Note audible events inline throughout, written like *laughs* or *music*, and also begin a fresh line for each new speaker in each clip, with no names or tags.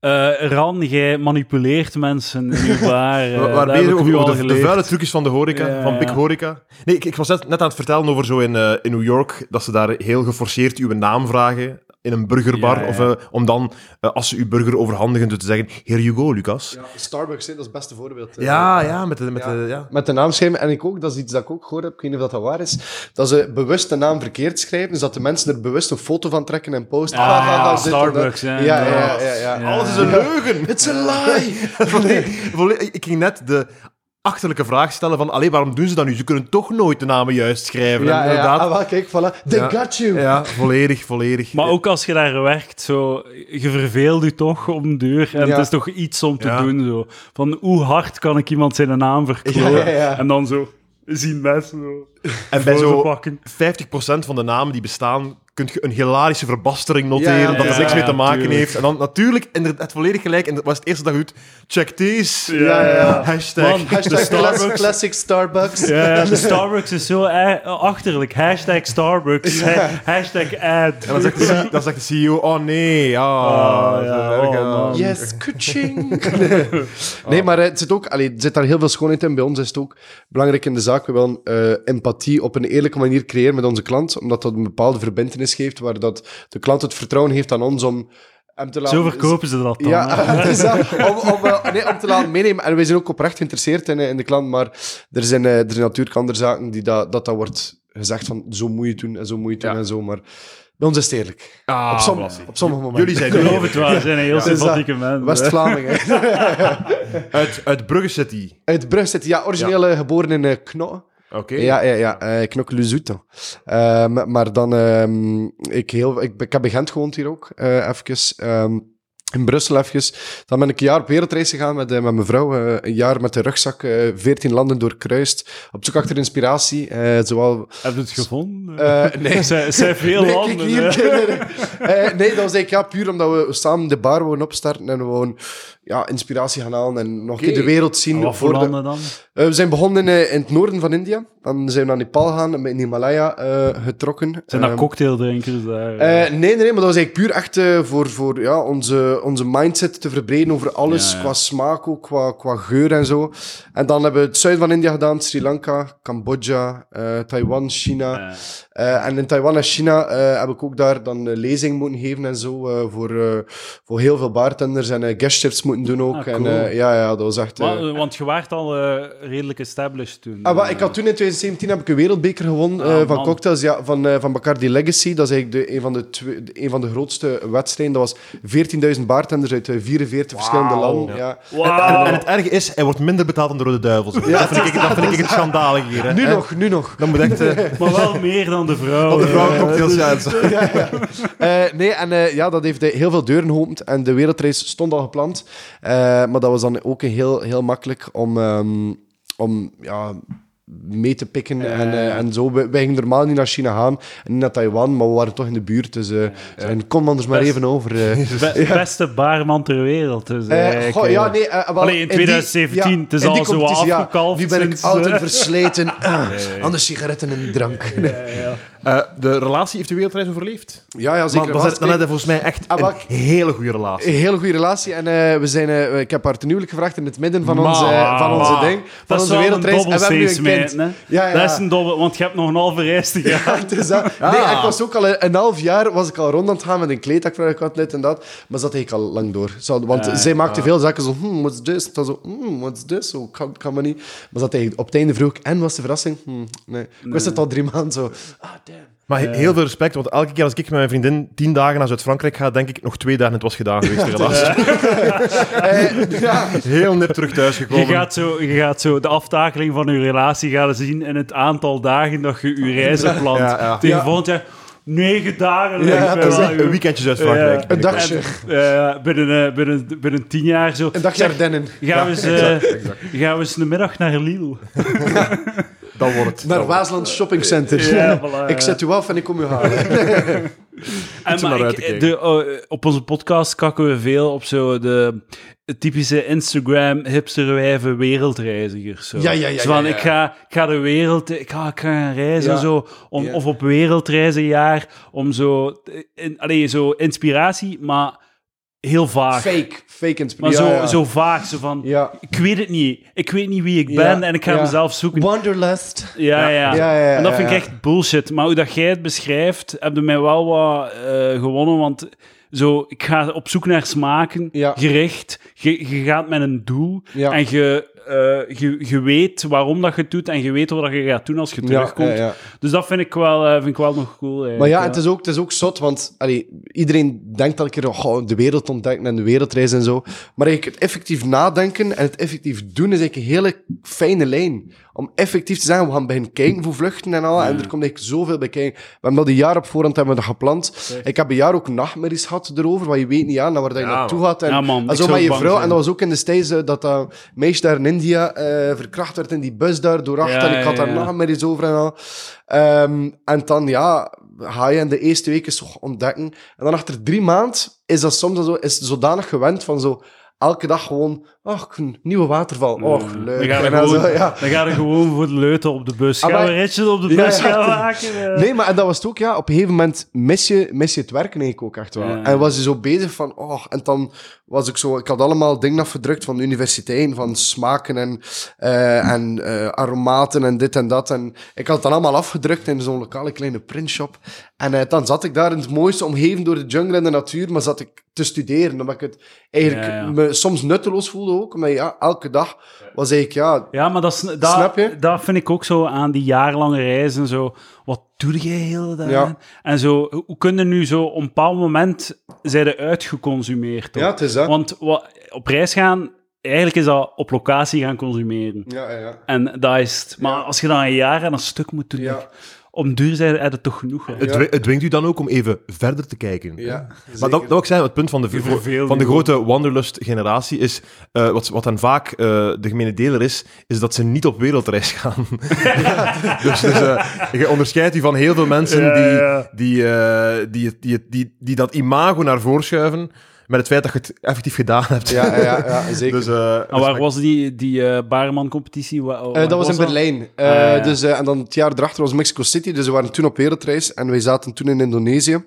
Eh, Ran, jij manipuleert mensen in uw bar. eh,
Waar-
dat
waar ben
heb
je
ik
over
u al
over de, de
geleerd.
vuile trucjes van de horeca,
Ja,
van Big
ja.
Horeca? Nee, ik, ik was net, net aan het vertellen over zo in, eh, in New York, dat ze daar heel geforceerd uw naam vragen in een burgerbar,
Ja, ja.
Of, eh, om dan, eh, als ze uw burger overhandigen, dus te zeggen, here you go, Lucas.
Ja, Starbucks, hè, dat is het beste voorbeeld. eh.
Ja, ja, met de... Met
Ja.
de ja.
Met de naamschrijving. En ik ook, dat is iets dat ik ook gehoord heb, ik weet niet of dat, dat waar is, dat ze bewust de naam verkeerd schrijven, dus dat de mensen er bewust een foto van trekken en posten.
Ah,
Ah,
ja,
dat is dit en dat.
Starbucks, hè,
Ja, ja, ja.
inderdaad.
ja,
Ja.
Alles is een *laughs* leugen!
It's a lie!
*laughs*
Volledig- volledig- ik ging net de achterlijke vraag stellen van, allee, waarom doen ze dat nu? Ze kunnen toch nooit de namen juist schrijven.
Ja,
En
ja, ja.
inderdaad. *laughs*
Ah, wel, kijk, voilà. They
Ja.
got you!
Ja, volledig, volledig.
Maar ook als je daar werkt, zo, je verveelt je toch om de deur. En
Ja.
het is toch iets om te
Ja.
doen. Zo. Van hoe hard kan ik iemand zijn naam verklaren?
Ja, ja, ja.
En dan zo zien mensen zo.
en bij
Voor
zo
te pakken.
50% van de namen die bestaan, kun je een hilarische verbastering noteren
Ja, ja,
dat er
ja,
niks mee te
ja,
maken
tuurlijk.
heeft. En dan natuurlijk, inderdaad, volledig gelijk. En dat was het eerste dat je doet, check deze.
Ja,
ja, ja.
Hashtag.
Man.
Hashtag
De Starbucks.
classic- classic Starbucks.
Ja, de Starbucks is zo eh, achterlijk. Hashtag Starbucks. Ha- Hashtag ad.
En dan zegt, de, C- dan zegt de CEO, oh nee, ah,
Ah, ja,
zo erg,
oh,
ah.
man.
Yes, kuching. *laughs* nee, maar eh, het zit ook, allee, er zit daar heel veel schoonheid in. Bij ons is het ook belangrijk in de zaak. We willen eh, empathie op een eerlijke manier creëren met onze klant, omdat dat een bepaalde verbindenis geeft, waar dat de klant het vertrouwen heeft aan ons om hem te laten...
Zo verkopen ze dat dan. hè.
Ja, *laughs* het is dat. om, om, eh, nee, om te laten meenemen. En wij zijn ook oprecht geïnteresseerd in, eh, in de klant, maar er zijn, eh, er zijn natuurlijk andere zaken die dat, dat, dat wordt gezegd van zo moet je het doen en zo moet je het doen en zo, maar bij ons is het eerlijk.
Ah,
op, som-
blassie.
op sommige momenten.
Jullie zijn
Ik geloof
eerlijk.
het wel, ze zijn een heel
is dat.
sympathieke mensen.
West-Vlamingen.
uit, uit Brugge City.
Uit Brugge zit hij, ja, origineel eh, geboren in eh Knokke.
Oké.
Ja, ja, ja, eh Knokke-Luzuta. Ehm, maar dan, ehm, ik, heel, ik, ik heb in Gent gewoond hier ook, eh even. Ehm, in Brussel even. Dan ben ik een jaar op wereldreis gegaan met, eh, met mijn vrouw. eh, een jaar met de rugzak, eh 14 landen doorkruist. Op zoek achter inspiratie. eh, zowel
Heb je het gevonden?
Eh, *laughs* nee.
Zij, zij veel
Nee, kijk
landen.
hier,
hè. *laughs*
nee, nee, nee. Eh, nee, dat was eigenlijk ja, puur omdat we samen de bar wouden opstarten en gewoon ja, inspiratie gaan halen en nog een keer
Oké.
de wereld zien.
En Ah, Wat voor
de-
landen dan?
Eh, we zijn begonnen in, eh, in het noorden van India. Dan zijn we naar Nepal gegaan, en in Himalaya eh, getrokken.
Zijn dat
Ehm,
cocktaildrinkers daar?
eh, nee, nee, nee, maar dat was eigenlijk puur echt eh, voor, voor ja, onze, onze mindset te verbreden over alles.
Ja, ja.
Qua smaak ook, qua, qua geur en zo. En dan hebben we het zuiden van India gedaan. Sri Lanka, Cambodja, eh, Taiwan, China.
Ja.
Eh, en in Taiwan en China eh, heb ik ook daar dan een lezing moeten geven en zo. eh, voor, eh, voor heel veel bartenders en eh guestchefs moeten doen ook.
Ah,
en,
cool.
eh, ja, ja, dat was echt... eh,
Maar, eh, want je waart al eh, redelijk established toen. eh.
Ah, wel, ik had toen in 2017 heb ik een wereldbeker gewonnen
Ah,
eh, van
man.
cocktails ja, van, eh, van Bacardi Legacy. Dat is eigenlijk de, een, van de twee- de- een van de grootste wedstrijden. Dat was 14.000 bartenders uit eh, 44 verschillende landen. Ja.
En, en
Wauw.
het erge is, hij wordt minder betaald dan de Rode Duivels. dat vind ik, dat vind ik het schandalig hier. hè.
Nu
Eh,
nog, nu nog.
Dan moet
*laughs*
echt...
*laughs*
eh,
Maar wel meer dan de vrouw.
Op de
hè.
vrouwencocktails, ja.
dus-
het is-
*laughs* Eh, nee, en eh, ja, dat heeft eh, heel veel deuren geopend. En de wereldreis stond al gepland. Eh, maar dat was dan ook een heel, heel makkelijk om, ehm, om ja, mee te pikken. en, eh, en zo. Wij, wij gingen normaal niet naar China gaan, en niet naar Taiwan, maar we waren toch in de buurt. Dus eh, en kom anders maar
Best.
even over. eh. *laughs*
Be- Dus Beste baarman ter wereld. Dus,
Eh,
eigenlijk,
goh,
eh.
ja, nee, eh, wel,
Allee, in
die-
2017, het is
in die
al zo wat
competitie, ja.
afgekalfd
Nu ben ik
sinds, *laughs*
oud en
eh.
versleten. Ah, Anders sigaretten en drank.
Eh, de relatie heeft de wereldreis overleefd.
Ja, ja,
Maar
zeker.
dan
Was-
heb dan heb je volgens mij echt
Ah,
een
wat-
hele goede relatie.
Een hele goede relatie. En eh, we zijn, eh, ik heb haar ten huwelijk gevraagd in het midden van
Maar,
onze, van onze
maar.
ding. Van
Dat is
onze
wel een
wereldreis. En we hebben nu
dobbelsteen
een kind.
smijten. hè.
Ja, ja.
Dat is een dobbel, want je hebt nog een halve reis te gaan.
*laughs* Ja, het is dat.
Ah.
Nee, ik was ook al een, een half jaar was ik al rond aan het gaan met een kleed dat ik vraag had, dit en dat. Maar zat ik al lang door. Zo, want
Ah,
zij maakte veel zaken zo, hmm, what's this? Dan zo, hmm, what's this? Zo, kan, kan maar niet. Maar zat hij op het einde vroeg ik, en was de verrassing? Hmm, nee. Ik wist het al drie maanden zo. Ah, damn.
Maar he- heel veel respect, want elke keer als ik met mijn vriendin tien dagen naar Zuid-Frankrijk ga, denk ik nog twee dagen het was gedaan
*laughs*
geweest, de relatie.
Eh, ja.
*laughs* Heel nip terug
Je
thuisgekomen.
gaat, zo, je gaat zo de aftakeling van je relatie gaan zien in het aantal dagen dat je je reizen plant.
Ja, ja.
Tegen
*laughs* Ja.
volgend jaar, negen dagen.
Ja,
ik ben
dat is
wel,
Een
joh.
weekendje Zuid-Frankrijk.
Ja.
Een
binnenkort.
dagje.
Eh, binnen, eh, binnen, binnen tien jaar zo.
Een dagje
Zeg,
Ardennen.
Gaan we, eens, eh, gaan we eens een middag naar Lille?
Dan wordt het.
Naar Waasland Shopping Center. *laughs*
Ja, voilà,
ik zet u af en ik kom u halen.
En
om
maar
naar
ik-
uit te
de, eh, op onze podcast kakken we veel op zo de typische Instagram hipsterwijven wereldreizigers. Zo.
Ja, ja, ja,
Zo van,
ja, ja.
Ik, ga, ik ga de wereld, ik ga, ik ga gaan reizen
Ja.
zo, om,
Ja.
of op wereldreizenjaar, om zo, te- in, allee, zo inspiratie, maar heel vaag.
Fake, fake. fakend.
Maar
ja,
zo,
ja.
zo vaag, zo van...
Ja.
Ik weet het niet. Ik weet niet wie ik
Ja,
ben en ik ga
ja.
mezelf zoeken.
Wanderlust.
Ja, ja.
Ja, ja, ja,
en dat
ja,
vind ik
ja.
echt bullshit. Maar hoe dat jij het beschrijft, heb je mij wel wat eh, gewonnen. Want zo, ik ga op zoek naar smaken,
Ja.
gericht. Je, je gaat met een doel
Ja.
en je, eh, je, je weet waarom dat je het doet en je weet wat dat je gaat doen als je terugkomt.
ja, ja.
Dus dat vind ik wel, eh, vind ik wel nog cool.
Maar
eigenlijk,
ja, het is ook, het is ook zot, want allee, iedereen denkt dat ik er oh, de wereld ontdekken en de wereldreis en zo. Maar eigenlijk het effectief nadenken en het effectief doen is eigenlijk een hele fijne lijn. Om effectief te zeggen, we gaan beginnen kijken voor vluchten en al. En er komt eigenlijk zoveel bij kijken. We hebben dat een jaar op voorhand hebben we dat gepland. Ik heb een jaar ook nachtmerries gehad erover, want je weet niet aan naar waar dat je
Ja,
naartoe gaat. En,
Ja, man,
en
ik
zo
zou
met je
bang
vrouw.
zijn.
En dat was ook in de States eh, dat dat meisje daar in India eh, verkracht werd in die bus daar door acht.
Ja,
en ik had
ja,
daar
ja.
nachtmerries over en al. Ehm, en dan, ja, ga je in de eerste weken zo ontdekken. En dan achter drie maanden is dat soms zo, is het zodanig gewend van zo elke dag gewoon, ach, een nieuwe waterval. Och, leuk.
Dan ga,
En
je
dan
gewoon,
zo, ja.
dan ga je gewoon voor de leuten op de bus.
Ah,
Gaan we
maar-
ritjes op de
Ja,
bus
ja.
gaan maken? eh.
Nee, maar en dat was het ook, ja. Op een gegeven moment mis je, mis je het werken eigenlijk ook echt wel.
Ja.
En was je zo bezig van, oh, en dan was ik zo, ik had allemaal dingen afgedrukt van de universiteit, van smaken en, eh, en eh, aromaten en dit en dat. En ik had het dan allemaal afgedrukt in zo'n lokale kleine printshop. En eh, dan zat ik daar in het mooiste omgeving door de jungle en de natuur, maar zat ik te studeren, omdat ik het eigenlijk
Ja, ja.
me soms nutteloos voelde ook. Maar ja, elke dag was ik, ja,
Ja, maar dat, is- dat,
Snap je?
dat vind ik ook zo aan die jaarlange reizen. Zo, wat doe jij heel dag?
Ja.
En zo, hoe kunnen nu zo op een bepaald moment zijn er uitgeconsumeerd? toch?
ja het is dat.
Want wat, op reis gaan, eigenlijk is dat op locatie gaan consumeren.
Ja, ja, ja.
En dat is het. Maar als je dan een jaar en een stuk moet doen,
Ja.
om duur zijn, heb je toch genoeg. hè?
Het, dwi- het dwingt u dan ook om even verder te kijken.
Ja,
maar dat, dat wil ik zeggen, het punt van de,
Je verveelt
van de
je
grote wanderlust-generatie is, eh, wat, wat dan vaak eh, de gemene deler is, is dat ze niet op wereldreis gaan. *laughs* dus dus, eh, je onderscheidt u van heel veel mensen
Ja,
die,
ja.
Die, eh, die, het- die, het- die, die dat imago naar voren schuiven met het feit dat je het effectief gedaan hebt. *laughs*
Ja, ja, ja, zeker.
Dus, eh,
En waar
respect.
was die, die eh, baarman-competitie? Wa-
Eh,
waar
dat was in Berlijn. Eh,
Ah, ja, ja.
dus, eh, en dan het jaar erachter was Mexico City. Dus we waren toen op wereldreis en wij zaten toen in Indonesië.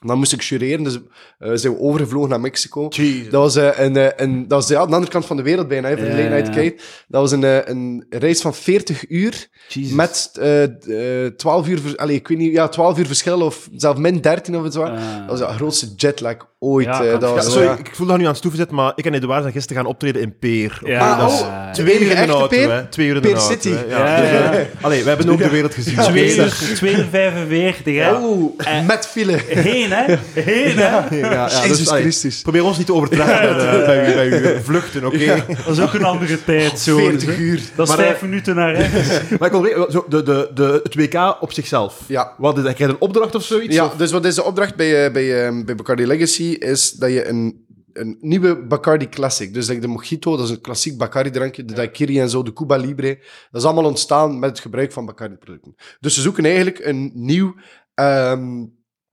En Dan moest ik jureren, dus eh, zijn we overgevlogen naar Mexico. Dat was, eh, een, eh, een, dat was ja, aan de andere kant van de wereld bijna, hè, voor
Ja,
de late night
ja.
Kate. Dat was een, eh, een reis van 40 uur
Jezus.
met eh, d- eh, 12 uur, ver- allee, ik weet niet, ja, 12 uur verschil of zelfs min 13 of het zo.
Ah.
Dat was de grootste jetlag ooit.
Ja,
eh,
kan-
dat
Ja,
was,
sorry,
ja.
ik ik voel dat nu aan het stoeven zitten, maar ik en Edouard zijn gisteren gaan optreden in Peer.
Ja,
Ah,
dat is-
oh,
Twee uur in de
echte
auto,
peer?
hè. Twee uur in de
Peer
auto,
City.
hè.
Ja, ja, ja.
Allee, we hebben ook de wereld gezien.
Twee
Oké.
*laughs*
uur, twee uur 45, hè?
Oeh, eh, met file.
Heen, hè? Heen, hè?
Ja, ja, dus,
Jezus
allee,
Christus.
Probeer ons niet te overtreffen met, eh, bij, uw- bij uw vluchten, oké?
Dat is ook een andere tijd, zo.
40 uur.
Dat is
Maar,
vijf
eh,
minuten naar rechts.
Maar ik wil weten, zo, de, de, de, het WK op zichzelf.
Ja.
Wat is dat? Krijg je een opdracht of zoiets?
Ja,
Of-
dus wat is de opdracht bij, eh, bij, eh, bij Bacardi Legacy? Is dat je een, een nieuwe Bacardi Classic, dus like de Mojito, dat is een klassiek Bacardi-drankje, de Daiquiri en zo, de Cuba Libre, dat is allemaal ontstaan met het gebruik van Bacardi-producten. Dus ze zoeken eigenlijk een nieuw... ehm,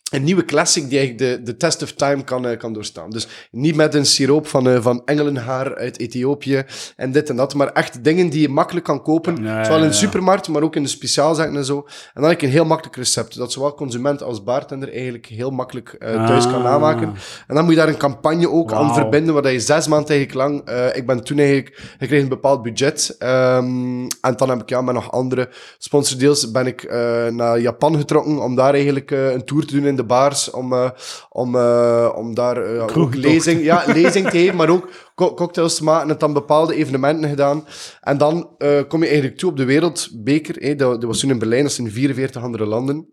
een nieuwe classic die eigenlijk de, de test of time kan, eh, kan doorstaan. Dus niet met een siroop van, eh, van engelenhaar uit Ethiopië en dit en dat, maar echt dingen die je makkelijk kan
Ja,
kopen,
ja,
zowel in de
ja.
supermarkt, maar ook in de speciaalzaken en zo. En dan heb ik een heel makkelijk recept, dat zowel consument als bartender eigenlijk heel makkelijk eh, thuis kan
Ah.
namaken. En dan moet je daar een campagne ook aan
Wauw.
verbinden, waar dat je zes maanden eigenlijk lang... eh, ik ben toen eigenlijk... Ik kreeg een bepaald budget. ehm, en dan heb ik ja, met nog andere sponsordeals ben ik eh, naar Japan getrokken om daar eigenlijk eh, een tour te doen in de baars, om, eh, om, eh, om daar eh, ook
Kroegtocht.
lezing, ja, lezing te geven, maar ook co- cocktails te maken. En het dan bepaalde evenementen gedaan. En dan eh, kom je eigenlijk toe op de wereldbeker. hè. dat, dat was toen in Berlijn, dat zijn 44 andere landen.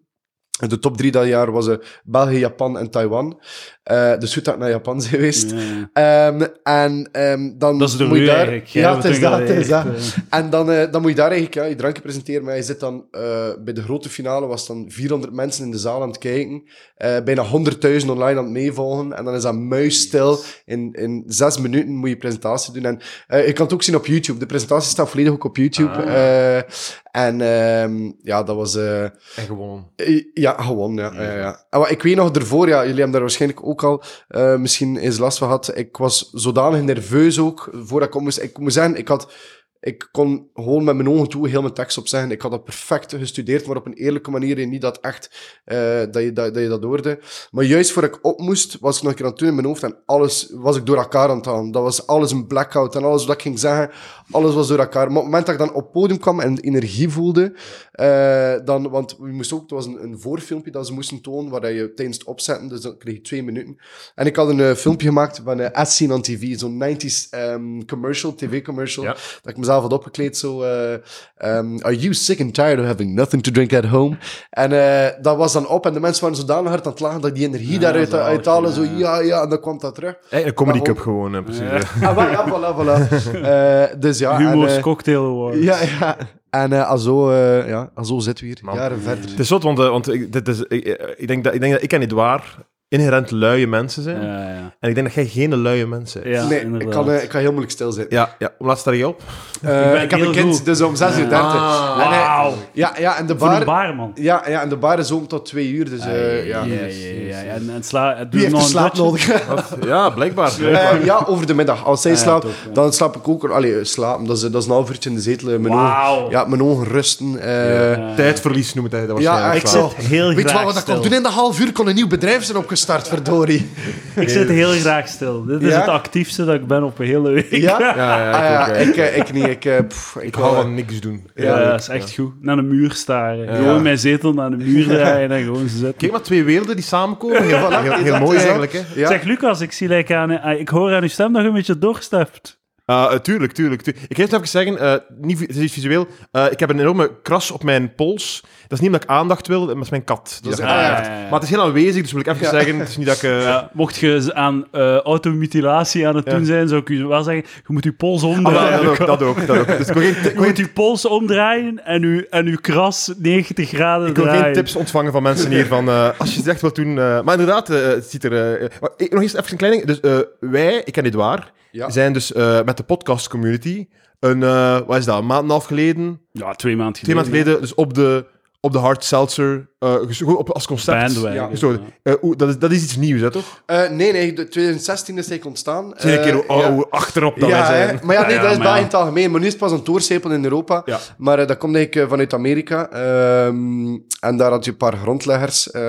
En De top drie dat jaar was eh, België, Japan en Taiwan. Eh, dus goed dat ik naar Japan *laughs* zijn geweest. Ehm, en ehm, dan
Dat is door
moet je
u
daar...
eigenlijk, hè?
Ja,
We
het is
doen
dat,
dat
het is dat.
echt,
En dan, eh, dan moet je daar eigenlijk ja, je drankje presenteren. Maar je zit dan eh, bij de grote finale, was dan 400 mensen in de zaal aan het kijken. Eh, bijna 100.000 online aan het meevolgen. En dan is dat muisstil. In, in zes minuten moet je presentatie doen. En eh, je kan het ook zien op YouTube. De presentatie staat volledig ook op YouTube.
Ah.
Eh, en ehm, ja, dat was... eh,
En gewonnen.
eh, Ja, gewoon, ja. ja. ja. En wat ik weet nog ervoor, ja, jullie hebben daar waarschijnlijk ook al eh, misschien eens last van gehad. Ik was zodanig nerveus ook, voordat ik op moest... Ik moet zeggen, ik had... Ik kon gewoon met mijn ogen toe heel mijn tekst opzeggen. Ik had dat perfect gestudeerd, maar op een eerlijke manier. En niet dat echt eh, dat, je, dat, dat je dat hoorde. Maar juist voor ik op moest, was ik nog een keer aan het doen in mijn hoofd. En alles was ik door elkaar aan het halen. Dat was alles een blackout. En alles wat ik ging zeggen, alles was door elkaar. Maar op het moment dat ik dan op het podium kwam en de energie voelde, eh, dan, want we moesten ook, het was een, een voorfilmpje dat ze moesten tonen, waar je tijdens het opzetten, dus dan kreeg je twee minuten. En ik had een eh, filmpje gemaakt van eh As Seen on TV, zo'n 90s ehm, commercial, tv-commercial,
Ja.
dat ik mezelf had opgekleed, zo... eh, ehm, Are you sick and tired of having nothing to drink at home? En eh, dat was dan op en de mensen waren zodanig hard aan het lachen dat ik die energie daaruit
zalig,
uithalen, zo
ja.
ja, ja, en dan kwam dat terug.
Eigenlijk een comedy
Waarom?
cup gewoon, hè, precies.
Ja.
hè.
Ah, wel, ja, voilà, voilà. Eh, dus ja, en,
Humor's
eh,
Cocktail Award.
ja, ja. En eh alzo, eh, ja, alzo zitten we hier,
Man.
jaren verder.
Het is zot, want, eh, want ik, dit is, ik, eh, ik, denk dat, ik denk dat ik en Edouard inherent luie mensen zijn.
ja, ja.
En ik denk dat jij geen luie mensen bent.
Ja,
nee, ik
inderdaad.
kan, eh, ik kan heel moeilijk stilzitten.
Ja, ja. Hoe laat sta je op?
Eh,
ben
ik heb
heel
een kind,
goed.
dus om 6 uur 30.
Ah.
En, eh,
Wauw.
ja, ja, en de
Voor een
bar...
baarman.
Ja, ja, en de bar is om tot 2 uur, dus eh, ja.
ja, ja, ja. En, en sla, doe
Wie heeft
nog
er
een
slaap
dutje?
nodig?
Ja, blijkbaar.
Eh, ja, over de middag. Als zij
Ja,
slaapt,
toch, ja.
dan slaap ik ook. Allee, eh, slapen, dat is, dat is een half uurtje in de zetel. eh, Mijn
Wauw.
ogen, ja, mijn ogen rusten. eh.
Ja.
Tijdverlies noemt hij dat
Ja,
waarschijnlijk.
Ik
wel.
zit heel
Oh. Weet
graag
je wat, wat ik
stil.
kon doen in de half uur? kon een nieuw bedrijf zijn opgestart, verdorie.
Ik zit heel graag stil. Dit is
Ja?
het actiefste dat ik ben op een hele week.
*laughs* Ja? Ah,
Ja, ja, ik,
ja,
ook, ja.
ik, eh, ik niet. Ik, eh, pff, ik,
ik hou
eh,
van niks doen.
*laughs* Ja,
Ja.
dat is echt goed. Naar de muur staren.
Ja.
Gewoon mijn zetel naar de muur draaien en gewoon zitten.
Kijk maar, twee werelden die samenkomen. Heel, heel, heel,
dat
mooi
is dat.
eigenlijk, hè?
Ja.
Zeg, Lucas, ik zie like aan, eh, ik hoor aan uw stem dat je een beetje doorstapt.
Eh, eh, tuurlijk, tuurlijk, tuurlijk. Ik ga eerst even zeggen, eh, niet, vi- het is iets visueel. Eh, ik heb een enorme kras op mijn pols. Dat is niet omdat ik aandacht wil, maar dat is mijn kat. Die
Dat
dat
is-
gedaan
ah, ja,
heeft.
ja, ja.
Maar het is heel aanwezig, dus wil ik even zeggen, het is niet dat ik... eh,
Ja, mocht je z- aan eh, automutilatie aan het
Ja.
doen zijn, zou ik u wel zeggen, je moet uw pols
ah, wel,
omdraaien.
dat ook, dat ook, dat ook. Dus ik wil geen, ik
je
wil
moet
geen-
uw pols omdraaien en uw, en uw kras 90 graden
ik wil geen
draaien.
tips ontvangen van mensen hier van eh, als je het echt wilt doen. eh, maar inderdaad, eh, het ziet er. eh, eh, maar ik- nog eens even een klein ding. Dus eh, wij, ik en Edouard,
Ja.
zijn dus eh, met de podcast community een, eh, wat is dat, een maand en een half geleden,
Ja, twee maanden
twee
geleden.
maanden geleden, dus op de, op de Hard Seltzer, eh, ges- gewoon op, als concept.
Bandwagon.
Dus door- eh, oe, dat, is, dat is iets nieuws, hè, toch?
eh, nee, nee, de 2016 is hij ontstaan.
Zie je een
Eh,
keer hoe,
ja.
oh, hoe achterop dat wij
Ja,
zijn.
hè. maar ja, nee,
Ja,
dat is
maar
bij
ja.
in het algemeen. Maar nu is het pas een doorsepel in Europa.
Ja.
Maar eh, dat komt eigenlijk eh, vanuit Amerika. Ehm, en daar had je een paar grondleggers eh,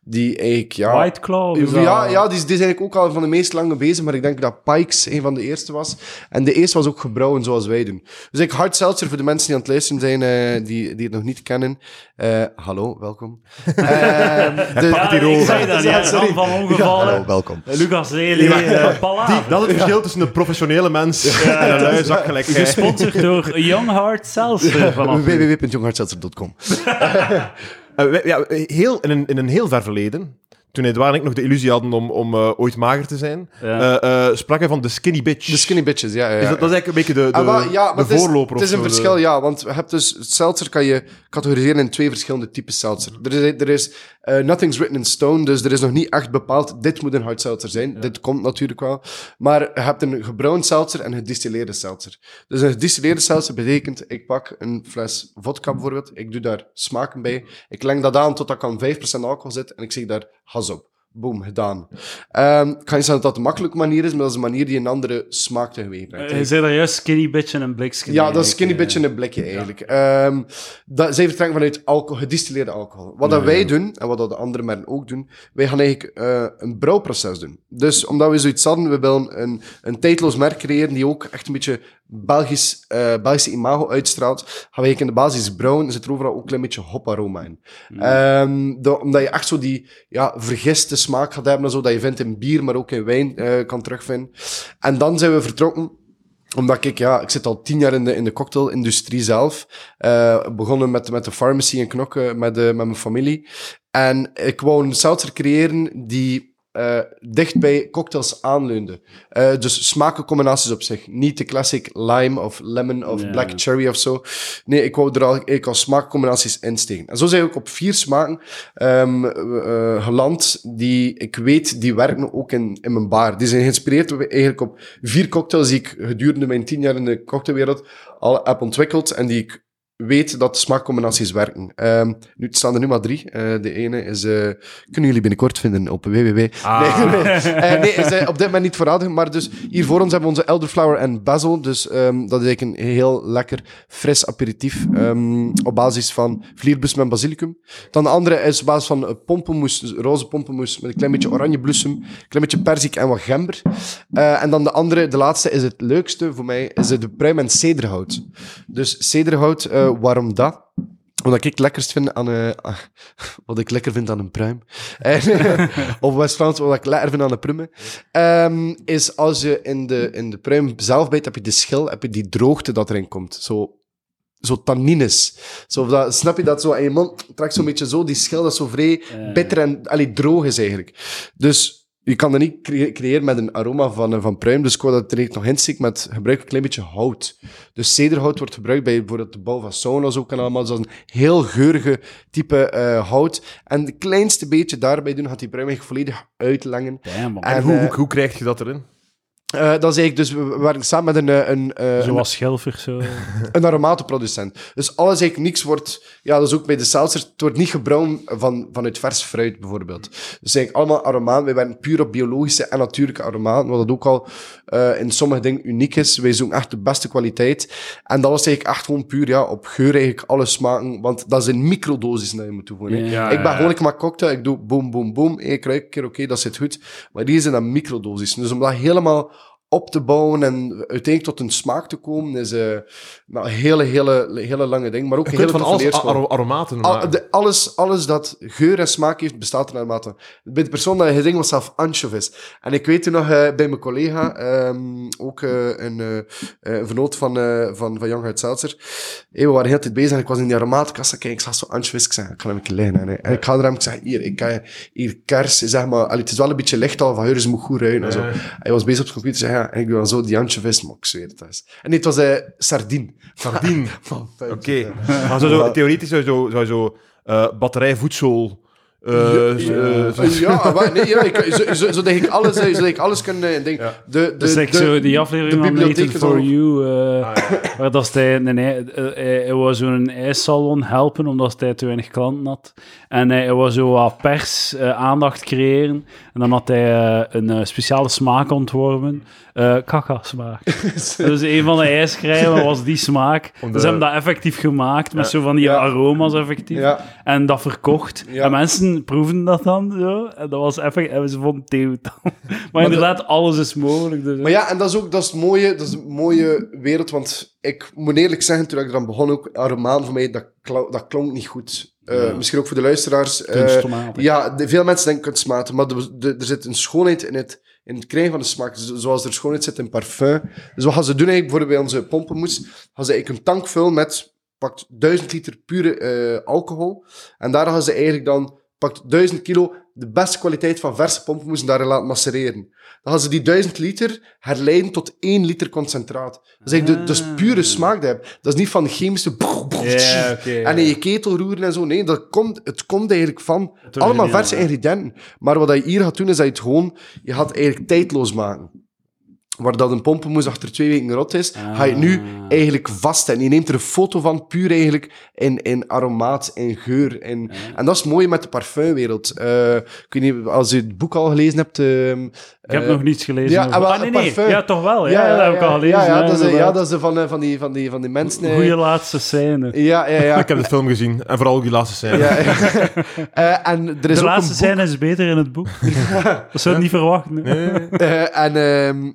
die eigenlijk... Ja,
White Claw. was
ja,
dat-
ja die, is, die is eigenlijk ook al van de meest lange bezig, maar ik denk dat Pikes een van de eerste was. En de eerste was ook gebrouwen zoals wij doen. Dus ik hard seltzer voor de mensen die aan het luisteren zijn, eh, die, die het nog niet kennen. Eh, hallo, welkom. Ehm, de-
Ja,
hier
ik
over.
zei dat, ja, ramp van ongevallen.
Hallo, welkom.
Lucas Lely, eh Palaver.
ah, Die- dat is het verschil tussen een professionele mens en een luizak
*laughs*
gelijk jij.
Gesponsord door Young Heart Seltzer vanaf nu.
www.jonghardseltzer.com
Eh, wij- ja, heel, in, een, in een heel ver verleden, toen Edouard en ik nog de illusie hadden om, om eh, ooit mager te zijn,
Ja.
eh, eh, sprak hij van de skinny bitch.
De skinny bitches, ja. ja, ja.
Is dat, dat is eigenlijk een beetje de, de,
Ah, maar ja, maar
de
het is-
voorloper
Het is
of
een
zo, de-
verschil, ja. Want je hebt dus seltzer kan je categoriseren in twee verschillende types seltzer. Er is, er is eh, nothing's written in stone, dus er is nog niet echt bepaald. Dit moet een hard seltzer zijn. Dit komt natuurlijk wel. Maar je hebt een gebrouwd seltzer en een gedistilleerde seltzer. Dus een gedistilleerde seltzer betekent: ik pak een fles vodka bijvoorbeeld, ik doe daar smaken bij, ik leng dat aan tot dat kan 5% alcohol zit en ik zeg daar has op. Boom, gedaan. Ehm, ik ga niet zeggen dat dat de makkelijke manier is, maar dat is een manier die een andere smaak teweeg brengt.
Je zei Eh, daar juist skinny eh. bitch en een blikskin.
Ja, dat is skinny bitch in een blikje eigenlijk. Ehm, dat, zij vertrekken vanuit alcohol, gedistilleerde alcohol. Wat dat wij doen, en wat dat de andere merken ook doen, wij gaan eigenlijk eh, een brouwproces doen. Dus omdat we zoiets hadden, we willen een, een tijdloos merk creëren die ook echt een beetje Belgisch, eh, Belgische imago uitstraalt, gaan wij eigenlijk in de basis brouwen en zit er overal ook een klein beetje hoparoma in. Ehm, de- omdat je echt zo die ja, vergiste smaak gaat hebben, en zo, dat je vindt in bier, maar ook in wijn eh, kan terugvinden. En dan zijn we vertrokken omdat ik, ja, ik zit al tien jaar in de, in de cocktailindustrie zelf. Eh, begonnen met, met de pharmacy en knokken met, de, met mijn familie. En ik wou een seltzer creëren die eh, dicht bij cocktails aanleunde. Eh, dus smakencombinaties op zich. Niet de classic lime of lemon of
Ja.
black cherry of zo. Nee, ik wou er al, ik al smaakcombinaties insteken. En zo zijn we ook op vier smaken ehm, eh, geland die ik weet, die werken ook in, in mijn bar. Die zijn geïnspireerd op- eigenlijk op vier cocktails die ik gedurende mijn tien jaar in de cocktailwereld al heb ontwikkeld en die ik weet dat de smaakcombinaties werken. Ehm, nu, het staan er nu maar drie. Eh, de ene is... eh, kunnen jullie binnenkort vinden op www. Nee, *laughs* nee, Eh, nee, is eh, op dit moment niet voorradig. Maar dus hier voor ons hebben we onze elderflower en basil. Dus ehm, dat is eigenlijk een heel lekker fris aperitief ehm, op basis van vlierbloesem en basilicum. Dan de andere is op basis van eh, pompoenmoes, dus roze pompoenmoes met een klein beetje oranje bloesem, een klein beetje perzik en wat gember. Eh, en dan de andere, de laatste is het leukste voor mij, is de pruim en cederhout. Dus cederhout, eh, waarom dat? Omdat ik het lekkerst vind aan... eh, ah, wat ik lekker vind aan een pruim. *laughs* En- of West-Frans, wat ik lekker vind aan de prummen. Ehm, is als je in de, in de pruim zelf bijt, heb je de schil, heb je die droogte dat erin komt. Zo, zo tannines. Zo, dat, snap je dat zo? En je mond trekt zo'n beetje zo, die schil dat zo vrij bitter en allee, droog is eigenlijk. Dus... Je kan dat niet creë- creëren met een aroma van, eh, van pruim, dus ik wou dat er eigenlijk nog in steek, maar het gebruik een klein beetje hout. Dus cederhout wordt gebruikt bij bijvoorbeeld de bouw van sauna's ook en allemaal. Dus dat is een heel geurige type eh, hout. En het kleinste beetje daarbij doen, gaat die pruim eigenlijk volledig uitlengen.
Damn, man.
En,
En,
hoe,
eh,
hoe, hoe krijg je dat erin?
Eh, dat is eigenlijk dus, we we werken samen met een, eh, een, eh, een,
Zoals Schelfer, zo.
een aromatenproducent. Dus alles eigenlijk niks wordt, ja, dat is ook bij de seltzer, het wordt niet gebrouwen van, vanuit vers fruit bijvoorbeeld. Dus eigenlijk allemaal aromaten. Wij werken puur op biologische en natuurlijke aromaten, wat dat ook al eh, in sommige dingen uniek is. Wij zoeken echt de beste kwaliteit. En dat was eigenlijk echt gewoon puur, ja, op geur eigenlijk alle smaken, want dat zijn microdosis dat je moet toevoegen. hè.
Ja, ja,
ik ben
ja.
gewoon ik maak cocktail, ik doe boom, boom, boom. Ik ruik een keer, oké, dat zit goed. Maar die zijn dan microdosis. Dus om dat helemaal op te bouwen en uiteindelijk tot een smaak te komen, is eh, nou, een hele, hele, hele lange ding. Maar ook
Je
een
kunt
hele
van
toffe
alles a-
leerschool.
aro- aromaten
Al-
maken.
de- alles, alles dat geur en smaak heeft, bestaat er naarmate. Bij de persoon dat je ding was zelf anchovies. En ik weet toen nog eh, bij mijn collega, ehm, ook eh, een eh, eh, een vernoot van, eh van, van Young Uit Seltzer. Hey, we waren heel de tijd bezig en ik was in die aromaatkast. en Kijk, ik zag zo anchovies. Ik zei, ik ga hem een keer liggen. En, hij- en ik ga er hem, ik zei, hier, ik kan je- hier kers, zeg maar. allee, het is wel een beetje licht al, van heur is moet goed ruiken. En zo. Hij was bezig op de computer, zei, ja, en ik doe dan zo die anchovies, maar ik zweer het. dat is- En dit was eh sardine.
Sardine.
*laughs* Van
Oké. Maar zo, zo, theoretisch zou je zo, zou je zo eh, batterijvoedsel... eh, s- eh, zo-
*laughs*
*laughs*
Ja, maar nee, ja ik, zo, zo, zo denk ik alles, eh, zo denk ik alles kunnen eh, denken. De, de,
Dus ik
de-
zo die aflevering
de
van
bibliotheek
Nathan For
is al- Ah,
You, eh, waar dat hij, een, ij- eh, hij, hij wou zo'n ijssalon helpen, omdat hij te weinig klanten had. En hij, hij wou zo wat pers, eh, aandacht creëren. En dan had hij eh, een eh, speciale smaak ontworpen. eh
*laughs*
Kaka-smaak. dus een van de ijskrijmen was die smaak.
Om de-
Dus ze hebben dat effectief gemaakt, met zo van die
Ja.
aroma's effectief.
Ja.
En dat verkocht.
Ja.
En mensen proefden dat dan, zo. En dat was effectief. En ze vonden het dan. *laughs* Maar inderdaad, alles is mogelijk. Dus,
Maar ja, en dat is ook dat is het mooie, dat is een mooie wereld. Want ik moet eerlijk zeggen, toen ik eraan begon, ook aromaan voor mij, dat, kla- dat klonk niet goed. Eh, Misschien ook voor de luisteraars. eh,
Kunstmatig.
ja, de- veel mensen denken kunstmatig, maar de- de- er zit een schoonheid in het, in het krijgen van de smaak. Zo- Zoals er schoonheid zit in parfum. Dus wat gaan ze doen eigenlijk, bijvoorbeeld bij onze pompenmoes, gaan ze eigenlijk een tank vullen met pakt 1000 liter pure eh, alcohol. En daar gaan ze eigenlijk dan pakt 1000 kilo de beste kwaliteit van verse pompenmoes en daarin laten macereren. Dan gaan ze die 1000 liter herleiden tot 1 liter concentraat. Dat is eigenlijk de, dus pure smaak die je hebt. Dat is niet van chemische...
Ah. Ja, oké,
en in
ja.
je ketel roeren en zo. Nee, dat komt, het komt eigenlijk van
origineel,
allemaal verse
ja.
ingrediënten. Maar wat je hier gaat doen, is dat je het gewoon... Je gaat het eigenlijk tijdloos maken. Waar dat een pompenmoes achter twee weken rot is,
Ah.
ga je het nu eigenlijk vast. En je neemt er een foto van, puur eigenlijk, in, in aromaat, in geur. In, En dat is het mooie met de parfumwereld. Eh ik weet niet, als je het boek al gelezen hebt... ehm,
Ik heb
eh,
nog niets gelezen.
ja,
over-
ah, wel,
ah, nee, nee.
parfum.
Ja, toch wel. Ja, dat heb ik al gelezen.
Ja, ja, dat, is, ja
inderdaad.
dat is de van, eh, van, die, van, die, van die mensen... eh,
Goeie laatste scène.
Ja, ja,
*laughs*
ja.
Ik heb de film gezien. En vooral ook die laatste scène.
ja. *laughs* Eh, en er is
De
ook
laatste
een boek,
scène is beter in het
*laughs*
boek. dat zou je niet verwachten. hè.
eh, en ehm,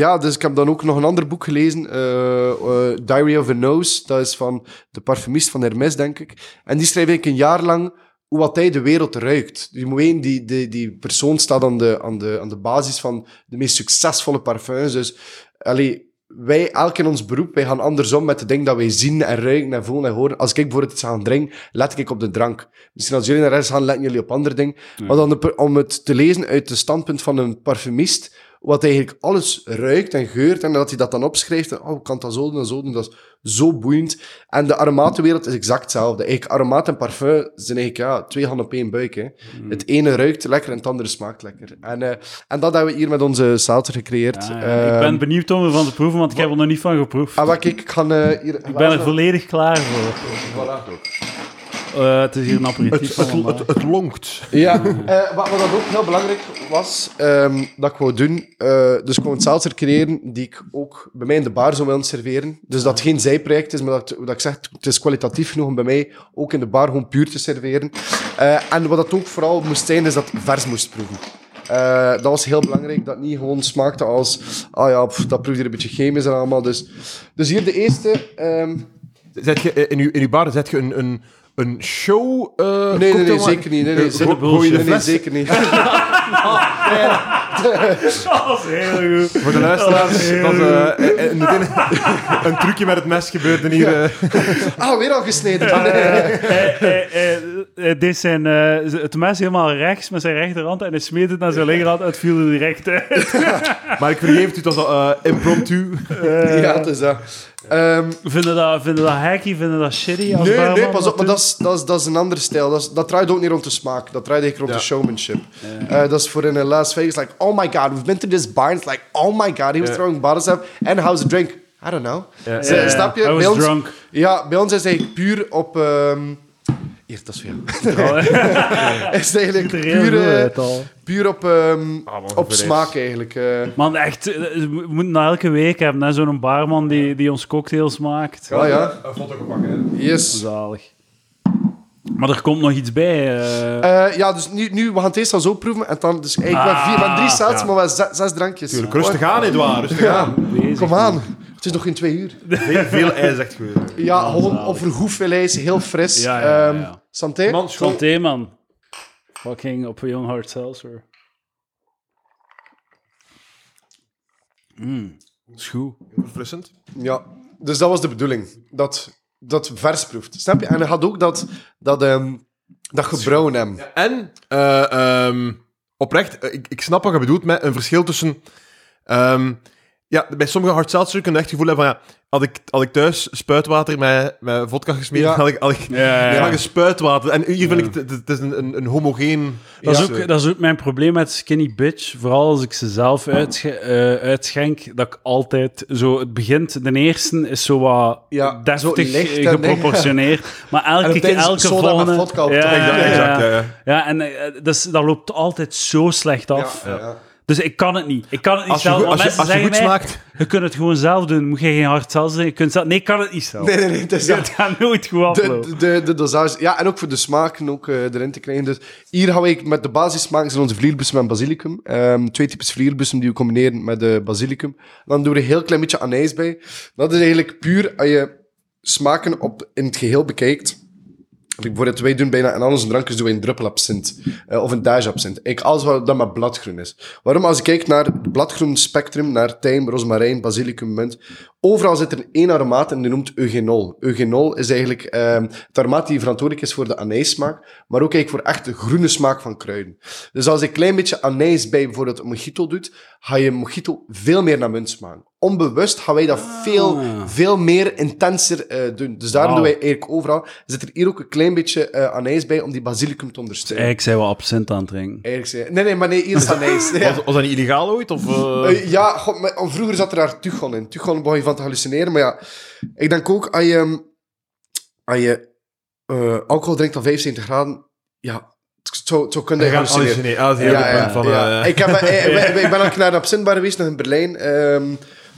ja, dus ik heb dan ook nog een ander boek gelezen, eh, eh, Diary of a Nose. Dat is van de parfumist van Hermes, denk ik. En die schrijft eigenlijk een jaar lang hoe wat hij de wereld ruikt. Je moet weten, die, die, die persoon staat aan de, aan, de, aan de basis van de meest succesvolle parfums. Dus allee, wij, elk in ons beroep, wij gaan andersom met de dingen dat wij zien en ruiken en voelen en horen. Als ik bijvoorbeeld iets ga drinken, let ik op de drank. Misschien als jullie naar rechts gaan, letten jullie op andere dingen. Maar dan de per- om het te lezen uit het standpunt van een parfumist, wat eigenlijk alles ruikt en geurt. En dat hij dat dan opschrijft. En, oh, ik kan dat zo doen en zo doen. Dat is zo boeiend. En de aromatenwereld is exact hetzelfde. Eigenlijk, aromaat en parfum zijn eigenlijk ja, twee handen op één buik. Hè.
Hmm.
Het ene ruikt lekker en het andere smaakt lekker. En, eh, en dat hebben we hier met onze seltzer gecreëerd.
Ja, Ah, ja. ik
Ehm,
ben benieuwd om ervan te proeven, want ik heb er nog niet van geproefd.
Ah, maar kijk, ik ga eh, hier...
ik ben er volledig klaar voor. Eh, het is hier
*laughs*
een aperitief.
Het, het,
allemaal.
het, het lonkt.
Ja, eh, wat, wat dat ook heel belangrijk was, ehm, dat ik wou doen, eh, dus gewoon een seltzer creëren die ik ook bij mij in de bar zou willen serveren. Dus dat het geen zijproject is, maar dat, dat ik zeg, het is kwalitatief genoeg om bij mij ook in de bar gewoon puur te serveren. Eh, en wat dat ook vooral moest zijn, is dat het vers moest proeven. Eh, dat was heel belangrijk, dat het niet gewoon smaakte als, ah ja, pff, dat proeft hier een beetje chemisch en allemaal. Dus, dus hier de eerste... ehm,
Zet je, eh, in, uw, in uw bar zet je een, een, een show. eh,
Nee, nee, nee,
cocktail-
zeker niet. Nee,
Eh,
nee,
go-
zeker-
gooi je de
nee, nee,
fles
zeker niet.
Dat is heel goed.
Voor de luisteraars,
Heel
dat,
goed.
eh, eh, eh, meteen *laughs* een trucje met het mes gebeurde hier. eh.
Ah, weer al gesneden.
Eh, eh, eh, eh, dit zijn, eh, z- het mes helemaal rechts met zijn rechterhand en hij smeet het naar zijn linkerhand en het viel er direct uit.
Maar ik vergeef het u, dat al eh, impromptu.
ja, het is dat. Ehm,
*laughs* Vinden dat, vinden dat hacky? Vinden dat shitty? Als
nee,
barman
nee, pas op,
doet?
maar dat is, dat is, dat is een ander stijl. Dat, is, dat draait ook niet rond de smaak. Dat draait eigenlijk rond de showmanship. Eh, dat is voor in eh, Las Vegas, like, oh my god, we've been to this bar. It's like, oh my god, he was throwing bottles up. And how's the drink? I don't know. Ze-
Ja, ja,
Snap je?
I was
bij, ons,
drunk.
Ja, bij ons is het eigenlijk puur op... ehm, Hier, dat is voor jou. *laughs* is het eigenlijk
Ziet er heel
puur,
goed
eh,
uit al.
puur op,
Ah,
ehm,
man,
op
voor
smaak eigenlijk. eh.
Man, echt, eh, we moeten dat elke week hebben. hè, Zo'n barman die, die ons cocktails maakt.
Ah ja,
Een foto pakken.
yes.
Zalig. Maar er komt nog iets bij. eh.
Eh, ja, dus nu, nu, we gaan het eerst al zo proeven. En dan, dus, ik ben vier, maar drie zelfs, maar wel zes, zes drankjes.
Rustig aan, Edouard. Rustig aan.
bezig.
Kom aan. Het is nog geen twee uur.
Veel, veel ijs, echt goed.
Ja, gewoon over hoeveel ijs, heel fris.
Ja, ja, ja,
Ehm,
ja.
Santé?
Man, schoon.
Santé, man. Fucking op Young Hard Seltzer. Mm, is goed.
Verfrissend.
Ja. Dus dat was de bedoeling. Dat, dat vers proeft. Snap je? En hij had ook dat, dat, ehm, dat gebrouwen hem.
En eh, ehm, oprecht, eh, ik, ik snap wat je bedoelt met een verschil tussen. ehm, ja, bij sommige hard seltzer kun je echt het gevoel hebben van ja, had ik, had ik thuis spuitwater met, met vodka gesmeerd,
Ja.
had ik, had ik
Ja, ja, ja.
smaak een spuitwater. En hier vind ik het, het is een, een, een homogeen.
Dat, is
Ja.
ook, dat is ook mijn probleem met Skinny Bitch. Vooral als ik ze zelf uitsche- eh, uitschenk, dat ik altijd zo... Het begint, de eerste is zo wat
Ja, zo
deftig
licht en
geproportioneerd. Maar
*laughs* En op
elke,
deze
elke
soda met
volgende...
vodka op
ja,
top.
ja,
Exact,
ja,
exact,
ja.
ja, ja.
Ja, en eh, dus, dat loopt altijd zo slecht af.
Ja, ja. *laughs*
Dus ik kan het niet. Ik kan het niet
Als je
zelf.
goed-
want
als je-
mensen
als je
zeggen
goed
mij,
smaakt.
Je kunt het gewoon zelf doen. Moet je geen hard zelf zijn. Je kunt zelf... Nee, ik kan het niet zelf.
Nee, nee, nee. Het is
Het gaat nooit goed aflopen.
De, de, de dosage. Ja, en ook voor de smaken ook eh, erin te krijgen. Dus hier hou ik met de basissmaken zijn onze vlierbussen met basilicum. Ehm, twee types vlierbussen die we combineren met de basilicum. Dan doen we er een heel klein beetje anijs bij. Dat is eigenlijk puur als je smaken op, in het geheel bekijkt. Like bijvoorbeeld, wij doen bijna in al onze drankjes doen wij een druppelabsint. eh, of een dageabsint. Ik, alles wat dan maar bladgroen is. Waarom? Als je kijkt naar het bladgroen spectrum, naar tijm, rosmarijn, basilicum, munt. Overal zit er één aromaat en die noemt eugenol. Eugenol is eigenlijk ehm het aromaat die verantwoordelijk is voor de anijssmaak. Maar ook eigenlijk voor echt de groene smaak van kruiden. Dus als je een klein beetje anijs bij bijvoorbeeld een mojito doet, ga je mojito veel meer naar munt smaken. Onbewust gaan wij dat veel, veel meer intenser eh, doen. Dus daarom
Wauw.
doen wij eigenlijk overal zit er hier ook een klein beetje eh, anijs bij om die basilicum te ondersteunen.
Eigenlijk zijn we absint aan het drinken.
Eigenlijk zei Nee, nee, maar nee,
*laughs*
hier is anijs. Ja,
Was, was dat niet illegaal ooit? Of, eh,
Eh, ja god, maar- oh, vroeger zat er daar Tuchon in. Tuchon begon je van te hallucineren. Maar ja, ik denk ook, als je, als je eh, alcohol drinkt aan 75 graden, ja, zo, zo kun je
je gaat hallucineren.
hallucineren.
Ah, dat is een heel goed punt van,
ja.
eh,
Ik, heb, eh, eh,
*laughs*
ik, ben- ik ben ook naar een absintbar geweest, nog in Berlijn. Ehm,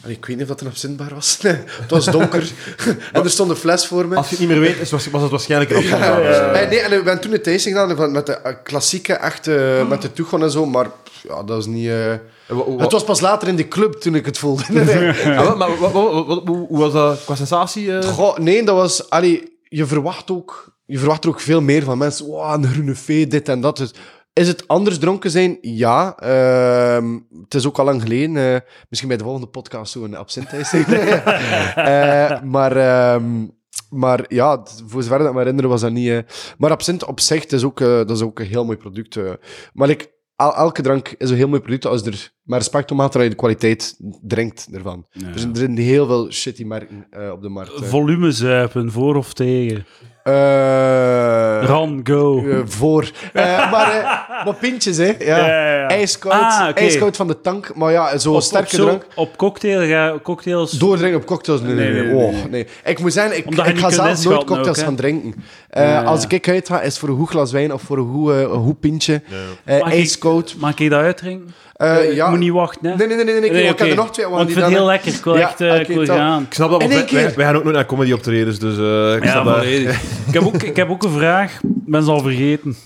allee, ik weet niet of dat een absintbar was. *laughs* het was donker. *laughs* en er stond een fles voor me.
Als je het niet meer weet, is, was, was het waarschijnlijk een optie.
Eh, nee, en we hebben toen een tasting gedaan van- met de eh, klassieke, echte, met de toegang en zo, maar pff, ja, dat is niet... eh,
Wa- wa-
Het was pas later in de club toen ik het voelde. *laughs* Nee, nee.
Ah, wel, maar wa- wa- wa- wa- hoe hoe was dat qua sensatie? eh?
Goh, nee, dat was... Allee, je verwacht ook... Je verwacht er ook veel meer van mensen. Wow, een groene vee, dit en dat. Dus is het anders dronken zijn? Ja. Ehm, het is ook al lang geleden. eh, misschien bij de volgende podcast zo een absint tasting. *laughs* Eh, maar... ehm, maar ja, t- voor zover dat ik me herinner was dat niet... eh, maar absint op zich, het is ook, eh, dat is ook een heel mooi product. eh. Maar ik, el- elke drank is een heel mooi product als er Maar smaakt terwijl je de kwaliteit drinkt ervan.
Ja.
Dus er zijn heel veel shitty merken eh, op de markt. eh.
Volume zuipen, voor of tegen.
Eh,
Run, go.
eh, voor. Eh, maar, eh, maar pintjes, hè? Ja.
Ja, ja, ja.
Ijskoud,
Ah, oké.
ijskoud van de tank. Maar ja, zo
Op- op,
sterke
zo-
drank.
Op cocktail, ga- cocktails...
Doordringen op cocktails? Nee, nee, nee.
Nee, nee,
Oh, nee. Ik moet zeggen, ik,
Omdat je
ik
niet
ga
kunt
zelf nooit
inschatten
cocktails
ook, hè?
gaan drinken. Eh,
Ja, ja.
Als ik uit ga, is het voor een goed glas wijn of voor een goed, eh, een goed pintje. Eh,
Mag ik-
ijskoud.
Mag ik dat uitdrinken?
Eh,
Eh,
ja.
Ik moet niet wachten, hè?
Nee, nee, nee, nee, nee, ik-
oké.
ik heb er nog twee, want
Want ik
die
vind het heel
dan-
lekker. Ik wil
Ja,
echt eh, ik
oké,
wil
top. *laughs*
gaan.
Ik snap dat,
In
want wij,
één
wij-
keer.
wij gaan ook nooit naar comedy optredens, dus eh, ik
Ja,
snap dat.
volledig.
*laughs*
ik, heb ook, ik heb ook een vraag. Ik ben ze al vergeten.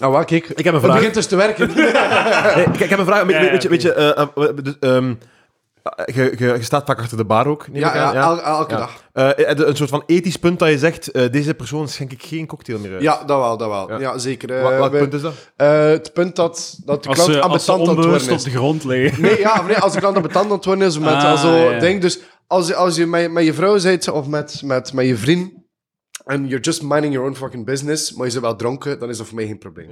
Ah, wel, kijk.
Ik heb een
Het
vraag.
begint dus te
*laughs*
werken.
Nee, ik, ik heb een vraag. Weet,
Ja, ja,
weet
oké.
je, weet je eh, eh, dus, ehm, eh, je, je, je staat vaak achter de bar ook. neem
ja,
ik aan,
ja, el- elke
Ja.
dag.
Eh, eh, de- een soort van ethisch punt dat je zegt, eh, deze persoon schenk ik geen cocktail meer uit.
Ja, dat wel, dat wel. Ja,
Ja.
zeker.
Wa-
Eh,
Welk
we-
punt is dat?
eh, het punt dat, dat de
Als
klant
ze, als ze
ambetant aan het
onbewust
worden
op
is.
de grond liggen.
Nee, ja, of nee, als de klant ambetant aan het worden is, met
Ah,
al zo
ja.
ding. Dus als, je- als je met, met je vrouw zit of met, met, met je vriend. En you're just minding your own fucking business, maar je bent wel dronken, dan is dat voor mij geen probleem.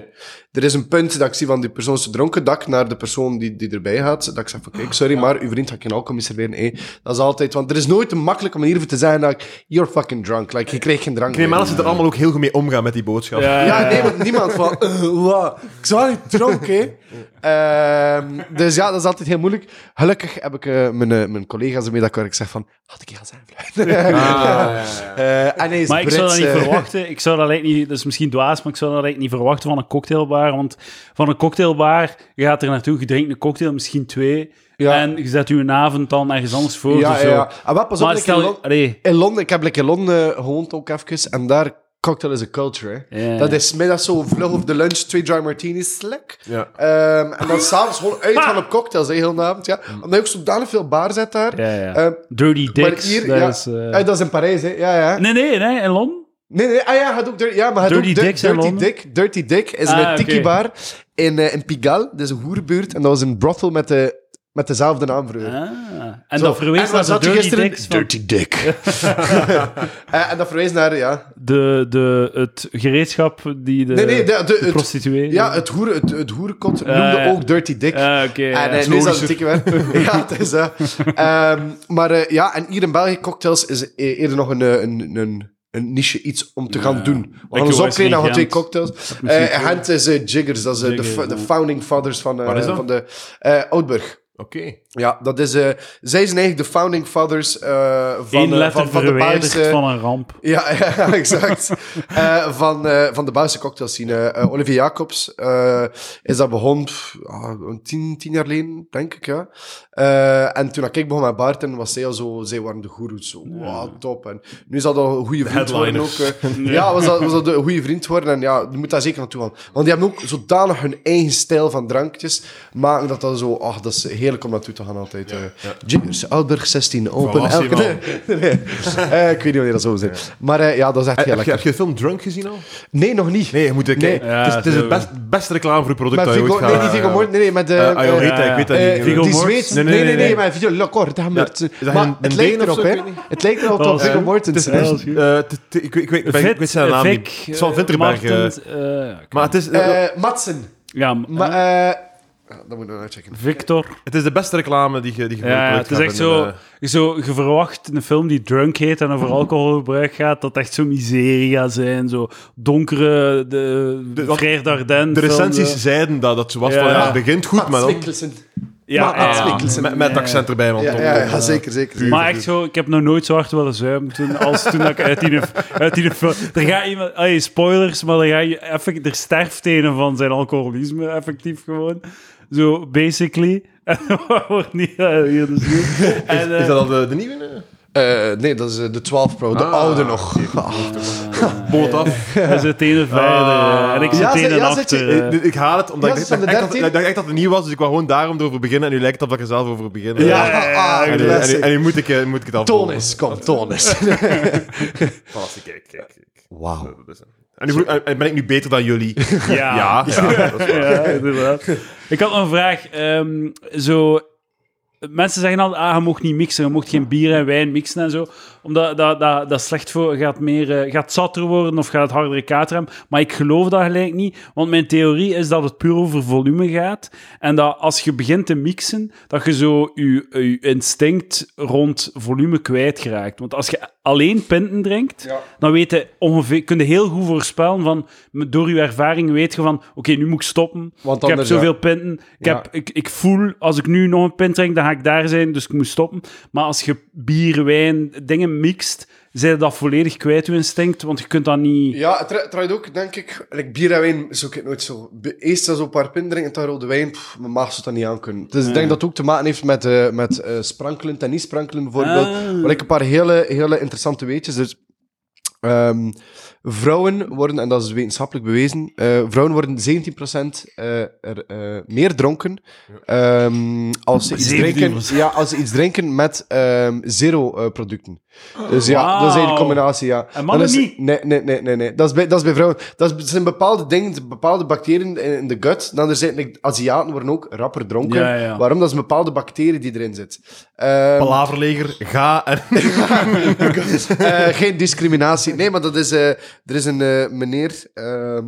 Er is een punt dat ik zie van die persoon is dronken, dat ik naar de persoon die, die erbij gaat, dat ik zeg van, kijk, sorry, maar uw vriend gaat geen alcohol meer serveren. eh. Dat is altijd, want er is nooit een makkelijke manier voor te zeggen dat ik, you're fucking drunk, like, je
Eh,
kreeg geen drank
Ik neem
meer.
aan dat ze er allemaal ook heel goed mee omgaan met die boodschap. *laughs*
Ja,
Ja, nee, want niemand van... eh, wat? Ik zou niet dronken, hè. Ehm, dus ja, dat is altijd heel moeilijk. Gelukkig heb ik eh, mijn, eh, mijn collega's ermee dat ik waar ik zeg van... Had ik je gaan zijn, Eh, en hij is
Maar ik zou dat
Brits,
niet
eh.
verwachten. Ik zou dat eigenlijk niet... Dat is misschien dwaas, maar ik zou dat eigenlijk niet verwachten van een cocktailbar. Want van een cocktailbar, je gaat er naartoe, je drinkt een cocktail, misschien twee.
Ja.
En je zet je avond dan ergens anders voor
Ja,
of zo.
ja, ja. En wat, pas op,
Maar
ik in,
stel...
Lon-
Allee,
in Londen... Ik heb like, in Londen eh, gewoond ook even. En daar, cocktail is a culture, hè.
Ja.
Dat is middags zo vlug of de lunch, twee dry martinis, slik.
Ja. Eh,
Ehm, en dan s'avonds gewoon uitgaan op cocktails, hè, heel de avond, ja. Omdat je ook zodanig veel bar zet daar.
ja, ja.
Ehm,
Dirty
maar
Dicks.
hier,
dat
ja,
is, eh,
Ah, dat is in Parijs, hè. Ja, ja.
Nee, nee, nee, in Londen.
Nee, nee, ah ja, had ook Dirty, ja, maar had
Dirty
ook Dir-
Dicks in
Dirty
Londen.
Dick. Dirty Dick is
Ah,
een
oké.
tiki-bar in, eh, in Pigalle, dat is een hoerenbuurt, en dat was een brothel met, de, met dezelfde naam vroeger.
Ah, en
Zo,
dat verwees
en waar
naar de
zat je
Dirty
gisteren?
Dicks van-
Dirty
*laughs*
Dick. *laughs* Eh, en dat verwijst naar, ja...
de, de, het gereedschap die de,
Nee, nee, de, de-
de
het,
prostituee...
ja, het, hoeren, het, het hoerenkot noemde
ja.
ook Dirty Dick.
Ah, oké. ja.
En eh, nu is dat een dikke werk. *laughs* ja, het is dat. Ehm, maar eh, ja, en hier in België, cocktails is e- eerder nog een, eh, een, een, een niche iets om te gaan doen. Want anders
hoor,
opkleden,
is
dan gaan
niet
twee
Gent.
cocktails. Eh Gent is eh, Jiggers, dat is eh, de,
Jiggers,
fa- de
ja.
founding fathers van, eh,
Waar is dat?
van de eh, Oudburg.
Oké.
Ja, dat is, eh, zij zijn eigenlijk de founding fathers eh, van,
Eén
eh,
letter
van, van de
verwijderd
Belgische...
van een ramp.
Ja, *laughs* ja, exact. Eh, van, eh, van de Belgische cocktailscene. Eh, Olivier Jacobs eh, is dat begonnen pff, ah, een tien, tien jaar geleden, denk ik. Ja. Eh, en toen ik begon met Barton, was zij al zo... Zij waren de goeroes. Zo, wow, top. En nu is dat al een goede vriend worden ook.
headliners.
eh. Ja, was dat, was dat een goede vriend worden. En ja, je moet daar zeker naartoe gaan. Want die hebben ook zodanig hun eigen stijl van drankjes. Maken dat dat zo... Ach, dat is heerlijk om naartoe te gaan altijd. eh Jiggers, Alberg 16, open.
Van was die
elke- Nee, Eh, ik weet niet wanneer dat zo is. Maar eh, ja, dat is echt
Eh,
heel
Heb je,
lekker.
heb je de film Drunk gezien al?
Nee, nog niet.
Nee, je moet kijken.
Nee.
Ja,
het is, het is
zo.
het best, beste reclame voor je product
met
dat je
Viggo,
ooit
nee,
gaat-
niet Viggo Mortensen. Nee, nee, met... eh,
Eh, ah, joh,
eh,
Rita, ik weet dat
eh,
niet.
Viggo
die
Mortensen?
Zweeds. Nee,
Nee,
nee,
nee,
nee,
nee.
maar Viggo Lacor, dat
Ja,
hamert.
is dat
Maar
een-
het
een
lijkt
Deen of
erop,
zo? Ik
hè.
weet niet.
Het lijkt erop
Dat
op
was-
Viggo
eh,
Mortensen.
het is
hè.
wel-
Eh, t- t- ik, weet- ik, weet- ik, weet- ik weet zijn naam niet. Het is van Vinterberg. eh. maar het is, eh,
Eh, Madsen.
ja, m-
Maar... eh, Dat moeten we uitchecken.
Victor.
het is de beste reclame die je die je voor je
Ja,
product
het is
gaat
echt
vinden,
zo,
eh.
zo... Je verwacht in een film die drunk heet
*laughs*
en over alcoholgebruik gaat, dat echt zo miserie gaat zijn. Zo donkere, de,
De- wat-
Freer Dardenne
De
film,
recensies
zo.
zeiden dat, dat zo was
Ja.
van, ja, het begint goed, maar
Mats
dan... Ah,
Mikkelsen.
eh. Ja,
Mats
ja, ja.
Mikkelsen.
Met, met het accent erbij, man.
Ja,
Tom.
ja, ja, zeker, zeker.
Maar echt zo, ik heb nog nooit zo hard willen zuipen toen, als toen dat ik uit die, uit die film... Er gaat iemand... Allee, spoilers, maar er, ga je, effe- er sterft een van zijn alcoholisme, effectief gewoon. Zo, basically. *laughs* En dat wordt niet eh, hier dus niet.
*laughs*
En,
Is
eh,
dat al de, de nieuwe? eh?
Eh, Nee, dat is eh, de 12 Pro, de
Ah,
oude nog. *laughs*
Poot af.
Hij zit een verder eh, en ik zit
Ah. Ja,
een
ze- ja, zit je-
achter. eh.
Ik, ik haal het, omdat
Ja,
ik,
ze
dacht-
zijn de
ik dacht, dat-
13.
ik dacht echt dat het nieuw was, dus ik wou gewoon daarom erover beginnen. En nu lijkt het alsof ik er zelf over begin. eh.
Ja,
Ah, ah,
En nu, en nu-
classic.
en nu moet, ik, eh, moet ik het afronden.
Tonis, kom, Tonis.
Voilà, Oh, kijk, kijk, kijk.
Wauw.
Dat is hem. En nu, en- en ben ik nu beter dan jullie?
Ja.
*laughs*
Ja, ja, dat is waar.
eh, Ja, inderdaad. Ik had nog een vraag. Ehm, zo, mensen zeggen altijd, ah, je mocht niet mixen, je mocht geen bier en wijn mixen en zo. Omdat dat, dat, dat is slecht voor... Gaat, meer, eh, gaat zatter worden of gaat hardere kaart hebben. Maar ik geloof dat gelijk niet. Want mijn theorie is dat het puur over volume gaat. En dat als je begint te mixen, dat je zo je, je instinct rond volume kwijtraakt. Want als je alleen pinten drinkt, dan weet je ongeveer... Kun je heel goed voorspellen van... Door je ervaring weet je van... Oké, nu moet ik stoppen.
Want
ik heb
anders, ja.
zoveel pinten. Ik,
Ja.
heb, ik, ik voel, als ik nu nog een pint drink, dan ga ik daar zijn, dus ik moet stoppen. Maar als je bier, wijn, dingen mixt, zijn dat volledig kwijt, je instinct, want je kunt dat niet...
Ja, het tra- trouwens ook, denk ik. like, bier en wijn is ook nooit zo. Be- Eerst als een paar pin drinken, dan rode wijn. pff, mijn maag zou dat niet aankunnen. Dus ik denk dat het ook te maken heeft met, eh, met eh, sprankelen, tennissprankelen bijvoorbeeld.
Ah.
Maar ik een paar hele, hele interessante weetjes. Dus, ehm, vrouwen worden, en dat is wetenschappelijk bewezen, eh, vrouwen worden 17% eh, er, eh, meer dronken ehm, als, ze iets
17%.
drinken, ja, als ze iets drinken met ehm, zero eh, producten. Dus ja, dat is eigenlijk een
Wauw.
combinatie, ja.
En mannen
Dat is-
niet?
Nee, nee, nee, nee. nee. Dat, is bij, dat is bij vrouwen. Dat is, het zijn bepaalde dingen, bepaalde bacteriën in, in de gut. Dan er zijn, like, Aziaten worden ook rapper dronken.
Ja, ja.
Waarom? Dat is een bepaalde bacterie die erin zit. Ehm,
*laughs* Palaverleger, ga en...
*laughs* eh, geen discriminatie. Nee, maar dat is, eh, er is een eh, meneer, ehm,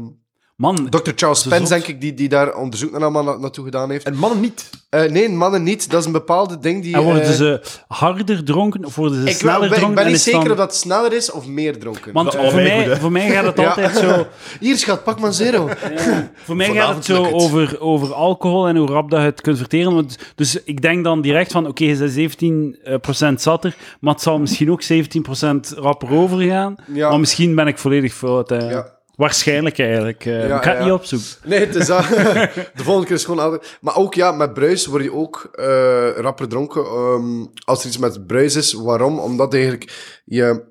Man,
Dr. Charles
Ze
Pence,
zot.
denk ik, die, die daar onderzoek naar allemaal na- naartoe gedaan heeft.
En mannen niet.
Eh, nee, mannen niet. Dat is een bepaalde ding die...
en worden
eh,
ze harder dronken of worden ze
ik, wel-
sneller
ik ben, ik
dronken?
ben
en
niet
is het
zeker
dan-
of dat sneller is of meer dronken.
Want
Dat is
voor
mij goed,
mij,
hè.
voor mij gaat het
Ja.
altijd zo...
Hier, schat, pak maar zero.
Voor mij gaat
Vanavond
het zo
lukt het.
over, over alcohol en hoe rap dat je het kunt verteren. Want, dus ik denk dan direct van, oké, je bent 17% zatter, maar het zal misschien ook 17% rapper overgaan.
Ja.
Maar misschien ben ik volledig fout. hè.
Ja.
Waarschijnlijk eigenlijk. eh,
Ja,
ik ga het
ja.
niet opzoeken.
Nee, het is dat. *laughs* De volgende keer is gewoon altijd. Maar ook ja, met bruis word je ook eh, rapper dronken. ehm, als er iets met bruis is. Waarom? Omdat eigenlijk je.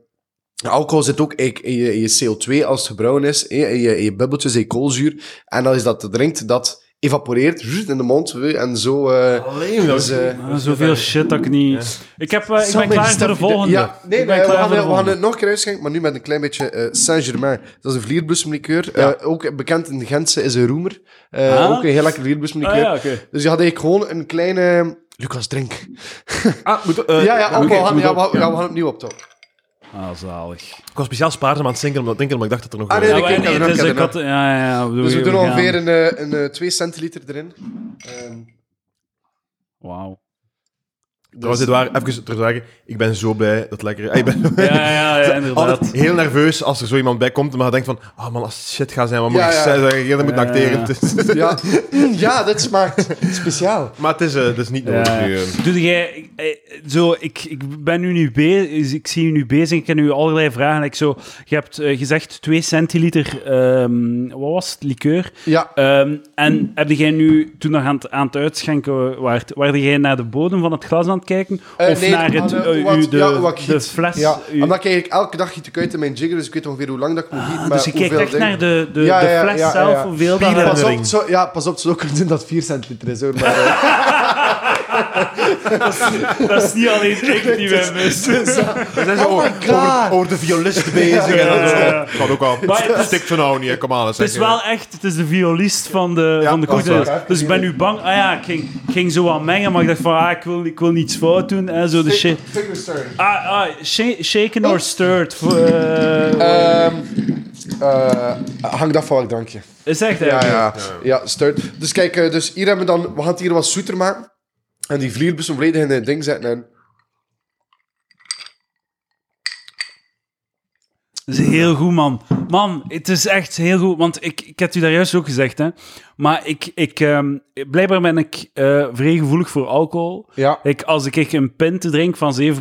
Alcohol zit ook eigenlijk in je, in je CO2 als het gebrouwen is, in je, in je, in je bubbeltjes, in je koolzuur. En als je dat drinkt, dat evaporeert zzz, in de mond. eh, En zo... eh,
Alleen
dus, eh,
Ah, zoveel shit dat ik niet... Ik, heb, eh, ik ben klaar voor de volgende.
Ja, nee,
ik ben
nee, we,
klaar
gaan,
voor de
we gaan
volgende.
het nog een keer uitschenken, maar nu met een klein beetje eh, Saint-Germain. Dat is een vlierbloesemlikeur. Eh, ook bekend in Gentse is een roemer. Eh,
Ah.
Ook een heel lekker vlierbloesemlikeur.
Ah, ja, oké.
Dus je had eigenlijk gewoon een kleine... eh, Lucas, drink.
Eh,
Ah, moet,
Ja,
eh,
ja, oké,
oké,
we, gaan,
moet
ja,
ook.
we, gaan- ja, we gaan opnieuw op top.
Ah, zalig.
Ik was speciaal spaarzaam aan het zinken, omdat, denken, omdat ik dacht dat er nog...
Ah, nee,
Ja,
eh,
ik
maar
heb
nee,
er
het
ook,
is
ik heb
een
er
kat- ja, ja, ja, bedoel,
Dus we
hier,
doen
gaan-
ongeveer een, eh, een, eh, 2 centiliter erin. Ehm,
Wauw.
Trouwens, dit waren, even terug zeggen, ik ben zo blij dat lekker... *laughs* Ah, Ik ben
Ja, ja, ja, inderdaad.
altijd heel nerveus als er zo iemand bij komt, maar je denkt van, ah man, als het shit gaat zijn, wat moet
Ja,
ik
ja.
zeggen? Ik moet
Ja,
acteren. *laughs*
ja.
Het is-
*laughs*
ja. Mm, ja, dat smaakt speciaal.
Maar het is, eh, het is niet nodig
Ja.
nu. eh.
Doe jij, eh, zo, ik, ik ben nu nu bezig, ik zie u nu bezig, ik ken u allerlei vragen. Ik zo, je hebt eh, gezegd 2 centiliter, ehm, wat was het, likeur.
Ja,
Ehm, en heb jij nu, toen nog aan het, aan het uitschenken waart, waarde jij naar de bodem van het glas aan het kijken?
Eh,
of
nee,
naar het,
aan de-
eh, uw-
wat-
de,
ja, wat ik
de
giet.
fles?
ja.
uw-
Omdat ik eigenlijk elke dag giet ik uit in mijn jigger, dus ik weet ongeveer hoe lang dat ik moet gieten.
Ah, dus je kijkt echt naar de, de,
Ja,
de
ja, ja,
fles
ja, ja.
zelf, hoeveel dat...
Bier-
Pas op,
herinnering.
het zou- ja, pas op, het zou ook kunnen zijn dat het 4 centiliter is. Hoor, *laughs* maar, eh,
Dat is niet
*laughs*
alleen dus- ik die ben
We zijn zo
Oh my
over,
God.
over, over de
*laughs*
violist bezig. en
Ja, ja, ja.
dat kan ook al.
Maar het is-
Stikt van nou niet, kom aan. Het
Het is wel echt, het is de violist van de,
Ja,
van de
dat is
cocktail.
waar.
Dus ik ben nu bang. Ah ja, ik ging, ik ging zo aan mengen, maar ik dacht van, ah, ik wil, ik wil niets fout doen. En zo de shit.
Fingerster.
Ah, ah, sha- shaken or stirred. voor, eh,
Ehm eh, hangt af van welk drankje.
is echt
Ja,
eigenlijk.
ja, ja, stuit. Dus kijk, eh, dus hier hebben we dan... We gaan het hier wat zoeter maken. En die vlierbus volledig in het ding zetten. En,
Dat is heel goed, man. Man, het is echt heel goed. Want ik, ik heb u daar juist ook gezegd, hè. Maar ik, ik ehm, blijkbaar ben ik eh vrij gevoelig voor alcohol.
ja.
Ik, als ik echt een pint drink van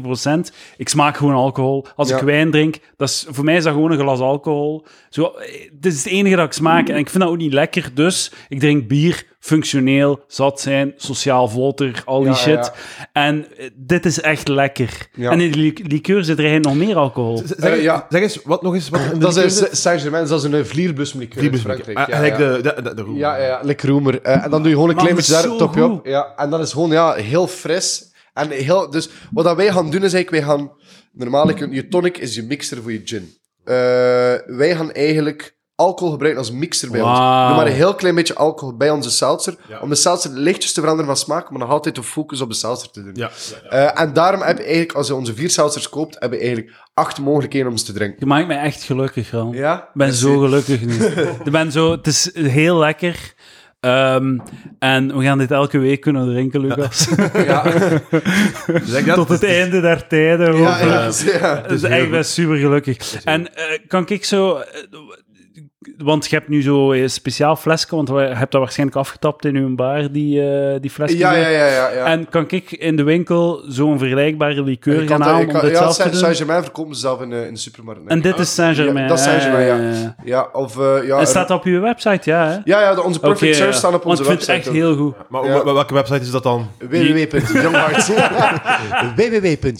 7%, ik smaak gewoon alcohol. Als
Ja.
ik wijn drink, dat is, voor mij is dat gewoon een glas alcohol. Zo, eh, dit is het enige dat ik smaak. En ik vind dat ook niet lekker. Dus ik drink bier, functioneel, zat zijn, sociaal vlotter, al die
Ja, ja, ja.
shit. En eh, dit is echt lekker.
Ja.
En in de li- likeur zit er eigenlijk nog meer alcohol.
Zeg,
Eh, ja.
zeg eens, wat nog eens? *laughs* Wat in de
Dat
liqueur
is
zit?
een Saint-Germain, dat is een eh, vlierbus met liqueur
Liebes-
in Frankrijk.
Ah,
ja,
gelijk
ja.
de- de- de- de roer.
Ja, ja, ja, lekker roemer. Eh, en dan doe je gewoon een
Man,
klein beetje
dat is
daar
zo
topje op.
goed.
Ja, en dat is gewoon ja, heel fris. En heel, dus wat dat wij gaan doen is eigenlijk, wij gaan... Normaal, je- je tonic is je mixer voor je gin. Eh, wij gaan eigenlijk alcohol gebruiken als mixer bij
Wauw.
ons. Doe maar een heel klein beetje alcohol bij onze seltzer,
Ja.
om de seltzer lichtjes te veranderen van smaak, maar nog altijd de focus op de seltzer te doen.
Ja.
Eh, en daarom heb je eigenlijk, als je onze vier seltzers koopt, heb je eigenlijk acht mogelijkheden om ze te drinken.
Je maakt mij echt gelukkig, Ram.
Ja?
Ik ben zo gelukkig nu. Ik ben zo, het is heel lekker. Ehm, en we gaan dit elke week kunnen drinken, Lucas.
Dus ik dat-
Tot het einde der tijden.
Ja,
hopelijk.
ja, ja.
Dus
heel
ik ben
goed.
super gelukkig. En eh, kan ik zo. eh, want je hebt nu zo een speciaal flesje, want je hebt dat waarschijnlijk afgetapt in uw bar, die, eh, die flesje.
Ja, ja, ja, ja, ja.
En kan ik in de winkel zo'n vergelijkbare likeur
Ik
gaan
had dat-
halen
ik
om
had-
dit
ja,
zelf te
Saint-
doen?
Saint-Germain verkopen ze zelf in, eh, in de supermarkt.
En dit is Saint-Germain.
Ja, dat is Saint-Germain, ja.
Eh,
Ja, of... eh, ja,
En
er-
staat op je website, ja. Hè?
Ja, ja, de- onze perfect
Oké,
serves
ja.
staan op
Want
onze
ik
website.
vind het echt heel goed.
Maar
Ja.
wel- welke website is dat dan?
www.younghearts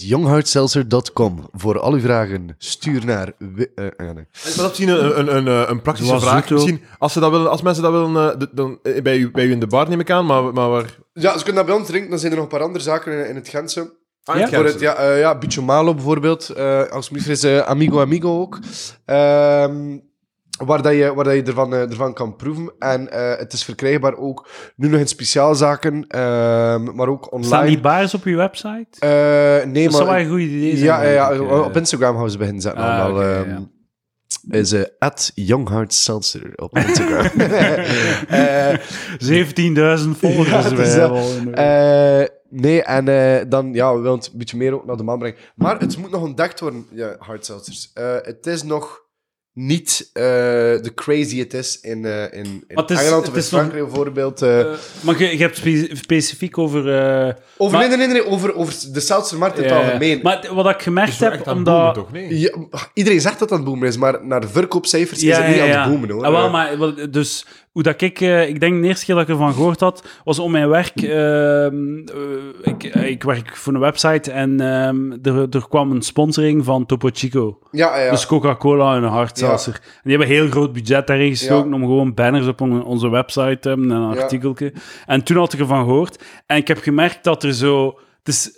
*laughs*
www.youngheartseltzer.com Voor al uw vragen, stuur naar... w- eh, ja, nee.
Is dat misschien een, een, een, eh, een praktische
Zoals
vraag?
Zoeto.
Misschien, als, ze dat willen, als mensen dat willen, eh, d- dan, eh, bij, u, bij u in de bar neem ik aan, maar, maar waar...
Ja, ze kunnen dat bij ons drinken. Dan zijn er nog een paar andere zaken in, in het Gentse.
Ah,
Ja?
het
Voor
Gentse.
het, ja, eh, ja, Bicho Malo bijvoorbeeld. eh als het niet is eh, Amigo Amigo ook. Ehm, waar, dat je, waar dat je ervan, eh, ervan kan proeven. En eh, het is verkrijgbaar ook nu nog in speciaalzaken. ehm, maar ook
Staan die
online.
bars op je website?
Eh, nee,
dat zou wel
maar...
een goed idee zijn.
Ja, ja, ja,
denk ik, eh.
op Instagram houden ze beginnen zetten.
Ah,
allemaal,
oké,
ehm,
ja.
Is eh, at youngheartseltzer op Instagram.
*laughs*
Eh,
17.000 volgers.
Ja, het
wij
is, eh,
hebben al.
eh, nee, en eh, dan, ja, we willen het een beetje meer ook naar de man brengen. Maar het moet nog ontdekt worden, ja, hardseltzers. Eh, het is nog niet eh, de crazy het is in, eh, in, in
Maar het is-
Engeland of
het
in
is nog-
Frankrijk bijvoorbeeld. eh.
Eh, maar je, je hebt spe- specifiek over... eh,
over,
maar-
nee, nee, nee, nee, over, over de seltzermarkt in
eh,
het algemeen.
Maar wat ik gemerkt
Het is
heb,
echt aan het boomen,
omdat...
toch? Nee.
Ja, iedereen zegt dat dat aan het boomen is, maar naar de verkoopcijfers is het niet aan het boomen, hoor.
Ah, wel, maar, wel, dus hoe dat ik, eh, ik denk de eerste keer dat ik ervan gehoord had, was om mijn werk. ehm, eh, ik, ik werk voor een website en ehm, er, er kwam een sponsoring van Topo Chico.
ja, ja, ja.
Dus Coca-Cola en een hartzelser. En die hebben een heel groot budget daarin gestoken
Ja.
om gewoon banners op on- onze website te hebben en een
Ja.
artikeltje. En toen had ik ervan gehoord. En ik heb gemerkt dat er zo... Het is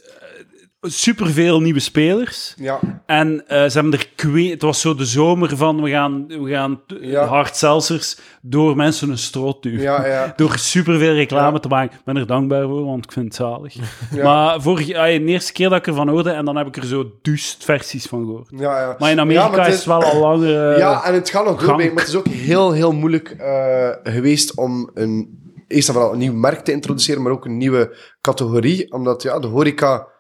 eh, superveel nieuwe spelers.
ja.
En eh, ze hebben er kwe- Het was zo de zomer van we gaan, we gaan t-
Ja.
hard seltzers door mensen een stroot duwen.
Ja, ja.
Door superveel reclame
Ja.
te maken. Ik ben er dankbaar voor, want ik vind het zalig. Maar vorige, ah, de eerste keer dat ik ervan hoorde, en dan heb ik er zo duist versies van gehoord.
Ja, ja.
Maar in Amerika
Ja, maar het
is het wel al langer... eh,
ja, en het gaat nog door,
gang.
maar het is ook heel, heel moeilijk eh, geweest om een, eerst en vooral een nieuw merk te introduceren, maar ook een nieuwe categorie. Omdat ja, de horeca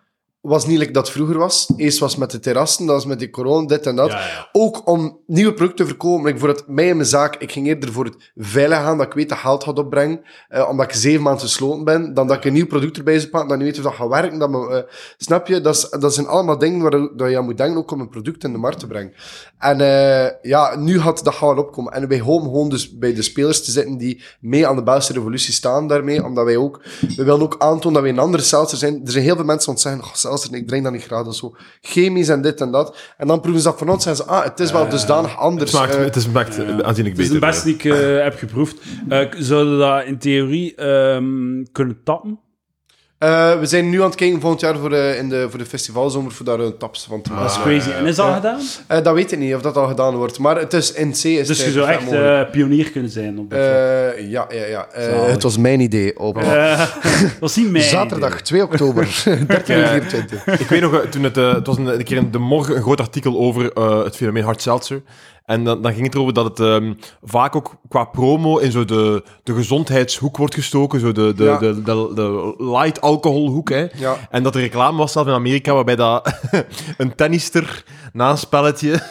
was niet like dat vroeger was. Eerst was het met de terrassen, dat was met die corona, dit en dat.
Ja, ja.
Ook om nieuwe producten te verkopen. Like voor het, mij en mijn zaak, ik ging eerder voor het veilig gaan, dat ik weet dat geld gaat opbrengen, eh, omdat ik zeven maanden gesloten ben, dan dat ik een nieuw product erbij zou pakken, dan niet weet of dat gaat werken. Dat me, eh, snap je? Dat, is, dat zijn allemaal dingen waar dat je aan moet denken, ook om een product in de markt te brengen. En eh, ja, nu had dat gaan opkomen. En wij hopen gewoon dus bij de spelers te zitten die mee aan de Belgische revolutie staan daarmee, omdat wij ook, we willen ook aantonen dat wij een andere seltzer zijn. Er zijn heel veel mensen die ons zeggen, oh, seltzer, ik drink dat niet graag, dat is zo chemisch en dit en dat. En dan proeven ze dat van ons en zeggen ze, ah, het is wel dusdanig anders.
Het smaakt,
eh,
het is, maakt aanzienlijk
Het is
beter.
het beste die ik eh, heb geproefd. Eh, k- zouden we dat in theorie ehm, kunnen tappen?
eh, we zijn nu aan het kijken volgend jaar voor, eh, in de, voor de festivalzomer voor daar een taps van te maken.
Dat is crazy. En is dat gedaan?
Eh, dat weet ik niet of dat al gedaan wordt, maar het is in C. Is
Dus
het
je zou
perfect
echt
mogelijk.
eh, pionier kunnen zijn op dat vlak.
Eh, ja, ja, ja. Eh,
Zalig.
het was mijn idee, op
Eh, *laughs* Dat was niet mijn
Zaterdag 2 oktober, *laughs* 1324.
Ik weet nog, eh, toen het, eh, het was een, een keer in De Morgen een groot artikel over eh, het fenomeen hard seltzer. En dan, dan ging het erover dat het ehm, vaak ook qua promo in zo de, de gezondheidshoek wordt gestoken. Zo de, de,
Ja.
de, de, de light alcoholhoek. Hè.
Ja.
En dat er reclame was zelf in Amerika waarbij dat *laughs* een tennister na een spelletje *laughs*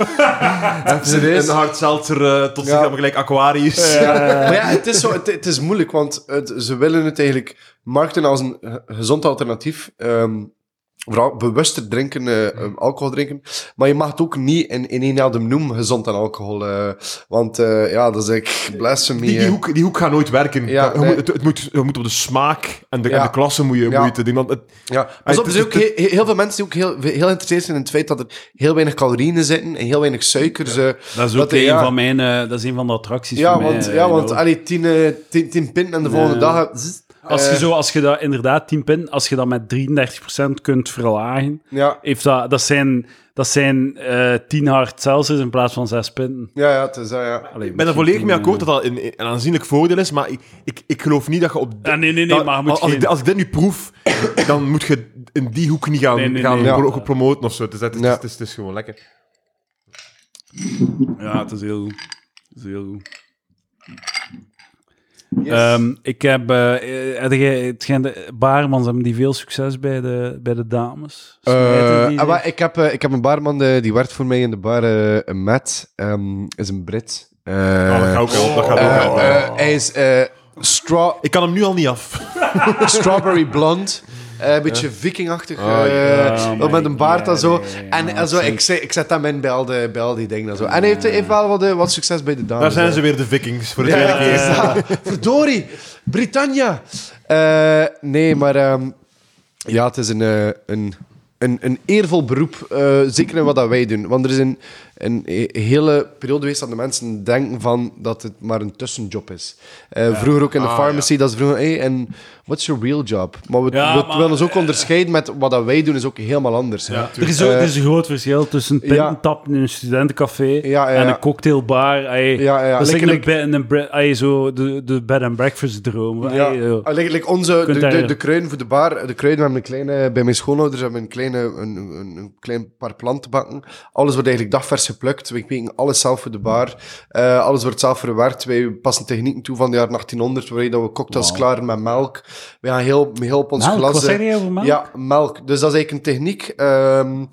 een,
Serieus?
een hard seltzer eh, tot zich
Ja.
nam, gelijk Aquarius.
maar
Eh.
ja, het is, zo, het, het is moeilijk, want het- ze willen het eigenlijk markten als een eh, gezond alternatief. ehm, vooral bewuster drinken, eh,
Mm-hmm.
eh, alcohol drinken. Maar je mag het ook niet in, in één adem noemen, gezond aan alcohol. eh, want eh, ja, dat is ik blasphemy.
*laughs* Die, die,
eh.
hoek, die hoek gaat nooit werken.
Ja,
Dat- je
nee.
moet, het, het moet, je moet op de smaak en de, en
Ja.
de klasse moet je,
Ja.
moet je te doen. Want het,
Ja,
het
pas op, er
is-
zijn ook
het-
heel, heel veel mensen die ook heel, heel geïnteresseerd zijn in het feit dat er heel weinig calorieën in zitten en heel weinig suikers. eh.
Dat is ook
Dat, eh,
een,
ja.
van mijn, eh, dat is een van de attracties
Ja,
voor mij,
want,
eh,
ja,
you
want
know.
allee, tien, eh, tien, tien pinten en de
Ja.
volgende dag... eh, zzz,
Als je, zo, als je dat inderdaad 10 pin, als je dat met 33% kunt verlagen,
Ja,
heeft dat, dat zijn, dat zijn eh 10 hard Celsius in plaats van 6 punten.
ja, ja, het is dat, ja.
Allee,
Ik ben er
misschien
volledig mee
tien,
akkoord dat dat een, een aanzienlijk voordeel is, maar ik, ik, ik geloof niet dat je op...
Ja, nee, nee, nee,
dat-
maar je moet
als, als ik,
geen-
als ik dit nu proef, dan moet je in die hoek niet gaan,
Nee, nee,
gaan
nee.
pro-
Ja.
promoten of zo. Het is, het, is,
Ja.
het, is, het is gewoon lekker.
eh, Ja, het is heel goed. Het is heel goed.
Yes.
Ehm, ik heb... eh, eh, heb jij- het schijnt, eh, barmans hebben die veel succes bij de, bij de dames. Smijten
Eh,
die
ah,
zich?
maar ik, heb, eh, ik heb een barman eh, die werkt voor mij in de bar, eh, Matt, ehm, is een Brit. Eh,
dat gaat ook helpen, dat gaat ook
eh,
helpen.
eh, hij is eh, stra-
Ik kan hem nu al niet af.
strawberry blond. eh, een beetje vikingachtig. eh,
Oh,
ja.
wel met een baard en zo.
Ja, ja, ja,
En, en zo, ik, zet- ik zet hem in bij al, de, bij al die dingen. En, zo. en hij heeft, heeft wel wat, eh, wat succes bij de dames.
Daar zijn
hè.
ze weer, de vikings, voor de
Ja,
tweede keer.
ja, ja. *laughs* Verdorie, Britannia. Eh, nee, maar ehm, ja, het is een, eh, een, een, een eervol beroep, eh, zeker in wat dat wij doen. Want er is een, een he- hele periode geweest dat de mensen denken van dat het maar een tussenjob is. Eh, Vroeger ook in de
Ah,
pharmacy, dat is vroeger, hey, en what's your real job? Maar we,
Ja,
we
maar,
willen ons ook onderscheiden met wat dat wij doen, is ook helemaal anders. Eh,
Ja,
Er is, ook, er is een groot verschil tussen een
ja.
pintentap in een studentencafé
ja,
en
ja.
een cocktailbar. Ay,
Ja, ja,
dat is like
lekker-
een bed- een bre- ay, zo de, de bed and breakfast droom. Ay,
Ja,
yo.
eigenlijk like onze,
kunt
de, de,
daar-
de kruin voor de bar, de kruin, we hebben een kleine, bij mijn schoonouders hebben we een, kleine, een, een, een klein paar plantenbakken. Alles wordt eigenlijk dagvers geplukt, we kweken alles zelf voor de bar, Eh, alles wordt zelf verwerkt, wij passen technieken toe van de jaren 1800, waarin dat we cocktails
Wauw.
klaren met melk. We gaan heel, heel op ons
Melk,
glas...
wat
eh,
zeg jij over melk?
Ja, melk. Dus dat is eigenlijk een techniek. Ehm,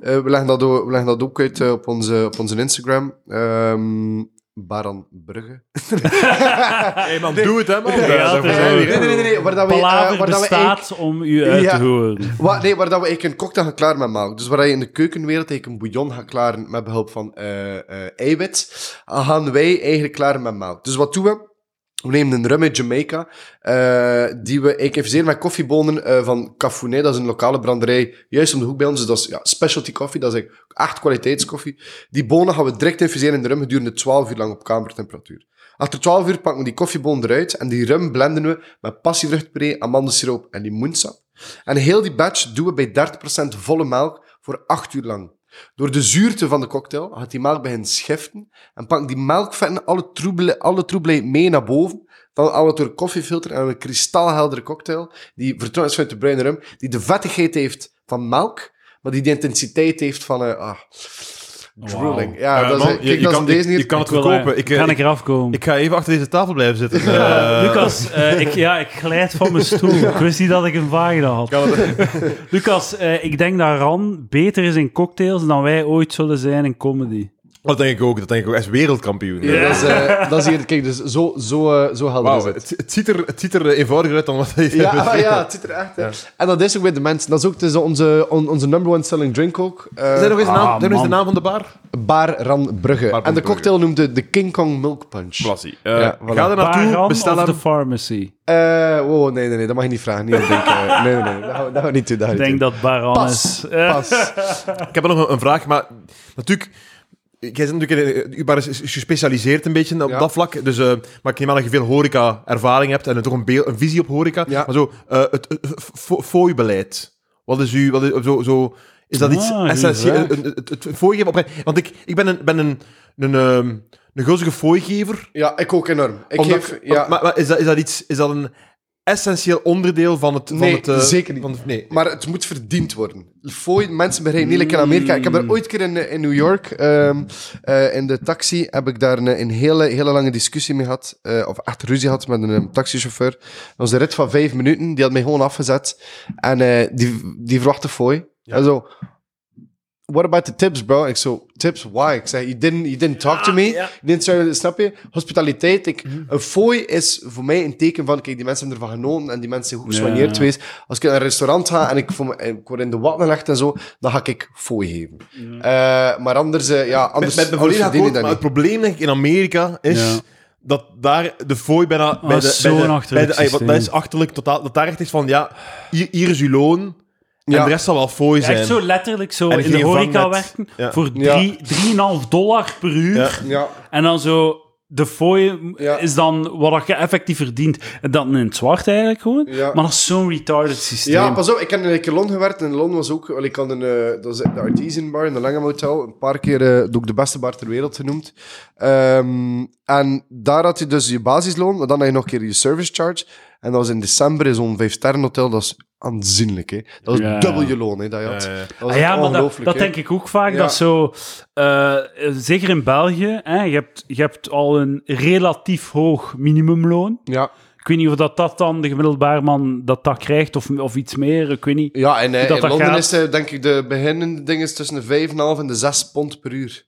eh, we, leggen dat, o- we leggen dat ook uit eh, op, onze, op onze Instagram. Ehm Baran Brugge.
Ah,
Hey man, doe het hè man.
Ja,
Daar zijn we
er is
zijn we
Nee,
ook-
weer.
nee, nee, nee. Waar dat we, eh,
Palaver
waar dat we eigenlijk-
bestaat om u uit
Ja.
te horen.
Wa- nee, waar dat we eigenlijk een cocktail gaan klaren met melk. Dus waar je in de keukenwereld eigenlijk een bouillon gaat klaren met behulp van eh, eh, eiwit, eh, gaan wij eigenlijk klaren met melk. Dus wat doen we? We nemen een rum uit Jamaica, eh, die we ik infuseer met koffiebonen eh, van Cafuné. Dat is een lokale branderij, juist om de hoek bij ons. Dus dat is ja, specialty koffie, dat is eigenlijk echt kwaliteitskoffie. Die bonen gaan we direct infuseren in de rum gedurende 12 uur lang op kamertemperatuur. Achter 12 uur pakken we die koffiebonen eruit en die rum blenden we met passievruchtpuree, amandelsiroop en limoensap. En heel die batch doen we bij 30% volle melk voor 8 uur lang. Door de zuurte van de cocktail gaat die melk beginnen schiften en pakken die melkvetten alle troebele- alle troebelheid mee naar boven. Dan halen we het door een koffiefilter en een kristalheldere cocktail die vertrouwd is vanuit de bruine rum, die de vettigheid heeft van melk, maar die de intensiteit heeft van... eh, ah, drooling. Ja,
Eh,
dat is,
man,
kijk, dat is
kan,
in deze
je,
niet...
je kan het
Ik wil, eh,
verkopen. Ik, eh,
ga
ik,
ik eraf komen.
ik ga even achter deze tafel blijven zitten.
Eh,
Eh,
Lucas, eh, ik, ja, ik glijd van mijn stoel. Ik wist niet dat ik een vagina had. *laughs* Lucas, eh, ik denk dat Ran beter is in cocktails dan wij ooit zullen zijn in comedy.
Dat denk ik ook. Dat denk ik ook. Hij is wereldkampioen.
Ja, Dat, is, *laughs* eh, dat is hier... Kijk, dus zo, zo, eh, zo helder is
Wauw,
het.
het, het ziet er, het ziet er eenvoudiger uit dan wat hij
*laughs* Ja, ah, ja, het zit er echt. hè. En dat is ook bij de mensen. Dat is ook dus onze, on- onze number one selling drink ook. Eh,
Zijn nog eens de naam,
Ah,
zijn nog
man.
eens de naam van de bar?
Bar Ran Brugge.
Ran
en de
Brugge.
cocktail noemde de King Kong Milk Punch.
Plassie. Eh,
Ja, voilà.
Ga er naartoe,
Baran
bestel
of de
hem.
pharmacy?
Eh, wow, nee, nee, nee, dat mag je niet vragen. Niet aan denken. Nee, nee, nee, dat gaan we, dat gaan we niet doen. dat gaan
Ik
we
denk
niet
dat Baran
Pas.
is. Eh,
doen. Pas.
Ik heb nog een, een vraag, maar natuurlijk... Jij zit natuurlijk... in- Ubar is, is gespecialiseerd een beetje op
Ja.
dat vlak. Dus, eh, maar ik neem aan dat je veel horeca-ervaring hebt en toch een, beel- een visie op horeca.
Ja.
Maar zo, eh, het eh, fo- fooibeleid. Wat is uw... Wat is, zo, zo, is dat iets
Ah,
essentieel?
goeie vraag.
Een- een- Het, het fooigeven op- Want ik, ik ben een... Ben een, een, ehm, een gulzige fooigever.
Ja, ik ook enorm. Ik
Omdat-
geef... Ja.
maar, maar is, dat, is dat iets... Is dat een essentieel onderdeel van het...
Nee,
van het, eh,
zeker niet.
Van het- nee.
Maar het moet verdiend worden. Fooi, mensen begrijpen niet, like in Amerika. Ik heb er ooit een keer in, eh, in New York, ehm, eh, in de taxi, heb ik daar een, een hele, hele lange discussie mee gehad. eh, of echt ruzie gehad met een, eh, taxichauffeur. Dat was een rit van vijf minuten, die had mij gewoon afgezet. En eh, die, die verwachtte fooi. En zo, what about the tips, bro? Ik zo, tips, why? Ik zei, you didn't, you didn't talk to me. You didn't say- snap je? Hospitaliteit. Ik,
Mhm.
Een fooi is voor mij een teken van, kijk, die mensen hebben ervan genoten en die mensen zijn goed gesoigneerd
Ja.
geweest. Als ik naar een restaurant ga en ik, voel me, ik word in de watten gelegd en zo, dan ga ik fooi geven. Eh, maar anders, eh, ja, anders,
Met- met volledig
anders verdien je
akkoord,
dat
maar het
niet.
probleem denk ik in Amerika is
Ja.
dat daar de fooi bijna bij
dat
de,
is
bij de,
zo'n
bij de-
achterlijk
ey, wat-
systeem.
dat is achterlijk totaal dat daar echt is van ja hier, hier is uw loon en
Ja.
de rest zal wel fooi zijn.
Echt zo letterlijk zo
En
in de
geen
horeca
vangnet.
werken
Ja.
voor
Ja.
drie- 3,5 dollar per uur.
Ja.
Ja.
En dan zo de fooi
Ja.
is dan wat je effectief verdient. En dan in het zwart eigenlijk gewoon.
Ja.
Maar dat is zo'n retarded systeem.
Ja, pas op. Ik heb in Lon gewerkt. En in Lon was ook... wel, Ik had een, eh, dat is de Artisan Bar in de Langham Hotel. Een paar keer eh doe ik de beste bar ter wereld genoemd. Ehm, en daar had je dus je basisloon. Maar dan had je nog een keer je service charge. En dat was in december in zo'n vijfsterren hotel. Dat is aanzienlijk, hè. Dat was
Ja.
dubbel je loon, hè, dat je had.
Ja, ja.
Dat was
Ah ja,
echt
maar dat,
ongelooflijk,
dat
hè.
denk ik ook vaak.
Ja.
Dat zo, eh, zeker in België, hè, je, hebt, je hebt al een relatief hoog minimumloon.
Ja,
Ik weet niet of dat, dat dan de gemiddelde baarman dat, dat krijgt of, of iets meer, ik weet niet.
ja en eh,
Dat
in
dat
Londen
gaat.
is eh, denk ik de beginnende ding is tussen de 5,5 en de 6 pond per uur.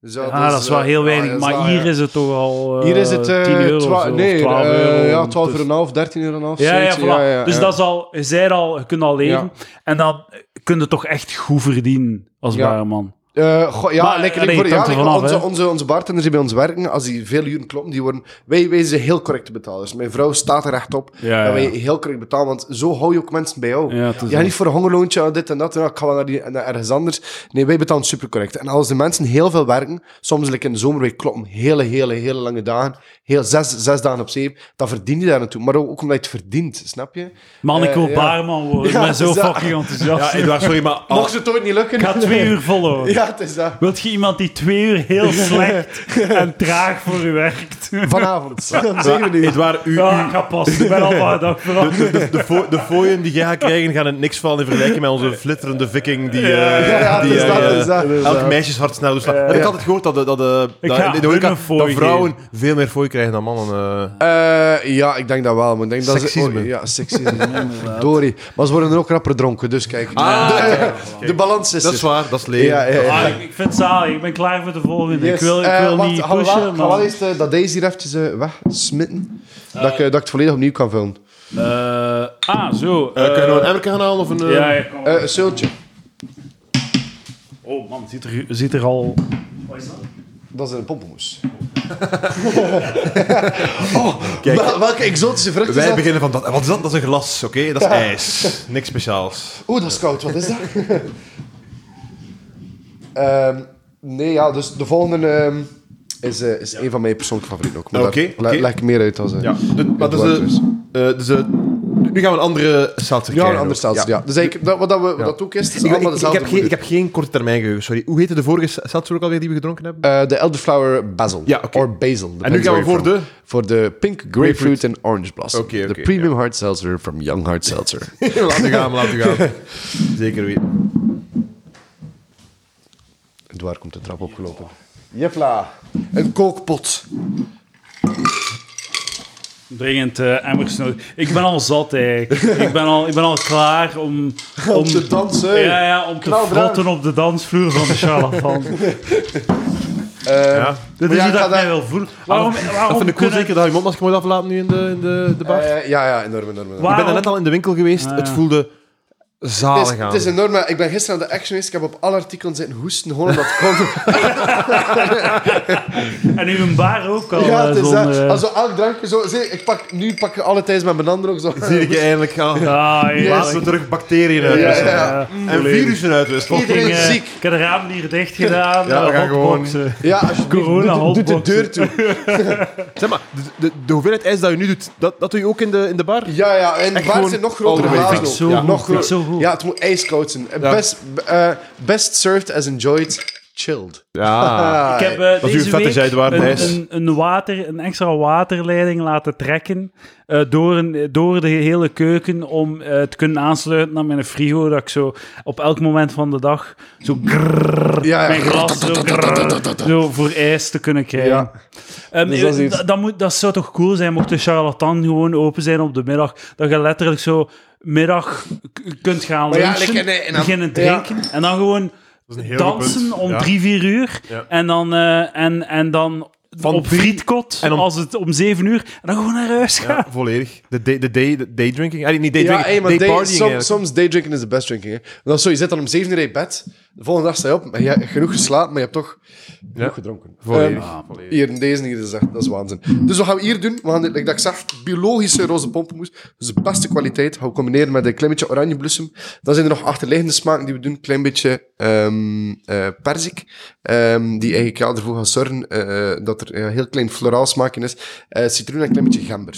Dus ja,
ah, dat is wel
eh,
heel
ja,
weinig,
dat is
maar
wel,
hier
ja.
is het toch al eh,
Hier is het eh
10 euro
twa-
of zo, of
nee,
12
eh,
euro.
ja,
Dus-
12,5, 13,5 euro.
Ja, ja, voilà. dus dat is al, je zei het al, je kunt al leven. En dan kun je toch echt goed verdienen als
Ja.
baarman.
Eh, ja,
Maar,
lekker,
allee,
voor,
het
ja,
hangt er
lekker,
vanaf,
onze,
hè.
onze, onze bartenders die bij ons werken, als die veel uren kloppen, die worden, wij, wij zijn heel correcte betalers. Mijn vrouw staat er echt op
Ja,
dat wij
ja.
heel correct betalen, want zo hou je ook mensen bij jou.
Ja, het is
Ja,
wel-
niet voor een hongerloontje en dit en dat. Ja, ik ga wel naar, die, naar ergens anders. Nee, wij betalen super correct. En als de mensen heel veel werken, soms like in de zomer, wij kloppen hele, hele, hele lange dagen. Heel zes, zes dagen op zeven. Dan verdien je daar naartoe. Maar ook omdat je het verdient, snap je?
Man, ik
Eh,
wil
ja.
baarman worden.
*laughs* Ja,
ik ben zo
is dat-
fucking enthousiast.
Edouard, sorry, maar... al-
Mocht het ooit niet lukken?
Ah. Ik ga twee uur volhouden.
*laughs* Ja, het is dat.
Wilt je iemand die twee uur
*laughs*
heel slecht en traag voor u werkt?
*laughs* Vanavond. Om
maar,
zeven uur.
Edouard, u,
Ja, ik ga pas. Ik ben al van dag
*laughs*
vooral.
de, de, de, fo- de fooien die jij gaat krijgen, gaan het niks vallen in vergelijking met onze flitterende viking die, eh,
Ja, ja, het
die
is dat,
eh,
het is dat, het is dat.
elk meisjeshart snel doet slaan. Heb ik altijd gehoord dat, de- dat, de-
Ik
dat
ga
in de horeca
hun een fooi
dat vrouwen veel meer fooi krijgen dan mannen. eh.
Eh, ja, ik denk dat wel. Maar ik denk dat ze,
Seksisme.
oh,
*laughs*
ja, seksisme. Dory. Maar ze worden er ook rapper dronken, dus kijk. de, de balans is
Dat is
er.
waar, dat is leeg.
Ja, ja, ja.
Ah, ik, ik vind het zalig. Ik ben klaar voor de volgende.
Yes.
Ik wil, ik
Eh,
wil
wacht,
niet
gaan we wel-
pushen,
Gaan we wel
maar...
eerst eh, dat deze hier eventjes eh, wegsmitten? dat, ik, eh, dat ik het volledig opnieuw kan vullen.
Eh, ah, zo.
Eh, kunnen we
eh,
een emmerke gaan halen of een... eh,
ja, ja, kom.
Eh, een seultje.
Oh man, zit er, zit er al... Wat is dat?
Dat is een pompoenmoes. oh, wel- welke exotische vrucht is
Wij
dat?
beginnen van dat. Wat is dat? Dat is een glas, oké? Dat is ijs. Niks speciaals.
Oeh, dat is koud. Wat is dat? *laughs* Ehm, nee, ja, dus de volgende ehm, is, eh, is een van mijn persoonlijke favorieten ook. Maar
Oké,
daar le-
oké.
leg ik meer uit als... eh,
Ja. De, maar dus,
Edward
eh,
dus.
eh, dus, eh, nu gaan we een andere seltzer
Ja,
krijgen
een ander
ook.
staaltje, ja. Dus eigenlijk, dat, wat, dat we, wat dat ook is, het is
Ik,
allemaal
ik- ik
dezelfde
heb geen, ik heb geen korte termijn geheugen, sorry. Hoe heette de vorige seltzer ook alweer die we gedronken
*laughs*
hebben?
moeder. Eh, de elderflower basil.
Ja, oké.
Or basil.
en nu
depends
gaan we
where
voor
you're
de...
from. Voor de pink grapefruit en orange blossom.
Oké, oké,
de premium hard seltzer from Young
*laughs*
Hard Seltzer.
laat u gaan, laat u gaan. Zeker
Ah,
weten.
Edouard komt de trap opgelopen. Jepla. Een kookpot.
Dringend eh, emmers nodig. Ik ben al zat eigenlijk. ik, ben al, ik ben al klaar om...
Om te dansen.
Ja, ja, om te
Knal eraan.
frotten op de dansvloer van de
*laughs*
charlatan.
Eh,
Ja.
Dit is hoe
Maar ja,
dat
ik ga
ik mij
daar-
wel voel. Waarom,
Dat
waarom
vind ik cool,
kunnen-
zeker dat je mondmasker moet aflaten nu in de, in de, de bar.
eh, ja, ja, enorm, enorm. enorm.
ik ben
waarom-
daar net al in de winkel geweest,
Ah, ja.
het voelde
Het
zalig
is,
aan.
het is enorm. maar Ik ben gisteren aan de action geweest. Ik heb op alle artikelen zitten hoesten. Gewoon omdat het
*laughs*
kon. *laughs*
En nu een bar ook al.
ja, het
eh,
is
zo'n,
dat.
eh,
Als we elk drankje zo... Zie, ik pak, nu pak ik alle tijd met mijn handen ook zo.
Zie ik je eindelijk gaan.
Ah, ja,
Laten we terug bacteriën uitwisselen.
Ja, ja,
En virussen uitwisselen.
Iedereen
Fucking, Dus, eh,
ziek.
Ik heb de raam hier dicht gedaan.
Ja, we
eh,
gaan gewoon-
hotboxen.
Ja, alsjeblieft,
*laughs* Corona
doe, de- doe de deur
hotboxen.
toe.
*laughs* Zeg maar, de, de, de hoeveelheid ijs dat je nu doet, dat, dat doe je ook in de, in de bar?
Ja, ja. En
Echt
waar
gewoon
zijn nog
all
grotere
the way.
glazen
Vind
ik
op?
zo
ja,
goed,
nog
vind ik
groter.
zo goed.
Ja, het moet ijskoud zijn. Eh,
Ja.
Best, eh, best served as enjoyed, Ah,
*laughs*
chilled.
Ja.
Ik heb eh,
uw
deze
vette
week
zijde waar,
een,
Thijs.
een, een, water, een extra waterleiding laten trekken eh, door, een, door de hele keuken om eh, te kunnen aansluiten aan mijn frigo, dat ik zo op elk moment van de dag zo grrrr,
Ja, ja.
mijn glas zo, grrrr, zo voor ijs te kunnen krijgen.
Ja.
Ehm,
Dus dat is
eh,
iets.
dat, dat moet, dat zou toch cool zijn mocht de charlatan gewoon open zijn op de middag, dat je letterlijk zo middag k- kunt gaan
Maar ja,
lunchen,
like in- in- in-
beginnen
ja.
drinken en dan gewoon
is een heel goed
dansen
punt.
om
Ja.
drie, vier uur.
Ja.
En dan, eh, en, en dan
Van
op
drie-
frietkot,
en om-
als het om zeven uur, en dan gewoon naar huis gaan.
Ja, volledig. De, day, de, day, de day drinking? Ah, niet day
Ja,
drinking,
hey, maar
day,
day-
partying
som-
eigenlijk.
soms daydrinking is the best drinking. Hè. Want dan zo, je zit dan om 7 uur in je bed. De volgende dag sta je op, maar je hebt genoeg geslapen, maar je hebt toch genoeg gedronken.
Volledig.
Ehm,
Ah, volledig.
hier, deze hier is echt, dat is waanzin. Dus wat gaan we hier doen? We gaan, dit, like dat ik zeg, biologische roze pompoenmoes. Dus de beste kwaliteit. Gaan we combineren met een klein beetje oranjebloesem. Dan zijn er nog achterliggende smaken die we doen. Klein beetje ehm eh, perzik. ehm, die eigenlijk ja, ervoor gaan zorgen eh, eh, dat er een heel klein floraal smaakje is. Eh, citroen en een klein beetje gember.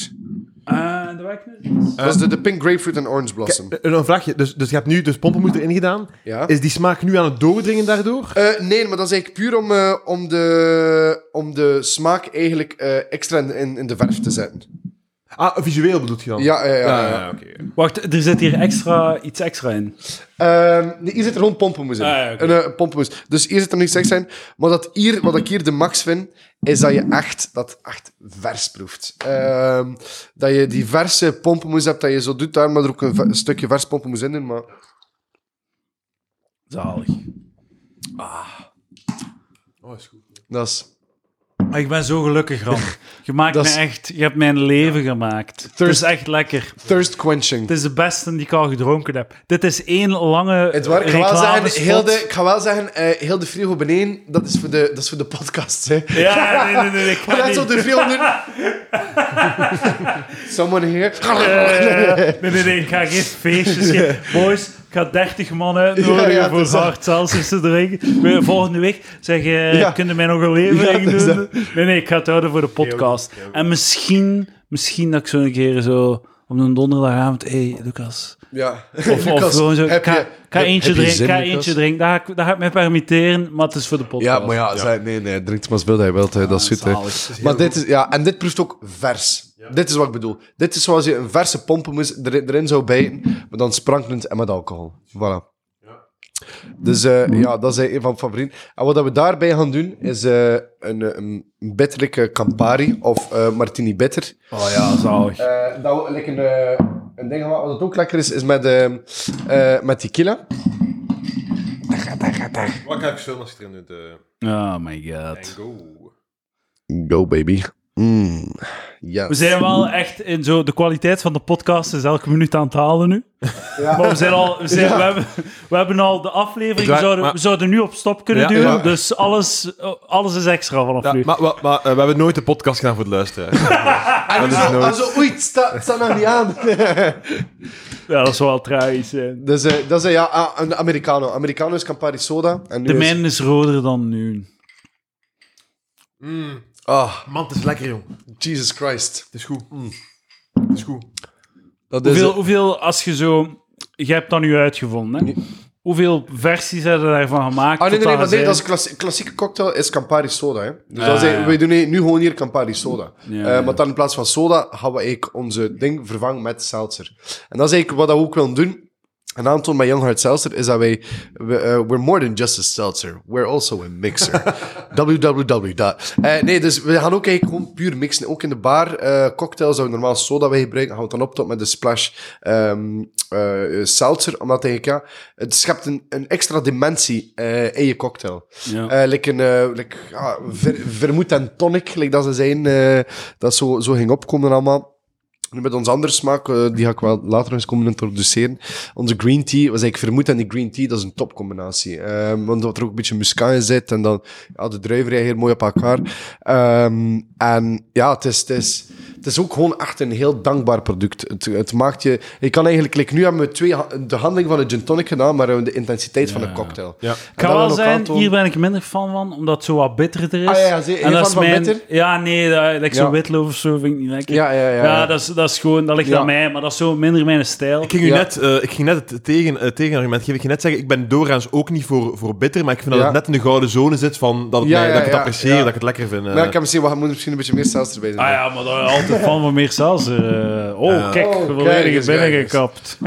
En Eh, de werknis?
dat is de, de pink grapefruit en orange blossom.
Eh, Een vraagje. Dus, dus je hebt nu dus pompenmoes erin gedaan.
Ja.
Is die smaak nu aan het doordringen daardoor?
Eh, nee, maar dat is eigenlijk puur om, eh, om, de, om de smaak eigenlijk eh, extra in, in, in de verf te zetten.
Ah, visueel bedoelt je dan? Ah,
Ja, ja, ja. ja, ja.
oké.
Wacht, er zit hier extra, iets extra in.
Ehm, nee, hier zit er gewoon pompenmoes in.
Ah, ja, oké.
een, eh, pompenmoes. Dus hier zit er niks slechts in. Maar dat hier, wat ik hier de max vind, is dat je echt, dat echt vers proeft. Ehm, dat je die verse pompenmoes hebt, dat je zo doet daar, maar er ook een, ve- een stukje vers pompenmoes in doen. Maar
Zalig.
Oh, is goed.
dat is
Maar ik ben zo gelukkig,
*laughs*
Ram. Je, maakt
Dat
me
is-
echt, je hebt mijn leven gemaakt. Het is echt lekker.
thirst quenching.
Het is de beste die ik al gedronken heb. Dit is één lange
Het waar, ik ga wel
reclamespot.
zeggen, heel de, ik ga wel zeggen eh, heel de frigo beneden, dat is voor de, dat is voor de podcast. Hè.
Ja, nee, nee, nee. Ik
Maar
kan
net zo
niet.
de frigo doen.
*laughs*
Someone here.
Eh, nee, nee, nee, ik ga geen feestjes
*laughs*
geven. Boys, ik ga 30 man uitnodigen
Ja, ja, het
voor
is dat.
hard zelfs te drinken. We- Volgende week zeg je,
Ja.
kunnen mij nog een levering
Ja, dus het is
doen? Nee, nee, ik ga het houden voor de podcast. En misschien, misschien dat ik zo een keer zo op een donderdagavond... Hé, hey, Lucas...
Ja. *laughs*
Of, of gewoon zo,
heb
ka,
je-
ka
heb-
eentje
heb je
drinken,
zin,
ka
Lucas?
eentje drinken. Daar ga ik, daar ga ik mij permitteren, maar het is voor de podcast.
Ja, maar ja, zij- nee, nee, drinkt maar zoveel dat je wilt, hè, dat is goed. hè.
zalig. Het is
Maar dit is, ja, en dit proeft ook vers. Dit is wat ik bedoel. Dit is zoals je een verse pompenmoes er, erin zou bijten, maar dan sprankelend en met alcohol. Voilà. Dus eh, ja, dat is een van mijn favorieten. En wat dat we daarbij gaan doen, is eh, een, eh, een bitterlijke Campari of eh, Martini Bitter.
Oh ja, zalig.
Eh, dat we, like een, eh, een ding wat wat ook lekker is, is met, ehm eh met tequila.
Wat kan ik filmen als je erin doet? eh,
Oh my god.
en go.
Go, baby. Mm. Yes.
We zijn wel echt in zo... De kwaliteit van de podcast is elke minuut aan het halen nu. Maar we, zijn al, we, zijn, we, hebben, we hebben al de aflevering...
Ja,
We zouden,
maar-
we zouden nu op stop kunnen
Ja,
duwen.
ja.
Dus alles, alles is extra vanaf
Ja,
nu.
maar maar, maar, eh, we hebben nooit de podcast gedaan voor het luisteren.
En
is
zo,
nooit.
en zo, oei, het staat, het staat nog niet aan.
Ja, dat is wel tragisch. hè.
dus eh, *laughs* dat is eh, ja, ah, een Americano. Americano is Campari Soda. En nu
De
is-
mijn is roder dan nu.
Ah,
Man, het is lekker, jong.
Jesus Christ.
Het is goed. Mm. Het is goed.
Dat is
Hoeveel, hoeveel als je zo... Je hebt dat nu uitgevonden, hè? Hoeveel versies hebben we daarvan gemaakt? tot
Ah, nee, nee, nee,
aan
maar nee,
zijn?
dat is een klassie- klassieke cocktail is Campari Soda. Hè. Dus
Ah,
dat is, eh,
ja.
we doen hier- nu gewoon hier Campari Soda.
Ja,
Eh,
ja.
Maar dan in plaats van soda gaan we eigenlijk onze ding vervangen met seltzer. En dat is eigenlijk wat we ook willen doen. En aantoon bij Young Heart Seltzer is dat wij... we, eh, we're more than just a seltzer. We're also a
*laughs*
mixer. www. dot. Eh, nee, dus we gaan ook eigenlijk gewoon puur mixen. Ook in de bar. eh cocktails dat we normaal soda wij gebruiken, gaan we het dan optoppen met de splash ehm eh, eh, seltzer. Omdat eigenlijk, ja, het schept een, een extra dimensie eh, in je cocktail.
Ja.
Eh, like een eh, like, ja, ver, vermoed en tonic, like dat ze zijn, eh, dat zo, zo ging opkomen allemaal. Nu met onze andere smaak, eh, die ga ik wel later eens komen introduceren. Onze green tea was eigenlijk vermoed en die green tea, dat is een topcombinatie. Ehm want dat er ook een beetje muscat in zit en dan ja, de druiverij hier mooi op elkaar. Ehm, en ja, het is, het, is, het is ook gewoon echt een heel dankbaar product. Het, het maakt je... Je kan eigenlijk... like, nu hebben we twee, ha- de handeling van een gin tonic gedaan, maar we hebben de intensiteit van een cocktail.
Ja.
Ik kan wel zijn, hier ben ik minder fan van, omdat het zo wat bitterder is.
Ah, ja, ja, zie- je van- van bitter?
Ja, nee, dat, like zo'n
Ja.
witloof of zo vind ik niet lekker.
Ja, ja, ja, ja.
dat, is, dat is gewoon, dat ligt
Ja.
aan mij, maar dat is zo minder mijn stijl.
Ik ging, u
Ja.
net, eh, ik ging net het tegen, het tegenargument geven. Ik ging net zeggen, ik ben doorgaans ook niet voor, voor bitter, maar ik vind dat
Ja.
het net in de gouden zone zit van dat, het
Ja,
mij-
ja,
dat ik het
ja,
apprecieer,
ja.
dat ik het lekker vind. eh.
Maar ik heb misschien, we moeten misschien een beetje meer zelfs erbij zijn.
Ah ja, maar daar altijd fan van meer zelfs. eh. oh,
Ja.
kijk,
Oh, kijk
volledig
eens, kijk eens.
binnengekapt.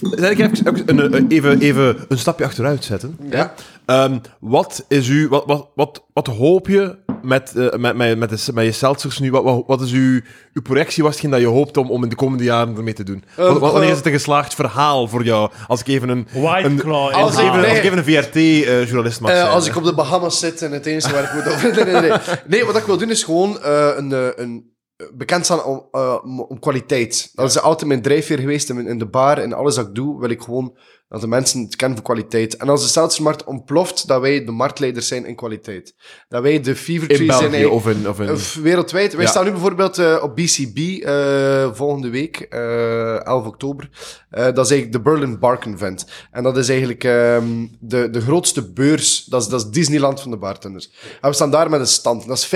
Zal ik even, even een, eh, even, even een stapje achteruit zetten?
Ja.
Ehm, wat is uw, wat, wat, wat, wat hoop je met, eh, met, met, met, de, met je seltzers nu? Wat, wat, wat is uw, uw projectie? Was hetgeen dat je hoopt om, om in de komende jaren ermee te
Eh,
doen? Wat, wat- wanneer is het een geslaagd verhaal voor jou? Als ik even een,
White
een,
Claw in
als ik even,
handen.
als ik even een VRT-journalist mag
Eh,
zijn.
als
hè.
ik op de Bahamas zit en het enige waar ik moet over... *laughs* Nee, nee, nee. Nee, wat ik wil doen is gewoon eh, een, eh, een bekend staan om, eh, om- om kwaliteit. Dat is altijd mijn drijfveer geweest in, mijn- in de bar en alles dat ik doe, wil ik gewoon Dat de mensen het kennen voor kwaliteit. En als de seltzermarkt ontploft, dat wij de marktleiders zijn in kwaliteit. Dat wij de fever
In
tree zijn
België
in- eh,
of in... Of in...
of wereldwijd. Wij
Ja.
staan nu bijvoorbeeld eh, op BCB eh, volgende week, eh 11 oktober. Eh, dat is eigenlijk de Berlin Bar Convent. En dat is eigenlijk ehm, de, de grootste beurs. Dat is, dat is Disneyland van de bartenders. En we staan daar met een stand. Dat is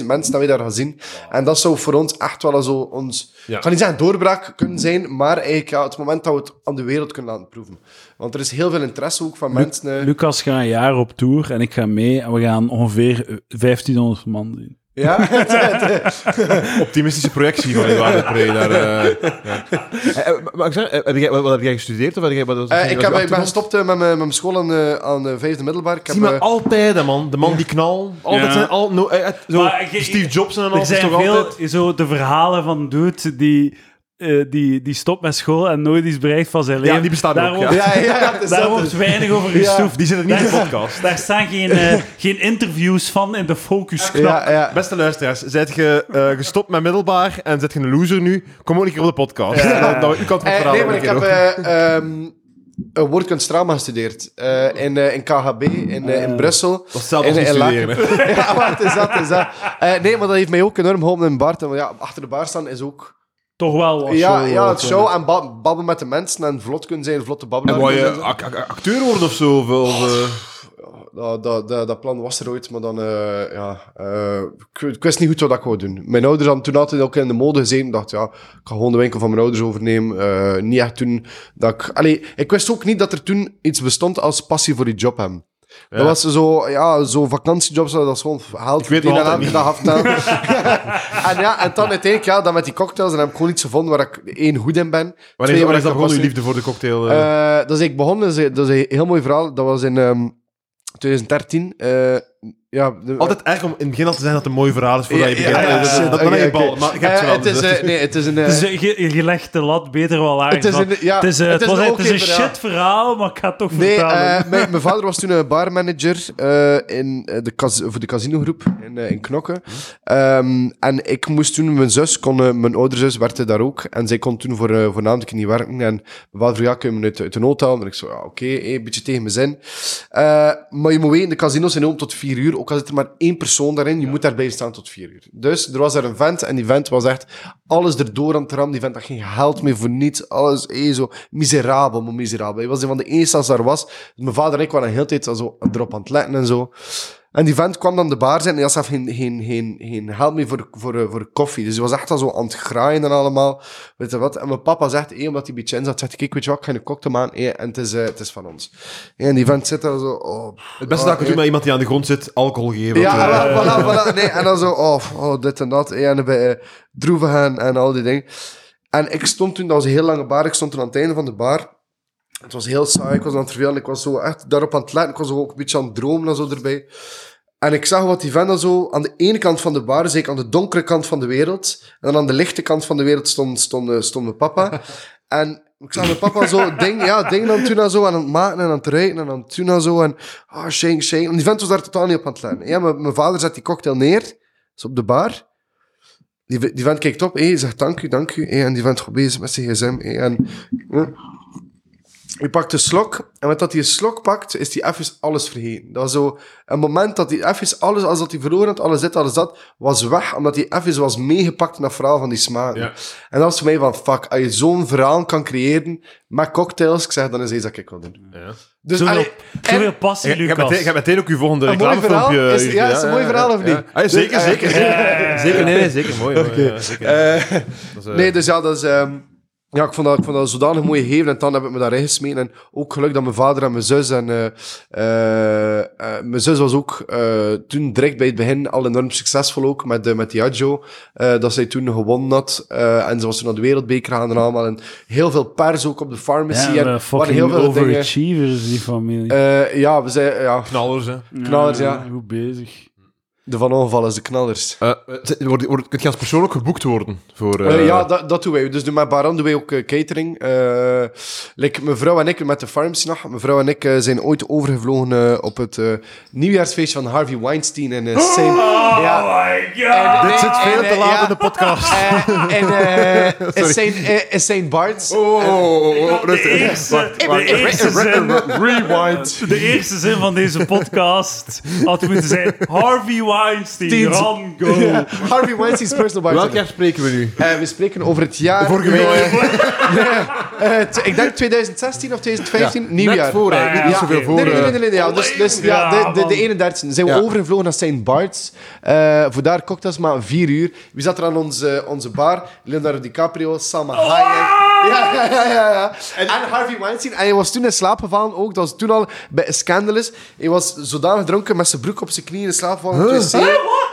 15.000 mensen dat we daar gaan zien. En dat zou voor ons echt wel zo ons...
Ja.
Ik ga niet zeggen doorbraak kunnen zijn, maar eigenlijk ja, het moment dat we het aan de wereld kunnen laten proeven. Want er is heel veel interesse ook van mensen... eh,
Lucas gaat een jaar op tour en ik ga mee en we gaan ongeveer eh, 1500 man zien.
*laughs*
Ja,
Optimistische projectie van Eduardo Pre. Daar, eh, ja. Eh, eh, maar ik zeg, eh, heb jij, wat, wat heb jij gestudeerd? Of wat heb jij, wat was,
Eh,
wat
ik,
was
heb,
je
ik ben
achtergrond?
gestopt eh, met mijn, met mijn school aan, eh, aan de vijfde middelbaar. Ik heb,
Zie maar
eh,
altijd, hè, man. De man die knal. Altijd
Ja.
zijn al, no, eh, eh, zo,
Maar ik- ik-
Steve Jobs en al.
er
is
zijn
toch
veel
altijd...
zo de verhalen van dude die, eh, die, die stopt met school en nooit iets bereikt van zijn leven.
die bestaan
daar
ook,
wordt-
ja.
ja, ja, ja, het is
Daar
dat
wordt
dus.
weinig over
Ja.
gestoefd.
Die zitten niet in de
Daar-
podcast.
Daar staan geen, eh, geen interviews van in de focus.
Ja, ja.
Beste luisteraars, zijt je eh, gestopt met middelbaar en zit je een loser nu? Kom ook een keer op de podcast. Dan- dan- ik kan het
Eh,
verhalen
nee, maar
een
ik
keer
heb
ook.
eh, ehm, eh, woordkunst drama gestudeerd. eh, in, eh, in KHB, in, eh, in Brussel.
Ah, Dat is zelfs als
in-
niet
in Laken.
studeren. hè.
*laughs* ja, maar het is dat, het is dat. Eh, nee, maar dat heeft mij ook enorm geholpen in Bart. Want ja, achter de bar staan is ook...
Toch wel wat
Ja,
show,
ja,
eh,
het show en ba- babbelen met de mensen en vlot kunnen zijn, vlot te babbelen.
En wou je ac- ac- acteur worden of zo? Of, of, eh,
dat, dat, dat, dat plan was er ooit, maar dan... eh, ja, eh, ik, ik wist niet goed wat ik wou doen. Mijn ouders hadden toen altijd ook in de mode gezeten. Ik dacht, ja, ik ga gewoon de winkel van mijn ouders overnemen. Eh, niet echt toen dat ik... Allee, ik wist ook niet dat er toen iets bestond als passie voor die job hebben.
Ja.
Dat was zo, ja, zo vakantiejobs, dat was gewoon haalt
weet nog altijd
elke dag aftaan. *laughs* en ja, en dan uiteindelijk, ja, dan met die cocktails, dan heb ik gewoon iets gevonden waar ik één goed in ben.
wanneer
twee,
wanneer
waar
is
ik
dat begonnen, uw
gepassioneerd-
liefde voor de cocktail? eh?
eh dat is ik begon, dat is, dat is een heel mooi verhaal. Dat was in ehm 2013. eh, ja, de-
Altijd erg om in het begin al te zijn dat het een mooi verhaal is voordat je
Ja,
begint.
ja, ja,
Dat-
shit,
dat- Dan ben je
oké,
bal,
oké.
maar ik heb het
Eh,
wel.
het is,
dus-
eh, Nee, het
*laughs*
is een... eh,
Dus eh, je, je legt de lat beter wel laag.
Het is een- ja,
het is, eh,
het
het
is
was,
een
het
oké
is een
verhaal.
shit verhaal, maar ik ga het toch
Nee,
vertalen.
eh, mijn, mijn vader was toen een barmanager eh, in, eh, de cas- voor de casinogroep in, eh, in Knokke. Ehm, en ik moest toen, mijn zus, kon, eh, mijn oudere zus werkte daar ook. En zij kon toen voor, eh voor een aantal keer niet werken. En mijn vader vroeg, ja, kun je me uit, uit de nood halen? En ik zei, ja, oké, eh, een beetje tegen mijn zin. Eh, maar je moet weten, de casino's zijn open tot vier uur. Ook al zit er maar één persoon daarin, je moet daar blijven staan tot vier uur. Dus er was daar een vent en die vent was echt alles erdoor aan het ram. Die vent had geen geld meer voor niets. Alles eh, zo miserabel, maar miserabel. Hij was een van de eerste als daar was. Mijn vader en ik waren de hele tijd zo erop aan het letten en zo. En die vent kwam dan de bar zijn en hij had zelf geen, geen, geen, geen geld meer voor, voor, eh, voor koffie. Dus hij was echt al zo aan het graaien en allemaal. Weet je wat? En mijn papa zegt, eh, omdat hij een beetje in zat, zegt hij, kijk, weet je wat, ik ga een cocktail aan eh, en het is, eh, het is van ons. En die vent zit daar zo... Oh,
Het beste dat ik kan
eh,
doen met iemand die aan de grond zit, alcohol geven.
ja,
Eh,
voilà, voilà, voilà. Nee, en dan zo, oh, oh, dit en dat. eh, En dan bij eh, droeven gaan en al die dingen. En ik stond toen, dat was een heel lange bar, ik stond toen aan het einde van de bar. Het was heel saai, ik was aan het vervelen, ik was zo echt daarop aan het letten. Ik was ook een beetje aan het dromen en zo erbij. En ik zag wat die vent dan zo aan de ene kant van de bar, zeker aan de donkere kant van de wereld. En dan aan de lichte kant van de wereld stond, stond, eh, stond mijn papa. En ik zag mijn papa zo ding, ja, ding dan toen en zo aan het maken en aan het rijden en aan het doen en zo. En ah, shame, shame. En die vent was daar totaal niet op aan het letten. Ja, mijn, mijn vader zet die cocktail neer, is op de bar. Die, v- die vent kijkt op, hé, zegt dank u, dank u. hé, en die vent gewoon bezig met zijn gsm. hé, en hm. hij pakt een slok. En met dat hij een slok pakt, is hij even alles vergeten. Dat was zo een moment dat hij even alles, als dat hij verloren had, alles dit, alles dat, was weg. Omdat hij even was meegepakt in dat verhaal van die smaak.
Ja.
En dat was voor mij van, fuck, als je zo'n verhaal kan creëren met cocktails, ik zeg, dan is iets dat ik wil doen.
Ja.
Dus,
zoveel,
allee,
zoveel passie,
Ik heb
Lucas.
meteen, ik heb meteen ook uw volgende
Een mooi
reclamefilmpje.
verhaal? Is-
eh,
ja, is het een mooi verhaal of niet?
Ah, ja, zeker,
Dus, eh,
zeker. Zeker, nee, nee, zeker. Mooi. mooi, ja, zeker.
*laughs* eh,
Dat is, eh,
Nee, dus ja, dat is... ehm, ja, ik vond dat, ik vond dat zodanig mooi gegeven en dan heb ik me daarin gesmeten. En ook geluk dat mijn vader en mijn zus en... eh, eh, eh, mijn zus was ook eh, toen direct bij het begin al enorm succesvol ook met, de met Diageo. eh, dat zij toen gewonnen had. eh, en ze was toen naar de wereldbeker gaan en allemaal. En heel veel pers ook op de pharmacy.
Ja,
en
maar
waren
fucking
heel veel dingen...
overachievers, die familie.
Eh, ja, we zijn... Ja,
Knallers, hè.
knallers, ja.
Goed bezig.
De van ongevallen is de knallers.
Eh, z- word- word- Kun je als persoonlijk geboekt worden voor... eh,
Eh, ja, dat, dat doen wij. Dus met Baran doen wij ook eh, catering. Eh like, mijn vrouw en ik met de Farmsnacht. Mijn vrouw en ik eh, zijn ooit overgevlogen eh, op het eh, nieuwjaarsfeest van Harvey Weinstein in eh, Saint... ja.
Oh
En-
Dit zit
en-
veel
en,
te
eh,
laat
ja,
in de podcast.
eh, en
*laughs*
eh, in Saint- eh, in Saint Bart's.
Oh, oh, oh, oh, oh,
De
rustig.
eerste,
Wacht,
de
wacht.
eerste zin,
Rewind.
de eerste zin van deze podcast had moeten zijn Harvey Weinstein,
Tien.
run, go.
Ja, Harvey Weinstein's personal
Welk
bartender.
jaar spreken we nu?
Eh, we spreken over het jaar...
Vorige week.
Eh, t- ik denk 2016 of 2015, nieuwjaar.
Net voor, hè.
Ja,
Niet
ja,
niet zoveel
oké.
voor.
Nee, nee,
eh.
nee, nee, nee, ja. Dus, dus ja,
Ja,
de, de,
man.
de 31 zijn we
Ja.
overgevlogen naar St. Bart's. eh, voor daar cocktails, maar om vier uur. Wie zat er aan onze, onze bar? Leonardo DiCaprio, Salma
Ah!
Hayek. Ja, ja, ja, ja, ja. Oh, En, Harvey Weinstein. En hij was toen in slaap gevallen ook. Dat was toen al bij Scandalous. Hij was zodanig dronken met zijn broek op zijn knieën in slaap gevallen. Huh? Ze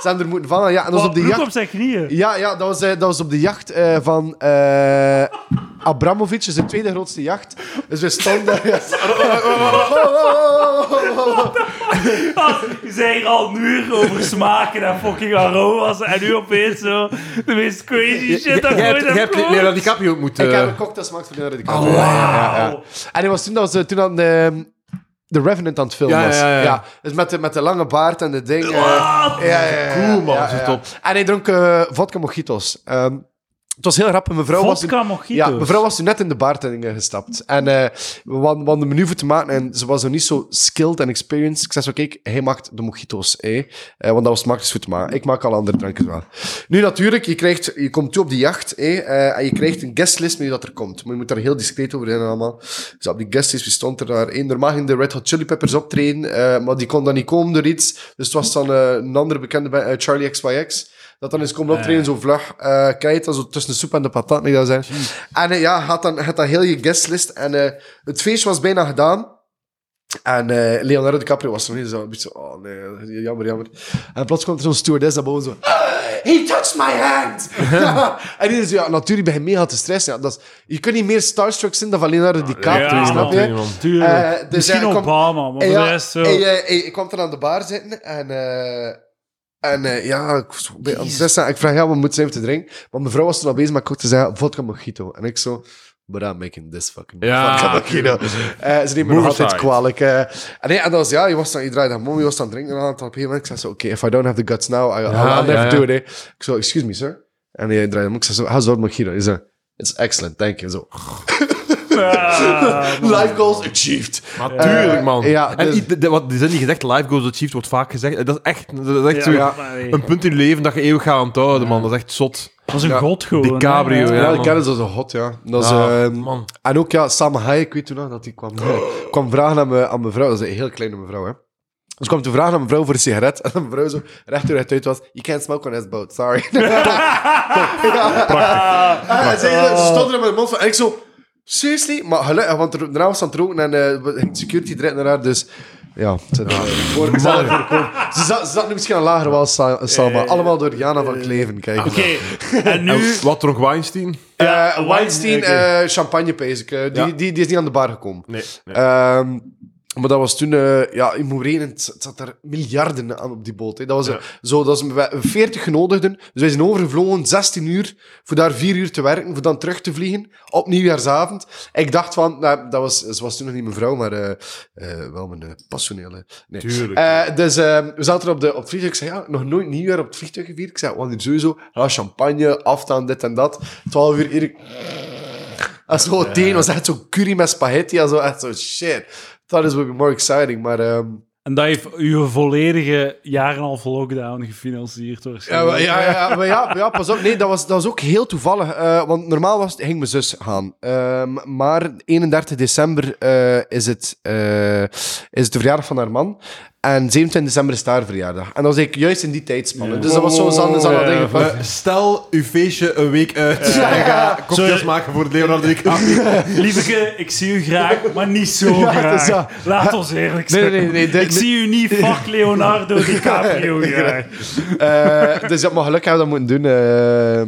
hebben er moeten vallen. Ja, en dat was
Wat
op de
broek
jacht.
op zijn knieën.
Ja, ja dat, was, eh, dat was op de jacht eh, van eh Abramovic, zijn tweede grootste jacht. Dus we
*laughs*
stonden. Ja.
Je zei hier al een uur over smaken en fucking aromas en nu opeens zo de meest crazy shit dat
Jij
je ooit
hebt- jij
hebt
hebt
gehoord.
Leonardo DiCaprio ontmoet.
Ik
eh.
heb een cocktail smaakt van de
Oh,
kant. En hij was toen, dat was, eh, toen aan de, de Revenant aan het filmen
Ja,
was.
ja, ja, ja.
dus met de, met de lange baard en de ding. eh,
Ah!
ja, ja, ja,
Cool, man.
ja,
Zo
ja.
top.
En hij dronk eh, vodka mojitos. Ehm, het was heel rap. en Mevrouw was toen-
Vodka mojitos.
Ja, mevrouw was toen net in de bartending eh, gestapt. En eh, we hadden we hadden een menu voor te maken en ze was nog niet zo skilled en experienced. Ik zei zo, kijk, hij maakt de mojitos, hè. Eh, want dat was makkelijk voor te maken. Ik maak al andere drankjes wel. Nu natuurlijk, je, krijgt, je komt toe op die jacht, hè, eh, en je krijgt een guestlist met wie dat er komt. Maar je moet daar heel discreet over zijn en allemaal. Dus op die guestlist, wie stond er daar? Eén, normaal ging de Red Hot Chili Peppers optreden, eh, maar die kon dan niet komen door iets. Dus het was dan eh, een andere bekende, bij- eh, Charlie XYX. Dat dan eens komen optreden, zo vlug. eh krijg je het dan zo tussen de soep en de patat, niet dat zijn. En eh, ja, had dan, had dan heel je guestlist. En eh, het feest was bijna gedaan. En eh, Leonardo DiCaprio was nog niet zo, een beetje zo, oh nee, jammer, jammer. En plots komt er zo'n stewardess naar boven zo, "Ah, he touched my
*laughs*
hand! *laughs* en die is zo, ja, natuurlijk ben je mega te stressen. Ja, dat is, je kunt niet meer starstruck zijn dan van Leonardo DiCaprio,
Ja, man.
snap je?
Tuurlijk.
Eh, dus
Misschien
ja, ik kom-
Obama, maar
en
voor
ja,
de rest zo.
en, eh, eh, ik kwam er aan de bar zitten en, eh, en eh, ja, ik was een beetje aan het stressen. Ik vraag, ja, wat moet ze even te drinken? Want mevrouw was toen al bezig met kook te zeggen, vodka mojito. En ik zo, but I'm making this fucking
Ja,
vodka mojito.
*laughs*
Eh, ze nemen me
Move
nog altijd
aside.
kwalijk. eh. en, nee, en dat was, ja, je was dan, je draaide aan mom, je was aan het drinken. En dan op een gegeven moment, ik zei zo, oké, if I don't have the guts now, I, I'll,
Ja,
I'll never
ja, ja.
do it. eh. Ik zo, excuse me, sir. En hij draaide hem, ik zei zo, how's that mojito? Hij zei, it's excellent, thank you. Zo,
Ah, man.
life goals achieved.
Maar tuurlijk,
Eh,
man.
ja,
en
dus-
i- de- de- wat die zin die gezegd, life goes achieved, wordt vaak gezegd. eh, Dat is echt, dat is echt
Ja,
zo,
ja, maar nee.
een punt in je leven dat je eeuwig gaat onthouden, man. Dat is echt zot.
Dat is een god gewoon. hè.
DiCaprio, ja.
Ja,
man.
ik ken ze zo hot, ja. Dat is,
Ah,
ehm,
man.
En ook, ja, Sam Hayek, weet je nog, dat hij kwam, *laughs* kwam vragen aan, me, aan mevrouw. Dat is een heel kleine mevrouw, hè. Dus kwam te vragen aan mevrouw voor een sigaret. *laughs* En mevrouw zo recht door recht uit was... You can't smoke on this boat, sorry. *laughs* Prachtig. Ze stond er in mijn mond van... En ik zo... Seriously? Maar gelukkig, want er- daarna was ze aan het roken en eh, ging security direct naar haar, dus... Ja, het zit voor gezellig voor komen. Ze zat, ze zat nu misschien aan lager wel, Sa- Salma. Allemaal door Jana van Kleven, kijk.
Oké,
*laughs*
en
Oh,
En
nu...
wat dronk Weinstein?
Ja,
Eh, Weinstein,
Weinstein,
eh champagne, pees ik. Eh, die,
Ja.
die, die is niet aan de bar gekomen.
Nee.
Ehm, maar dat was toen, eh, ja, in Moereen, het het zat er miljarden aan op die boot. Hè. Dat was, eh, zo, dat was 40 genodigden. Dus wij zijn overgevlogen 16 uur, voor daar 4 uur te werken, voor dan terug te vliegen op nieuwjaarsavond. Ik dacht van, nou, dat was, ze was toen nog niet mijn vrouw, maar eh, eh, wel mijn eh, passionele. Nee.
Tuurlijk.
Eh, dus eh, we zaten op, de, op het vliegtuig. Ik zei, ja, nog nooit nieuwjaar op het vliegtuig gevierd. Ik zei, wanneer sowieso? Ja, champagne, aftaan, dit en dat. 12 uur, Erik. En zo, het een was echt zo curry met spaghetti. En zo, echt zo, shit. Dat is be more exciting. Maar ehm,
En dat heeft uw volledige jaar en een half lockdown gefinancierd
ja,
waarschijnlijk.
maar- ja, ja, *laughs* maar ja, maar ja, pas op. Nee, dat was, dat was ook heel toevallig. eh, want normaal was, het- ging mijn zus gaan. Ehm, maar 31 december eh, is, het, eh, is het de verjaardag van haar man. En 27 december is haar verjaardag. En dat was ik juist in die tijdspanne. Dus dat was zo'n zand zand
Ja,
ding. van-
Eh, stel uw feestje een week uit.
Ja.
En ga cocktails
Sorry.
maken voor Leonardo DiCaprio.
Lieveke, ik zie u graag, maar niet zo
*laughs* Ja, dat is
graag.
dat.
Laat ons eerlijk
Nee,
zijn.
nee, nee, *laughs* nee, dit-
ik zie u niet, fuck
*laughs*
Leonardo DiCaprio graag.
Eh, dus ja, maar gelukkig hebben we dat moeten doen. eh.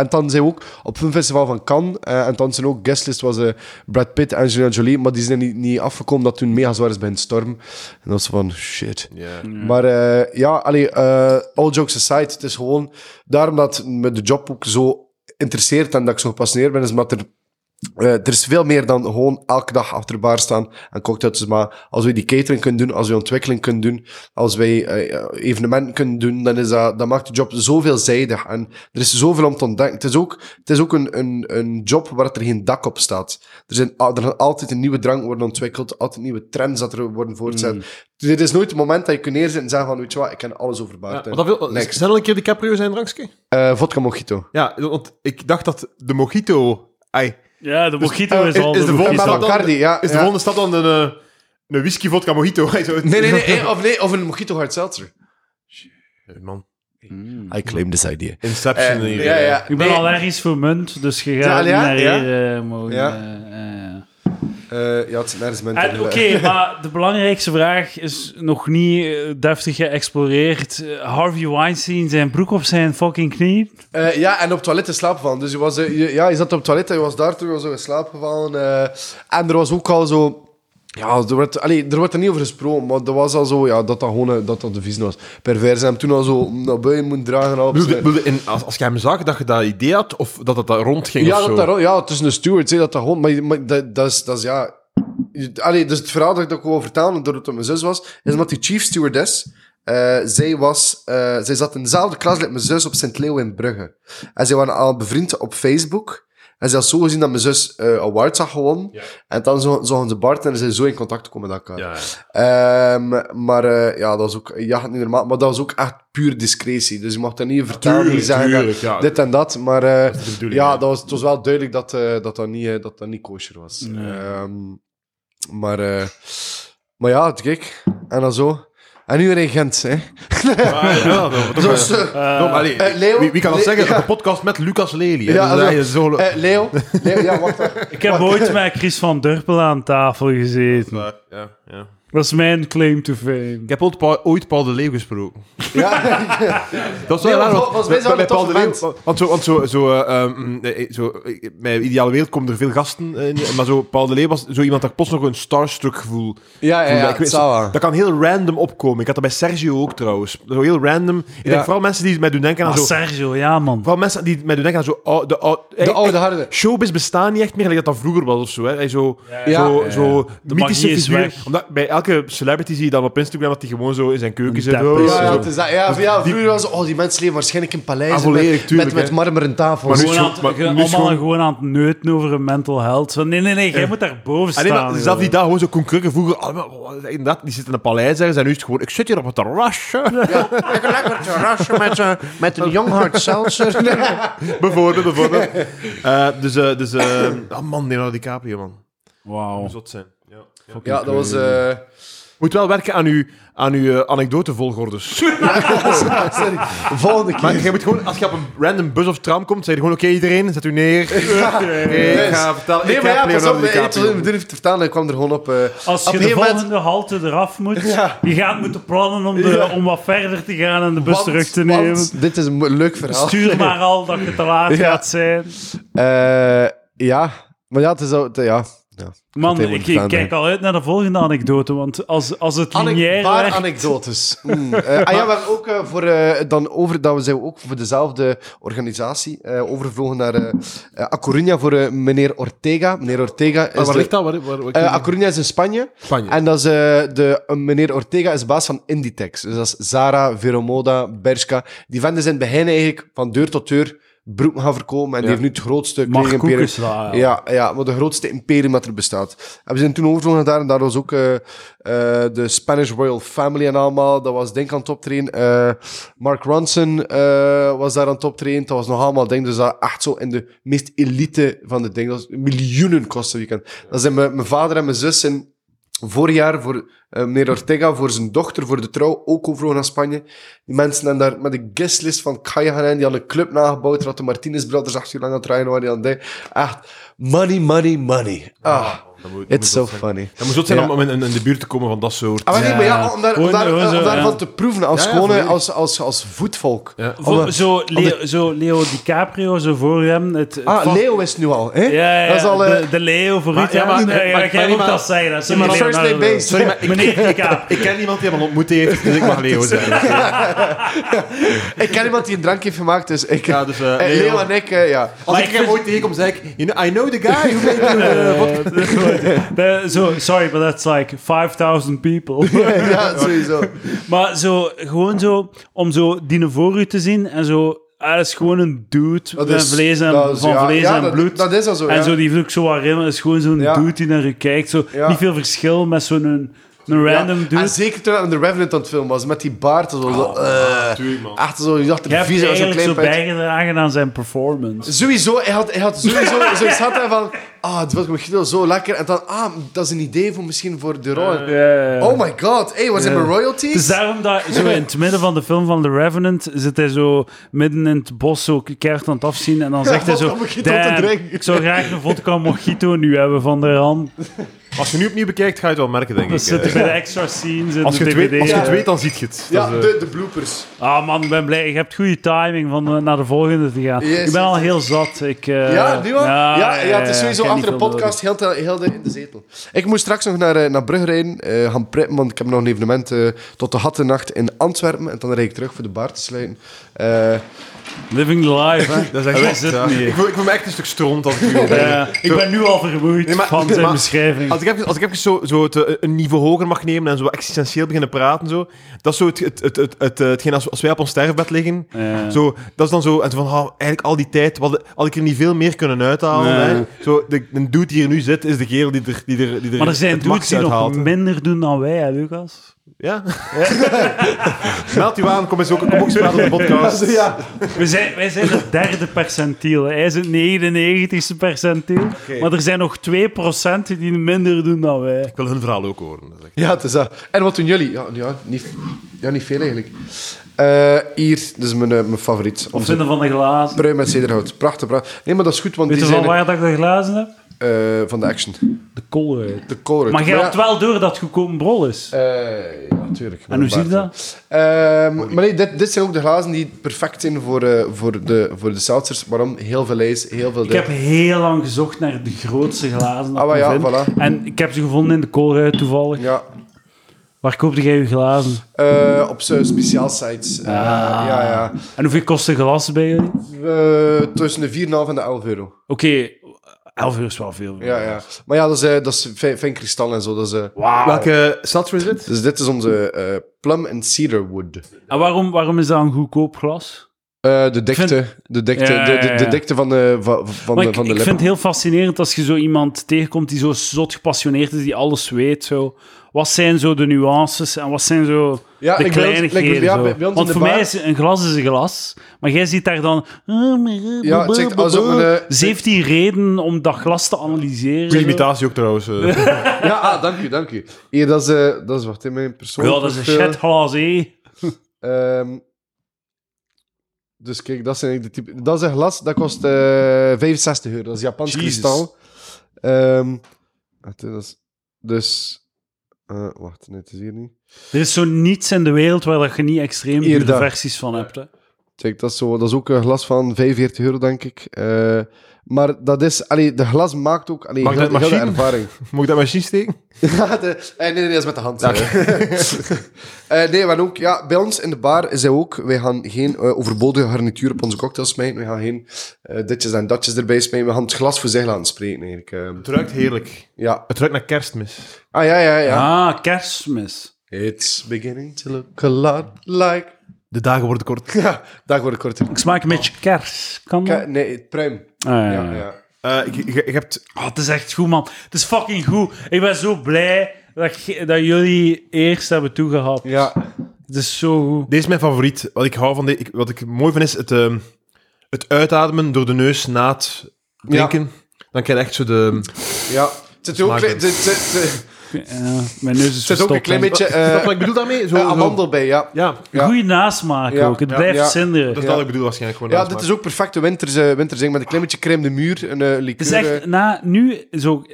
en dan zijn we ook op het festival van Cannes. eh, en dan zijn ook guestlist was eh, Brad Pitt en Angelina Jolie. Maar die zijn er niet, niet afgekomen dat toen mega zwaar is bij een storm. En dat was van, shit, shit.
Ja.
Maar eh, ja, allee, eh, all jokes aside, het is gewoon daarom dat me de job ook zo interesseert en dat ik zo gepassioneerd ben, is omdat er, eh, er is veel meer dan gewoon elke dag achter de bar staan en cocktails. Maar als wij die catering kunnen doen, als wij ontwikkeling kunnen doen, als wij eh, evenementen kunnen doen, dan, is dat, dan maakt de job zo veelzijdig. En er is zoveel om te ontdekken. Het is ook, het is ook een, een, een job waar er geen dak op staat. Er, zijn, al- er gaan altijd een nieuwe drang worden ontwikkeld, altijd nieuwe trends dat er worden
Hmm.
voortgezet. Dus dit is nooit het moment dat je kunt neerzitten en zeggen van, weet je wat, ik ken alles over
Ja,
baard.
want dat wil,
Next.
zijn al een keer de Caprio zijn drankje?
Eh, vodka mojito.
Ja, want ik dacht dat de mojito... Ai,
Ja,
Dus,
de mojito
oh,
eh,
is al de
volgende
mojito.
stap dan-
Bacardi, ja,
Is de
ja.
volgende stap dan een, eh, een whisky vodka mojito? *laughs* Ai, zo-
Nee, nee, nee, eh, of, nee, of een mojito hard seltzer.
Man,
I claim this idea.
Inception hier.
Eh, ja, ja.
Ik ben
Nee,
al ergens voor munt, dus je
Ja,
gaat niet
ja,
naar
ja.
hier eh, mogen.
Ja.
eh, eh.
eh, ja, het is nergens mijn
En Oké, maar de belangrijkste vraag is nog niet eh, deftig geëxploreerd. Eh, Harvey Weinstein, zijn broek op zijn fucking knie.
Eh, ja, en op het toilet in slaap gevallen. Dus je, was, eh, je- ja, je zat op het toilet en je was daar toen je was zo in slaap gevallen. eh, en er was ook al zo... Ja, er werd, allee, er werd er niet over gesproken, maar er was al zo ja, dat dat gewoon eh, dat dat de vies was. Pervers en hem toen al zo naar buiten moet dragen. Al op
Bedoelde-
zijn-
bedoelde in- als, als jij hem zag, dat je dat idee had, of dat het daar rondging
ja,
of zo?
dat daar, ja, tussen de stewards, hè, dat dat gewoon... Maar, je- maar dat, dat is, dat is ja... je- Allee, dus het verhaal dat ik ook wil vertellen, doordat het mijn zus was, is omdat die chief stewardess, eh, zij, was, eh, zij zat in dezelfde klas als mijn zus op Sint Leo in Brugge. En zij waren al bevriend op Facebook. En ze had zo gezien dat mijn zus eh, awards had gewonnen. En dan zo- zochten ze Bart en ze zijn zo in contact gekomen met elkaar.
Ja, ja.
Ehm, maar eh, ja, dat was ook... Ja, het niet normaal. Maar dat was ook echt puur discretie. Dus je mag dat niet vertellen, niet
Tuurlijk,
zeggen... dat-
tuurlijk, ja.
dit en dat, maar eh,
is de bedoeling,
ja,
hè?
dat was, het was wel duidelijk dat eh, dat, dat, niet, eh, dat dat niet kosher was. Ehm, maar, eh, maar ja, kijk, en dan zo. En nu weer in Gent, hè.
Ah, ja, dat- dat-
Zo,
dat-
zo.
Kom, allee,
eh, Leo?
wie, wie kan dat
Le-
zeggen?
ja.
De podcast met Lucas Lely. hè.
Ja,
Dus
zo.
hij is zo...
Eh, Leo? Leo, ja, wacht even.
Ik heb ooit met Chris van Durpel aan tafel gezeten.
Maar, ja, ja.
Dat is mijn claim to fame.
Ik heb ooit Paul, ooit Paul de Leeuw gesproken.
Ja,
*laughs* Dat is wel
Nee,
raar,
want
want-
volgens mij is dat
bij- bij
een tof
Paul de Leeuw-
event.
Want zo, want zo, zo, eh, ehm, eh, eh, zo eh, mijn ideale wereld komen er veel gasten in, maar zo Paul de Leeuw was zo iemand dat ik plots nog een starstruck gevoel. *laughs*
ja, ja,
voelde.
ja,
Ik weet-
het zou wel.
dat kan heel random opkomen. Ik had dat bij Sergio ook trouwens. Zo heel random. Ik denk vooral mensen die mij doen denken aan
Ah,
zo.
Sergio, ja man.
Vooral mensen die mij doen denken aan zo ou- de, ou- eh,
De oude
eh,
harde.
Showbiz bestaan niet echt meer gelijk dat dat vroeger was of zo. Hè. Eh, Zo,
Ja.
zo,
Ja.
zo
De
mythische
magie is
figuur.
weg.
Omdat bij elke celebrity zie je dan op Instagram dat hij gewoon zo in zijn keuken zit.
Dapper.
oh,
Ja,
Ja, ja,
zo.
het is dat. Ja, ja, vroeger was het, oh, die mensen leven waarschijnlijk in paleizen
Ah, volledig,
met,
tuurlijk,
met, met
hè.
marmeren tafels.
Maar nu-
Gewoon aan het-
maar nu is
allemaal
gewoon-
gewoon... aan het neuten over een mental health. Zo, nee, nee, nee, jij moet daar boven staan.
Alleen Ah, maar zelf
joh.
eh.
die dag gewoon zo kon krukken vroeger. ah, maar, wat, inderdaad, die zitten in een paleis ergens en nu is het gewoon. Ik zit hier op het terrasje.
lekker, lekker terrasje met, met een young hard seltzer.
*laughs* bijvoorbeeld, bijvoorbeeld. Eh, dus, eh, dus eh, oh man, Leonardo DiCaprio, man.
Wauw.
Zot zijn. Ja. Ja.
Ja, dat was... eh, *laughs*
Moet wel werken aan uw, aan uw eh, anekdotevolgordes.
Sorry. Volgende keer.
Maar je moet gewoon, als je op een random bus of tram komt, zeg je gewoon: Oké, iedereen, zet u neer.
*laughs*
Ik
Yes.
ga vertellen.
Nee,
ik
maar
heb
ja, pas
Leonardo
op. nee, Het was
DiCaprio.
ik bedoel even te vertalen. Ik kwam er gewoon op. eh,
Als
op
je
een
de
gegeven moment-
volgende halte eraf moet,
Ja.
je gaat moeten plannen om, de,
Ja.
om wat verder te gaan en de bus
want-
terug te
want
nemen.
dit is een mo- leuk verhaal.
Stuur maar al dat je te laat
Ja.
gaat zijn.
Eh, ja, maar ja, het is al... het- ja. Ja.
Man,
helemaal
ik,
niet
ik
aan,
kijk
hè.
al uit naar de volgende anekdote, want als, als het
Anek-
lineair
paar
werkt-
anekdotes. *laughs* Mm. Eh, ah ja, we hebben ook eh, voor, eh, dan over, dat we zijn ook voor dezelfde organisatie eh overgevlogen naar eh eh, A Coruña voor eh, meneer Ortega. Meneer Ortega is
Maar Ah, waar
de-
ligt dat? Waar, waar, waar-
Eh, A Coruña is in Spanje.
Spanje.
En dat is, eh, de, eh, meneer Ortega is baas van Inditex. Dus dat is Zara, Veromoda, Bershka. Die venden zijn begin eigenlijk van deur tot deur broeken gaan verkopen. En die heeft nu het grootste
Mag
kledigimperium.
koekjes daar, ja.
Ja, ja, maar de grootste imperium dat er bestaat. En we zijn toen overgevlogen daar en daar was ook eh, eh, de Spanish Royal Family en allemaal. Dat was denk ik aan het optreden. Eh, Mark Ronson eh, was daar aan het optreden. Dat was nog allemaal ding. Dus dat echt zo in de meest elite van de ding. Dat was miljoenen kosten weekend. Dat zijn mijn, mijn vader en mijn zus zijn vorig jaar voor eh, meneer Ortega, voor zijn dochter, voor de trouw, ook overal naar Spanje. Die mensen hebben daar met een guestlist van Kaya gaan heen, die hadden een club nagebouwd, er had de Martinez Brothers acht uur lang aan het rijden waren, die hadden dit. Echt, money, money, money. Ah.
Dat moet- moet
It's so
zot zijn.
funny.
Dat moet zot zijn
Ja.
om in, in- in de buurt te komen van dat soort.
Ah, maar, nee, maar ja, om, daar, om,
Gewoon-
daar,
gewoon zo,
om daarvan
ja.
te proeven als,
Ja, ja,
gewone,
volledig.
als, als, als voetvolk.
Ja.
Om-
Vo- zo, Leo, zo Leo DiCaprio, zo voor hem. Het, het
ah,
vast-
Leo is het nu al. Hè?
Ja, ja,
dat is al eh,
de, de Leo voor u.
Maar- ja,
Ja,
maar-
maar,
maar- maar-
jij
maar-
moet
maar-
dat zeggen. Dat is
maar-
Leonardo.
first name based.
*laughs*
Sorry, maar ik,
Meneer
*laughs*
DiCaprio.
ik ken iemand die hem al ontmoet heeft, dus ik mag Leo zijn.
Ik ken iemand die een drankje heeft gemaakt, dus ik...
Ja, dus, eh,
eh,
Leo-
Leo en ik, eh, ja.
Als
Maar
ik
ik
hem
vind-
ooit tegenkom, zeg ik... You know, I know the guy who made you,
*laughs*
eh, vodka."
De- zo, sorry, but that's like 5000
*laughs*
people.
ja, sowieso.
maar zo, gewoon zo, om zo die voor u te zien en zo, hij is gewoon een dude
Dat
met
is-
vlees en,
dat is-
van
ja,
vlees
ja,
en
dat-
bloed.
dat is al zo,
En
ja.
zo, die vloek zo waarin, is gewoon zo'n
Ja.
dude die naar u kijkt. Zo,
Ja.
Niet veel verschil met zo'n een, een random
Ja, En
dude.
zeker toen aan de Revenant aan het filmen was, met die baard. Zo, zo, eh,
tuurlijk, man.
Echt zo, je dacht,
Jij
een
hebt
vieze, zo'n
eigenlijk
klein
zo
puntje.
bijgedragen aan zijn performance.
Sowieso, hij had, hij had sowieso *laughs* zoiets had hij van... Ah, het was mojito zo lekker. En dan, ah, dat is een idee voor misschien voor de rol.
Ja.
Oh my god, hey, was zijn mijn
Eh, Het is
royalties?
daarom dat zo in het midden van de film van The Revenant zit hij zo midden in het bos zo keihard aan het afzien en dan zegt hij
vodka
zo
mojito te
"Damn,
drinken."
ik zou graag een vodka mojito nu hebben van de rand.
Als je nu opnieuw bekijkt, ga je het wel merken, denk
Dat
ik. eh.
zit bij de extra scenes in
Als je
de
het
DVD.
weet, als je het
ja.
weet, dan ziet je het.
Ja,
Dat is, eh,
de, de bloopers.
Ah man, ik ben blij. Je hebt goede timing van eh, naar de volgende te gaan.
Yes,
ik ben al
yes.
heel zat. Ik, eh,
Ja, nu al? Ja, ja, het is
ja,
sowieso
ik ken
achter de
die film
podcast heel, te- heel de, in de zetel. Ik moet straks nog naar, eh, naar Brugge rijden, eh, gaan preppen, want ik heb nog een evenement eh, tot de hattennacht in Antwerpen. En dan rijd ik terug voor de bar te sluiten. Eh,
wel. Living the life, hè.
Dat is echt
Wij
zot,
zitten
ja.
hier.
Ik voel, ik voel me echt een stuk stront als ik nu opnieuw-
Eh, ik
Zo-
ben nu al vermoeid
Nee, maar-
van zijn
maar-
beschrijving.
Als ik even, als ik even zo, zo het, eh, een niveau hoger mag nemen en zo existentieel beginnen praten, zo, dat is zo het, het, het, het, het, eh, hetgeen als, als wij op ons sterfbed liggen.
Ja.
Zo, dat is dan zo, en zo van, ah, eigenlijk al die tijd, wat, had ik er niet veel meer kunnen uithalen.
Nee.
Hè? Zo, de, de dude die er nu zit, is de kerel die er, die er, die er
maar er zijn
het
dudes
max
die nog
uithaalt.
minder doen dan wij, hè, Lucas.
Ja? *laughs* Meld u aan, kom eens ook, kom ook eens praten op de *laughs* podcast.
ja.
We zijn, wij zijn het derde percentiel. hè. Hij is het 99ste percentiel. Maar er zijn nog 2% die minder doen dan wij.
Ik wil hun verhaal ook horen. dat is echt-
ja, het is dat. En wat doen jullie? Ja, ja, niet, ja niet veel eigenlijk. Eh, hier, dit is mijn, eh, mijn favoriet.
Of
Onze
vinden van de glazen.
pruim met zederhout. Prachtig, prachtig. Nee, maar dat is goed, want
Weet je
die
van
zijn
waar dat ik de glazen heb?
eh, van de action.
De kool uit.
De color.
Maar jij
ja,
hebt wel door dat het goedkoop brol is.
Eh, ja, tuurlijk.
en hoe zie je dat?
Ehm, maar nee, dit, dit zijn ook de glazen die perfect zijn voor, eh, voor, de, voor de seltzers. Waarom? Heel veel ijs, heel veel...
Ik heb heel lang gezocht naar de grootste glazen dat
Ah, maar
ik kon
ja,
vinden. En ik heb ze gevonden in de koolruit toevallig.
Ja.
Waar koopte jij je glazen?
Eh, op zo'n speciaal sites. Eh,
Ah.
Ja, ja.
En hoeveel kost een glas bij jullie? Oké,
Eh, tussen de 4,5 en de 11 euro.
11 euro is wel veel.
Ja, ja. Maar ja, dat is, eh, dat is fijn, fijn kristal en zo. Dat is, eh,
Ah.
Wauw.
Welke seltzer is dit?
Dus dit is onze eh, plum en cedarwood.
En waarom, waarom is dat een goedkoop glas?
Eh de dikte, de dikte,
Ja,
de, de,
ja,
de
ja.
dikte van de, van, van
Maar
de,
ik,
van de
ik
lip.
vind het heel fascinerend als je zo iemand tegenkomt die zo zot gepassioneerd is, die alles weet. Zo. Wat zijn zo de nuances en wat zijn zo
Ja,
de
Ah, ik wil- like,
kleinigheden?
ja,
zo?
bij- bij ons
Want
in de
voor
bar-
mij is een glas is een glas, maar jij ziet daar dan... eh,
Ja, het zegt als op een, eh,
17 redenen om dat glas te analyseren.
Goeie
zo.
imitatie ook trouwens. eh.
*laughs* Ja, ah, dank u, dank u. Hier, dat is, eh, dat is wacht, in mijn
Ja,
persoon.
dat is een shitglas, hé.
Ehm, dus kijk, dat, zijn eigenlijk de type, dat is een glas, dat kost eh 65 euro. Dat is Japans
Jesus.
kristal. Ehm, wacht, hè, dat is, dus... eh, wacht, nee, het is hier niet.
Er is zo niets in de wereld waar dat je niet extreem
Hier,
dure
daar.
versies van hebt. Hè.
Kijk, dat is, zo, dat is ook een glas van 45 euro, denk ik. Eh, maar dat is... Allee, de glas maakt ook... Allee,
Mag ik
heel-
dat
heel de
machine?
ervaring.
*laughs* Moet ik dat machine steken?
*laughs* Ja, de- eh, nee, nee, dat is met de hand. *laughs* Eh, nee, maar ook... Ja, bij ons in de bar is hij ook... Wij gaan geen eh, overbodige garnituur op onze cocktails smijten. Wij gaan geen eh, ditjes en datjes erbij smijten. We gaan het glas voor zich laten spreken, eigenlijk. eh.
Het ruikt heerlijk.
ja.
Het ruikt naar kerstmis.
Ah, ja, ja, ja.
Ah, kerstmis.
It's beginning to look a lot like...
De dagen worden kort.
Ja, daar word ik korter.
Ik smaak een beetje kers. Kan dat?
Ka- Nee, het pruim.
Ah, ja, ja.
Ja, ja.
Eh, je, je- je hebt...
Ah, het is echt goed, man. Het is fucking goed. Ik ben zo blij dat, ge- dat jullie eerst hebben toegehaald.
Ja,
Het is zo goed.
Deze is mijn favoriet. Wat ik hou van... De, ik- wat ik mooi vind is het, ehm, het uitademen door de neus na het drinken. Dan krijg je echt zo de...
ja. Het zit ook...
Smaak-
Het zit- zit-
Ja, mijn neus is
Er zit ook een klein beetje
Snap je
eh
wat ik bedoel daarmee? Zo,
eh,
zo-
amandel bij, ja.
Ja,
ja.
Goeie nasmaak
Ja,
ook. Het
ja,
blijft
ja.
zinderen.
dat is
Het
dat wat ik bedoel waarschijnlijk. Gewoon
Ja, dit is ook perfecte winters, eh, winterzing met een klein beetje crème de muur, een eh, liqueur.
is echt,
eh.
na, nu, zo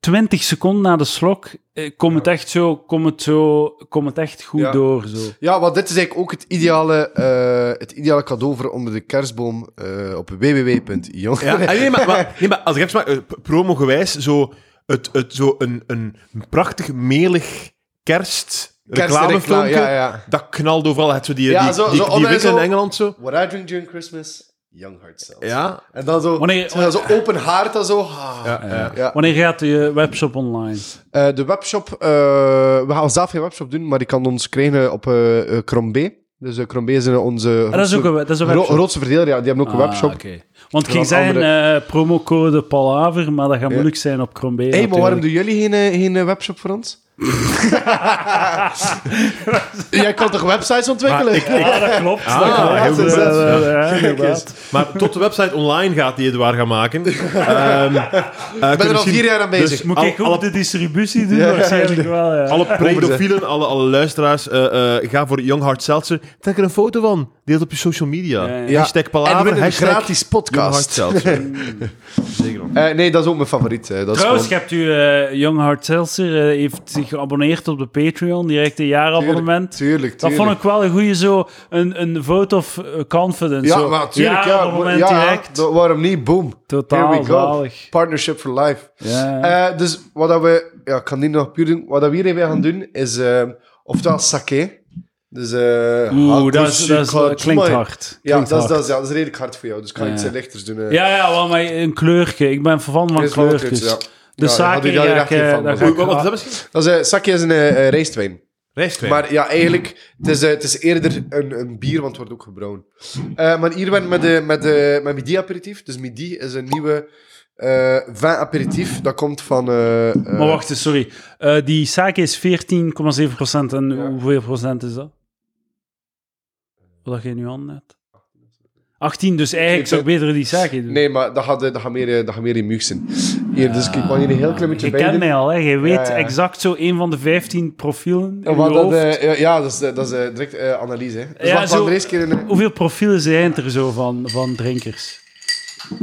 20 seconden na de slok eh, komt het echt zo, komt het zo, komt het echt goed
Ja.
door. Zo.
Ja, want dit is eigenlijk ook het ideale, eh, het ideale cadeau voor onder de kerstboom eh, op www.jong. *laughs*
Ja, ah, nee, maar, maar- nee, maar als ik heb smaak, eh, p- promo-gewijs, zo, het, het, zo een, een prachtig melig kerst reclamefilmpje,
Ja, ja.
dat knalt overal. Het, zo die,
Ja,
die,
zo-
die,
zo
die
onder-
witte
zo-
in Engeland zo.
What I drink during Christmas, Young Heart Cells.
Ja.
En dan zo,
Wanneer-
terwijl zo open haard en zo. ah.
Ja, ja.
Ja.
Wanneer gaat je webshop online?
Eh, de webshop, eh, we gaan zelf geen webshop doen, maar die kan ons krijgen op eh eh, Crombé. Dus eh, Crombé is eh, onze
Ah, dat is ook een, dat is een
gro-
webshop.
grootste verdeler, ja. Die hebben ook een
Ah,
webshop.
oké. Want ik
Dan
ging zeggen,
andere-
eh, promocode Palaver, maar dat gaat moeilijk zijn op Crombé.
Hé, hey, maar waarom
natuurlijk.
doen jullie geen, eh, geen eh, webshop voor ons? *laughs* Jij kan toch websites ontwikkelen?
Maar ik- ik-
*laughs*
Ja, dat klopt.
Ah,
dat klopt.
heel goed.
Ja, ja, ja,
Ja.
inderdaad.
Maar tot de website online gaat die Edouard gaan
*laughs*
maken. Ehm, eh, kunnen
Ik ben er al
misschien-
vier jaar aan bezig.
Moet
Al-
ik ook
alle-
de distributie doen?
Ja,
Waarschijnlijk
ja.
wel, ja.
Alle pedofielen, alle, alle luisteraars, eh, eh, ga voor Young Hard Seltzer. Trek er een foto van. Deel het op je social media.
Ja, ja.
Ja.
Hashtag
en we
palaver,
hebben een
hashtag
gratis
Young Hard
podcast. *laughs*
Seltzer. Zeker dan.
Eh, nee, dat is ook mijn favoriet. eh, dat is
Trouwens,
gewoon-
je hebt u, eh, Young Hart Seltzer eh, heeft zich geabonneerd op de Patreon, direct een jaarabonnement.
Tuurlijk, tuurlijk.
Dat vond ik wel een goede zo, een, een vote of eh, confidence.
Ja,
zo.
maar tuurlijk. Ja,
Jaarabonnement
ja,
direct.
dat- waarom niet? Boom.
Totaal
Here we go.
zalig.
Partnership for life.
Ja.
Eh, dus wat dat we... Ja, ik kan niet nog puur doen. Wat dat we hier even gaan doen, is... eh, oftewel sake. Dus... eh
Oeh,
hakushi
dat, is, dat, is- dat klinkt
katsumai.
hard.
Ja,
Klinkt
dat is,
hard.
dat, is, ja, dat is redelijk hard voor jou. Dus ik kan
Ja.
iets eh, lichters doen. eh.
Ja, ja, wel, maar een kleurtje. Ik ben vervan van
Dit is wel wat
kleurtjes.
kleurtjes, ja.
De
Ja,
zaken
hadden jullie daar echt geen
eh,
van,
daar
was
ga
het?
ik-
Wat is dat misschien?
Dat is, eh, sake is een eh eh, rijstwijn.
Rijstwijn.
Maar ja, eigenlijk, het is, eh, het is eerder een, een bier, want het wordt ook gebrouwen. Eh, maar hier werd met, de, met, de, met midi aperitief. Dus midi is een nieuwe eh vin aperitief. Dat komt van... eh, eh,
Maar wacht eens, sorry. Eh, die sake is 14,7 En hoeveel procent is dat? Wat dat je nu aan net? 18, dus eigenlijk zou ik beter die sake doen.
Nee, maar dat gaat, eh, dat gaat meer, eh, dat gaat meer in muug zijn. Hier, dus ik kan hier een heel klein beetje
je
bij
kent
doen.
mij al, hè. Je weet
Ja, ja.
exact zo een van de 15 profielen in
Ja,
je
maar dat,
hoofd.
eh, ja, ja, dat is, eh, dat is eh, direct eh, analyse. Hè. Dus
Ja,
wacht,
zo-
zo... keer een...
Hoeveel profielen zijn er zo van, van drinkers?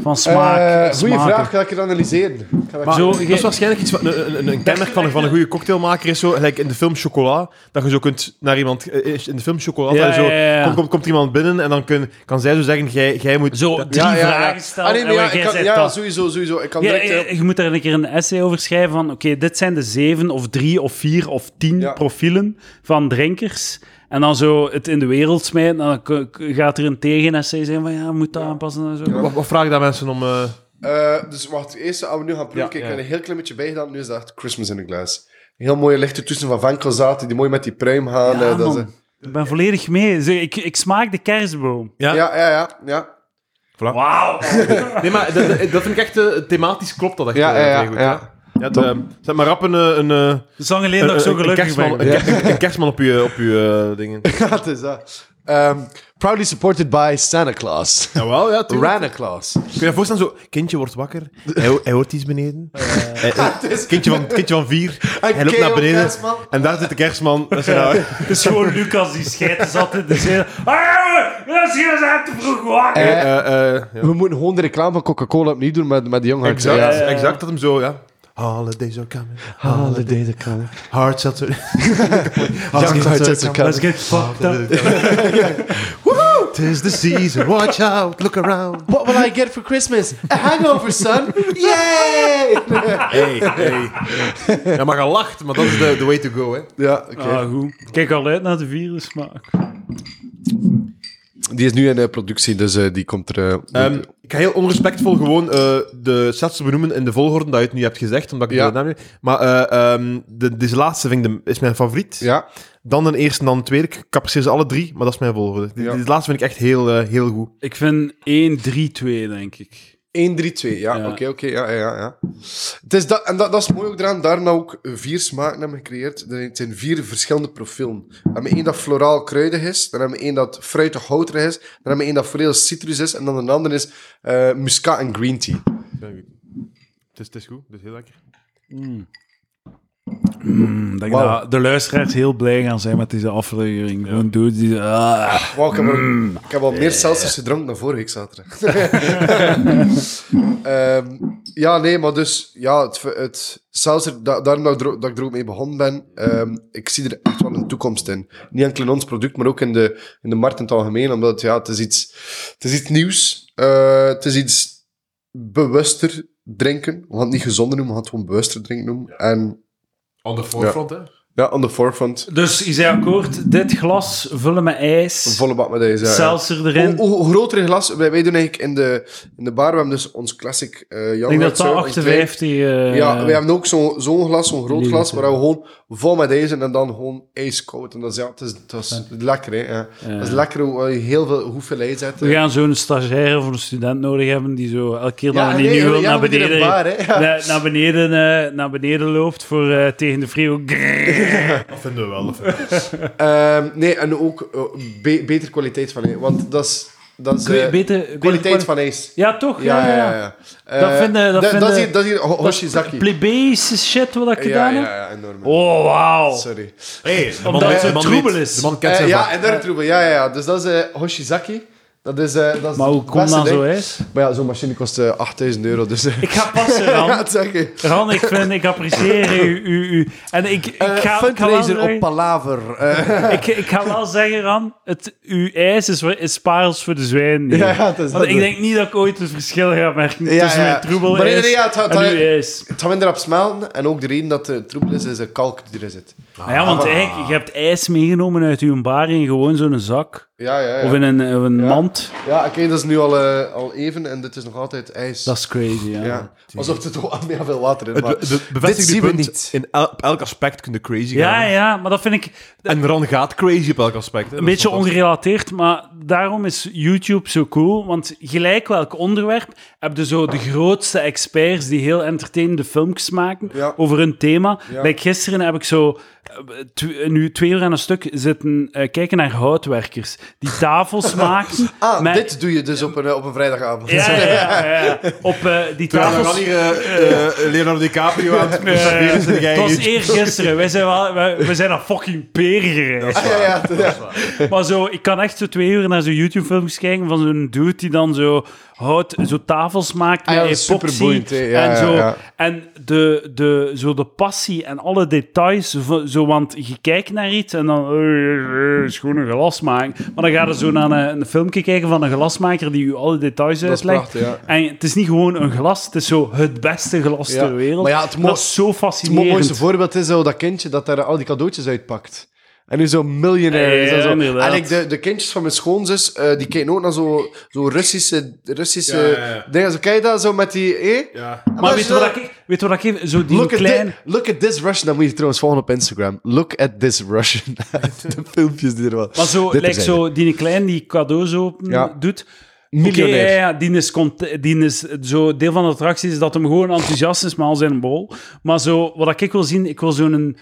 Van smaak?
eh goeie
smaken.
vraag, ga ik het analyseren. Ik ga dat-
Maar
Zo,
dat
jij-
is waarschijnlijk iets wat een, een, een kenmerk van, van een goede cocktailmaker is. Zo, gelijk in de film Chocola, dat je zo kunt naar iemand... eh, In de film Chocola,
Ja,
dat je zo,
ja, ja, ja.
Komt, komt, komt iemand binnen en dan kun, kan zij zo zeggen, jij, jij moet...
Zo
dat-
drie
Ja, ja, ja.
vragen stellen
Ah, nee, maar
en
ja,
waar
ik
jij
kan-
zegt
ja,
dat.
sowieso, sowieso. Ik kan
Ja,
direct... eh,
je, je moet daar een keer een essay over schrijven van... Oké, dit zijn de zeven of drie of vier of tien
Ja.
profielen van drinkers. En dan zo het in de wereld smijten. En dan k- k- gaat er een tegen-essay zijn van... Ja, we moeten dat aanpassen en zo.
Wat, wat vragen daar mensen om... eh,
Eh, dus wacht, eerst gaan we nu gaan proeven. Kijk,
ja.
Ik heb er een heel klein beetje bij gedaan. Nu is dat echt Christmas in een glaas. Een heel mooie lichte toetsen van Van Cosati, die mooi met die pruim gaan.
ja,
eh, dat is,
man.
eh,
Ik ben volledig mee. Zeg, Ik, ik smaak de kerstboom.
ja?
ja, ja, ja. ja.
Wauw.
Nee, maar dat, dat- dat vind ik echt... eh, thematisch klopt dat echt
Ja,
eh,
ja,
vrij
ja,
goed.
ja.
hè. Ja, het, eh, zet maar rap een... eh, een, eh,
Zang alleen dat ik zo
een- een
gelukkig
kerstman,
ben.
een, ke- een kerstman op je, op je eh, dingen.
*laughs* dat is dat. Ehm, proudly supported by Santa Claus. *laughs*
Jawel, *laughs* ja, tuurlijk.
Rana Claus.
Kun je je voorstellen, zo, kindje wordt wakker, hij, ho- hij hoort iets beneden.
*laughs*
Hij- hij- kindje, van, kindje van vier, hij loopt naar
Keo,
beneden.
kerstman.
En daar zit de kerstman. Dat is nou,
Het is gewoon Lucas die scheidt zat in de zee. Ah, dat is hier zijn te vroeg wakker.
Eh,
eh, eh, ja.
We moeten gewoon de reclame van Coca-Cola opnieuw doen met, met de Young
*laughs*
Hearts.
exact,
ja, ja.
exact, dat hem zo, ja. Holidays are coming,
Holiday the Color.
hard seltzer.
Young Hearts is
coming.
Let's get fucked up.
er- *laughs* Tis the season, watch out, look around.
What will I get for Christmas? A hangover, son. Yay!
Hey, hey. Ja, maar gelacht, maar dat is de, de way to go, hè.
*laughs* ja, oké.
Ah, goed. Kijk al uit naar de vierde smaak.
Die is nu in eh, productie, dus eh, die komt er... eh,
Ehm, ik ga heel onrespectvol gewoon eh, de sets benoemen in de volgorde dat je het nu hebt gezegd, omdat ik
Ja.
de naam niet- Maar eh, ehm, de, deze laatste vind ik de- is mijn favoriet.
ja.
Dan een eerste en dan een tweede. Ik kapseer ze alle drie, maar dat is mijn volgorde. De
Ja.
Deze laatste vind ik echt heel, eh, heel goed.
Ik vind 1, 3, 2, denk ik.
1, 3, 2. Ja, oké,
Ja.
oké. ja, ja, ja, ja. Het is dat, en dat, dat is mooi ook eraan. Daarna ook vier smaken hebben we gecreëerd. Er- Het zijn vier verschillende profielen. We hebben één dat floraal kruidig is. Dan hebben we één dat fruitig houterig is. Dan hebben we één dat volledig citrus is. En dan een andere is eh muscat en green tea.
Het is, goed, dus heel lekker.
Ik denk
Wauw.
dat de luisteraars heel blij gaan zijn met deze aflevering. Gewoon dudes die... ah.
Wow, ik, heb al, ik heb al meer Celsius gedronken dan vorige week zaterdag. *laughs* Ehm, Ja, nee, maar dus, ja, het, het, zelfs er, da- daarom dat ik, er, ook- dat ik er ook mee begonnen ben, ehm, ik zie er echt wel een toekomst in. Niet enkel in ons product, maar ook in de, in de markt in het algemeen, omdat het, ja, het, is, iets, het is iets nieuws. eh, het is iets bewuster drinken. We gaan het niet gezonder noemen, we gaan het gewoon bewuster drinken noemen. En
On the forefront, hè?
ja, on the forefront,
Dus is hij akkoord? Dit glas vullen met ijs.
volle bak met Oh, deze. eh, ja, ja.
Seltzer erin.
Hoe, hoe groter een glas, wij, wij doen eigenlijk in de, in de bar, we hebben dus ons classic eh
ik
Young
denk
Red
dat dat
Sour, ons klein-
58... eh,
Ja, we hebben ook zo- zo'n glas, zo'n groot
Liter.
glas, waar we gewoon vol met ijs en dan gewoon ijskoud. En dat is, ja, het is, het is lekker, hè. Ja. Het is lekker hoe hoe je heel veel, hoeveel ijs zet.
We gaan zo'n stagiair of een student nodig hebben die zo elke keer
Ja,
dat hij
nee,
nu
ja,
wil
ja,
naar
we moeten in
beneden,
een bar, hè. Ja.
naar, naar beneden, eh, naar beneden loopt voor eh, tegen de frio.
Dat vinden we wel. dat vinden we.
Ehm, nee, en ook eh, be- beter kwaliteit van ijs. Want dat is... Dat is eh,
Beter, beter
kwaliteit van ijs.
Ja, toch?
Ja, ja, ja. Eh,
Dat vinden- dat
da-
vinden-
is hier, dat is hier ho- Hoshizaki.
Plebeïsche shit wat ik
Ja,
gedaan
ja,
heb.
ja, enorm.
Oh, wauw.
Sorry.
Hey, de man
Omdat het
weet-
zo
de man
troebel
weet-
is.
De man kent
Eh
zijn
ja,
vak.
en daar troebel. Ja, ja, ja. Dus dat is eh Hoshizaki. Dat is, eh dat is
Maar
het
hoe komt
beste
dat zo
ding.
ijs?
Maar ja, zo'n machine kost eh, 8000 euro, dus... eh, *laughs*
Ik ga passen,
ja,
Ran.
het zeg je.
Ran, ik vind, ik apprecieer u. u, u. En ik, ik,
Eh,
ga, ik, ga wel
fundraiser op
zeggen,
Palaver. Eh,
ik, ik ga wel zeggen, Ran, het, uw ijs is, wa- is parels voor de zwijnen.
Ja, ja, het is
Want
dat
ik
ook.
denk niet dat ik ooit het verschil ga merken
Ja,
tussen
ja.
mijn troebel
Maar nee, nee, ja, het gaat-
en uw
het-
ijs.
het gaat minder op smelten. En ook de reden dat de troebel is, is de kalk die erin zit.
Maar ja, want eigenlijk, je hebt ijs meegenomen uit uw bar in gewoon zo'n zak.
Ja, ja, ja.
Of in een, eh, of een mand.
Ja, oké, dat is nu al, eh, al even en dit is nog altijd ijs.
Dat is crazy, ja.
ja. Alsof er toch al meer veel water in
Het
maar
be- be- bevestigt
Dit
uw
zien we
punt.
niet.
In el- op elk aspect kun je crazy
Ja,
gaan.
ja, maar dat vind ik
En Ran gaat crazy op elk aspect. hè.
een
Dat is
beetje
fantastisch.
ongerelateerd, maar daarom is YouTube zo cool. Want gelijk welk onderwerp heb je zo de grootste experts die heel entertainende filmpjes maken
Ja.
over hun thema.
Ja.
Like gisteren heb ik zo eh, tw- nu twee uur aan een stuk zitten eh, kijken naar houtwerkers die
*laughs*
tafels maken.
Ah,
met-
dit doe je dus op een, eh, op een vrijdagavond.
Ja, ja, ja, ja, ja. Op eh, die
Terwijl Ran
tafels...
*laughs* hier eh, eh, Leonardo DiCaprio aan
Eh,
het proberen
het was eergisteren. Wij zijn, wel, wij, wij zijn naar fucking peren gereisd.
Ah, *laughs* ja, ja, ja.
Maar zo, ik kan echt zo twee uur naar zo'n YouTube-filmpjes kijken van zo'n dude die dan zo hout, zo tafels maakt
Ah
met
ja, dat is
epoxy.
superboeiend, hè. Ja,
en
ja,
zo,
ja.
en de, de, zo de passie en alle details. van- Zo, want je kijkt naar iets en dan... eh, eh, is gewoon een glas maken. Maar dan ga je zo naar een, een filmpje kijken van een glasmaker die je alle details
Dat is
uitlegt.
prachtig, ja.
En het is niet gewoon een glas, het is zo het beste glas
Ja.
ter wereld.
Maar ja, het mo-
dat is zo
Het mo- mooiste
fascinerend.
voorbeeld is zo dat kindje dat daar al die cadeautjes uitpakt. En nu zo'n miljonair is.
Ja,
en zo.
inderdaad.
En ik, de, de kindjes van mijn schoonzus, eh, die kijken ook naar zo'n zo Russische, Russische
Ja, ja, ja.
dingen. Zo, kijk je dat zo met die... eh?
Ja.
Maar
Maar
weet je
zo-
wat ik... Weet je wat ik even... Zo die
Look at,
klein...
thi- look at this Russian. Dat moet je trouwens volgen op Instagram. Look at this Russian. *laughs* de filmpjes die er wel.
Maar zo,
Dit Eh,
lijkt
terzijde.
zo die klein die cadeaus open
Ja.
doet.
Miljonair.
Oké, ja, ja, die is, cont- die is zo, deel van de attractie is dat hem gewoon enthousiast is met al zijn bol. Maar zo, wat ik wil zien, ik wil zo'n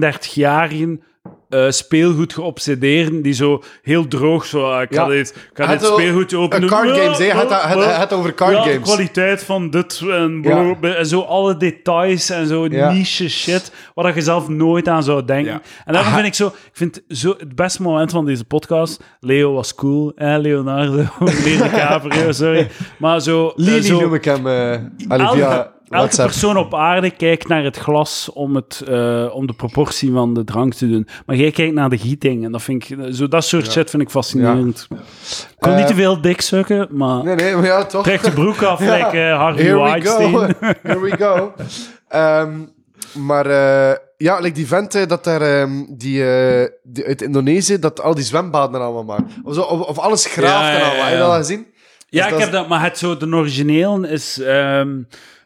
34-jarige eh, speelgoed geobsedeerden die zo heel droog zo, ah, ik ga
Ja.
dit, ik ga
Het
dit
zo-
speelgoed open doen.
eh, card games, hè.
Ja,
Het- het- het- het over card
ja, de
games.
kwaliteit van dit en, bla- bla- en eh, zo alle details en zo
Ja.
niche shit, waar dat je zelf nooit aan zou denken.
Ja.
En daarom vind ik zo, ik vind zo het beste moment van deze podcast. Leo was cool, hè, Leonardo, *laughs* Leo Caprio,
*laughs*
sorry. Maar zo, eh,
Lily
zo
noem ik hem. eh allee,
elke,
via
elke
WhatsApp.
persoon op aarde kijkt naar het glas om, het, eh, om de proportie van de drank te doen. Maar jij kijkt naar de gieting en dat vind ik, zo dat soort shit vind ik fascinerend. Ik kan niet
Eh,
te veel dik sukken, maar
Nee, nee, maar ja, toch.
trek de broek af,
*laughs* Ja.
like eh, Harvey
Here we
Weinstein.
go. *laughs* Here we go. Ehm, maar eh, ja, like die vent eh, dat daar, ehm, die, eh, die uit Indonesië, dat al die zwembaden er allemaal maakt. Of, zo, of, of alles graaft
Ja,
en
ja,
allemaal.
ja,
Heb je
ja.
dat al gezien?
Ja,
Dus
ik
dat
heb
is-
dat, maar het zo, de origineel is ehm,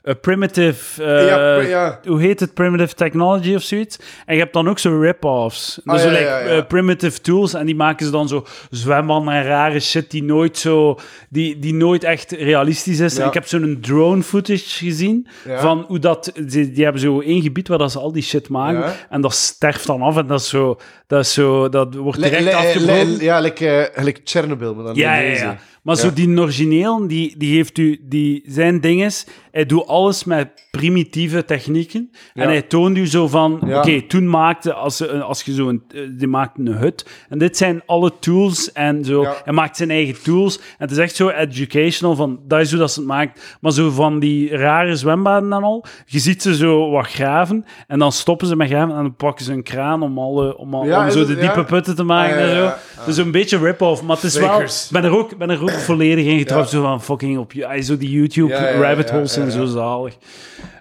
eh, primitive. eh,
Ja, pri- ja.
Hoe heet het? Primitive technology of zoiets. En je hebt dan ook zo rip-offs.
Ah,
dus zo
ja, ja,
like,
ja.
eh, primitive tools. En die maken ze dan zo zwemmen en rare shit die nooit zo. die, die nooit echt realistisch is. En
Ja.
ik heb zo'n drone footage gezien.
Ja.
van hoe dat. Die, die hebben zo één gebied waar dat ze al die shit maken.
Ja.
En dat sterft dan af. En dat is zo. dat, is zo, dat wordt
Le-
direct
le-
afgebroken.
le- Ja, like, eh, like Chernobyl, maar dan
Ja, ja,
Indonesië.
ja. Maar zo
Ja.
die origineel, die, die heeft u, die, zijn ding is, hij doet alles met primitieve technieken. En
Ja.
hij toont u zo van,
Ja.
oké, toen maakte, als, ze een- als je zo een, eh, die maakte een hut. En dit zijn alle tools en zo.
Ja.
Hij maakt zijn eigen tools. En het is echt zo educational, van, dat is hoe dat ze het maakt. Maar zo van die rare zwembaden en al, je ziet ze zo wat graven. En dan stoppen ze met graven en dan pakken ze een kraan om, alle, om, al-
Ja,
om
is
zo
het-
de
ja.
diepe putten te maken
Ah, ja,
en
ja,
zo.
ja.
Dus een beetje rip-off, maar het is wel...
Zekers.
Ik ben er ook, ben er
*clears throat*
ook volledig in getrapt.
Ja.
Zo van fucking op je- ah, zo die YouTube
Ja, ja, ja,
rabbit
ja,
holes
ja,
zijn
ja.
zo zalig.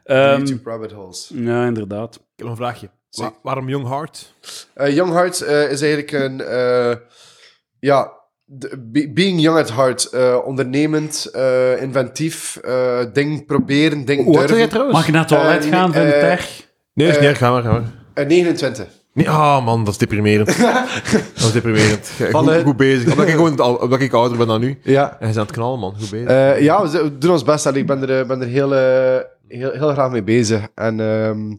Ehm,
YouTube Dus, rabbit holes.
Ja, inderdaad.
Ik heb een vraagje. Wa- waarom Young Heart?
Eh, young Hearts eh, is eigenlijk een. eh, ja, de- be- being young at heart. eh, ondernemend, eh, inventief, eh, ding proberen, ding durven.
trouwens?
Mag ik naar het toilet
Eh,
gaan,
nee,
vind ik
eh,
erg?
Nee, dat is niet
Eh,
erg. Ga maar, ga maar.
Eh, 29.
Nee, ah man, dat is *laughs* deprimerend. dat is deprimerend. Ja,
Van,
goed,
eh,
goed bezig. Omdat ik, gewoon, al- omdat ik ouder ben dan nu.
Ja.
En je bent aan het knallen, man. Goed bezig.
Eh, ja, we, z- we doen ons best. en ik ben er, eh, ben er heel, eh, heel, heel graag mee bezig. En ehm,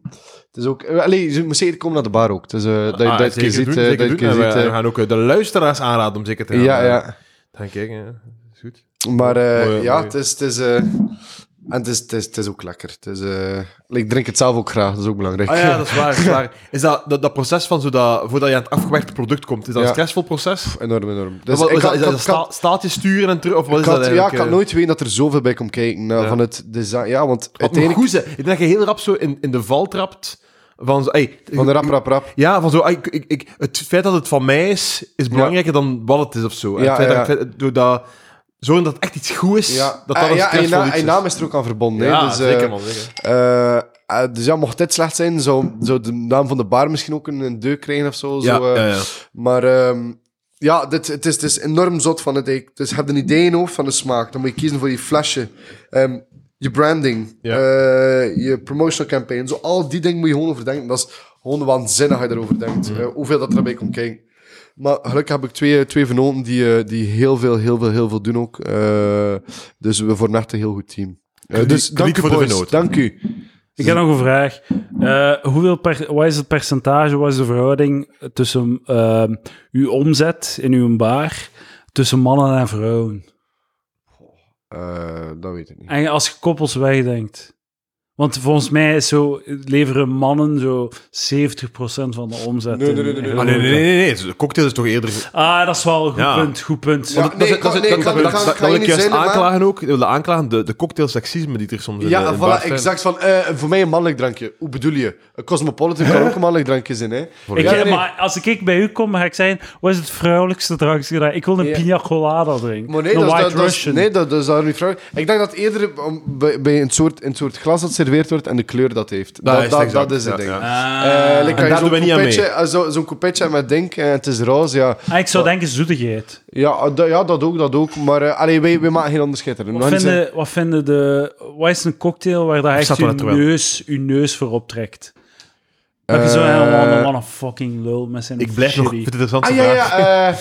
het is ook... eh, Allee, je moet zeker komen naar de bar ook. Dus eh, dat, je-
Ah,
dat je het keer
zeker
ziet...
doen,
eh,
zeker
dat je het
doen.
keer
En we,
ziet, eh,
we gaan ook eh, de luisteraars aanraden om zeker te gaan,
ja,
eh,
ja.
te gaan kijken. ja. Is goed.
Maar eh,
Mooi,
ja,
mooi.
het is... Het is eh, en het is, het, is, het is ook lekker. Het is, eh, ik drink het zelf ook graag, dat is ook belangrijk.
Ah ja, dat is waar. Dat is, waar. *laughs* is dat, dat, dat proces van zo dat, voordat je aan het afgewerkte product komt, is dat
Ja.
een stressvol proces?
*laughs* Enorm, enorm.
Dus
Dus
wat,
ik
is dat,
had-
is
ik
dat
had-
sta- staaltjes sturen en terug? Of wat
ik
is
had-
dat
ja,
eigenlijk? eh,
ik had nooit weten dat er zoveel bij komt kijken. eh,
Ja. Oh,
Van het design. Ja, want
Uiteindelijk...
uiteindelijk...
Goed, zijn. ik denk dat je heel rap zo in, in de val trapt van zo... Ey,
Van de rap, rap, rap.
Ja, van zo... ey, ik, ik, ik- het feit dat het van mij is, is belangrijker dan wat het is of zo. En
Ja,
het feit
ja,
dat,
ja.
ik- het- door dat, zorgen dat het echt iets goed is,
Ja,
dat dat
Eh,
een
ja en je
stressvol
na-
iets
en je
is.
naam is er ook aan verbonden.
ja,
hè, dus, eh,
zeker man, zeker.
Eh, eh, dus ja, mocht dit slecht zijn, zou, zou de naam van de bar misschien ook een, een deuk krijgen of zo.
Ja,
zo eh.
ja, Ah, ja.
Maar ehm, ja, dit, het, is, het is enorm zot van het. ik- Dus je hebt een idee in je hoofd van de smaak. Dan moet je kiezen voor je flesje, ehm, je branding,
Ja.
eh, je promotional campaign. Zo, al die dingen moet je gewoon overdenken. Dat is gewoon waanzinnig als je erover denkt. eh, hoeveel dat erbij komt kijken. Maar gelukkig heb ik twee, twee venoten die, eh, die heel veel, heel veel, heel veel doen ook. Eh, dus we vormen echt een heel goed team. Eh,
Krediet-
dus
krediet
dank u,
voor de
boys.
venoten.
Dank u.
Ik heb nog een vraag. Eh, hoeveel per, wat is het percentage, wat is de verhouding tussen ehm, uw omzet in uw bar tussen mannen en vrouwen?
Eh, dat weet ik niet.
En als je koppels wegdenkt. Want volgens mij is zo, leveren mannen zo 70% van de omzet.
Nee,
in-
nee,
in
nee, nee, nee.
Ah, nee, nee, nee, nee, nee. De cocktail is toch eerder...
Ah, dat is wel een goed
Ja.
punt, goed punt.
Ja.
Dat
nee,
is- dat
kan-
is-
nee,
dat-
kan-
dat- dat-
kan- kan
dat
je
wil ik
niet
juist
zeggen, maar-
aanklagen ook. Ik wil aanklagen, de, de cocktail seksisme die er soms in de-
Ja,
in
voilà,
bars zijn.
exact. Van, eh, voor mij een mannelijk drankje. Hoe bedoel je? Een Cosmopolitan kan ook een mannelijk drankje zijn, hè?
Ik,
Ja, nee.
Maar als ik bij u kom, ga ik zeggen: wat is het vrouwelijkste drankje? dat- Ik wil een
Ja.
pina colada drinken.
Maar nee,
een
dat, is-
White
dat, dat is,
Russian.
nee dat, dat is daar niet vraag. Ik denk dat eerder om- bij, bij een, soort, een soort glas dat serveerd wordt en de kleur dat heeft.
Dat
Dat,
is
dat, dat,
exact,
is het
ja,
ding.
ja.
Eh
Ah.
like,
daar
als je
doen we niet aan mee.
Zo'n zo zo'n coupetje met denk en eh, het is roze, ja.
Ah, ik zou denken zoetigheid.
Ja, dat, ja, dat ook, dat ook. Maar eh allee, wij, wij maken geen onderscheid. erin.
Wat
Want, eh,
vinden, wat vinden de... Wat is een cocktail waar dat echt
staat
uw
wel net wel.
neus, uw neus voor optrekt? Dat je zo
Eh,
helemaal een man fucking lul met zijn
Ik blijf nog... Ik vind
shitty-
het interessant.
Ah ja, ja.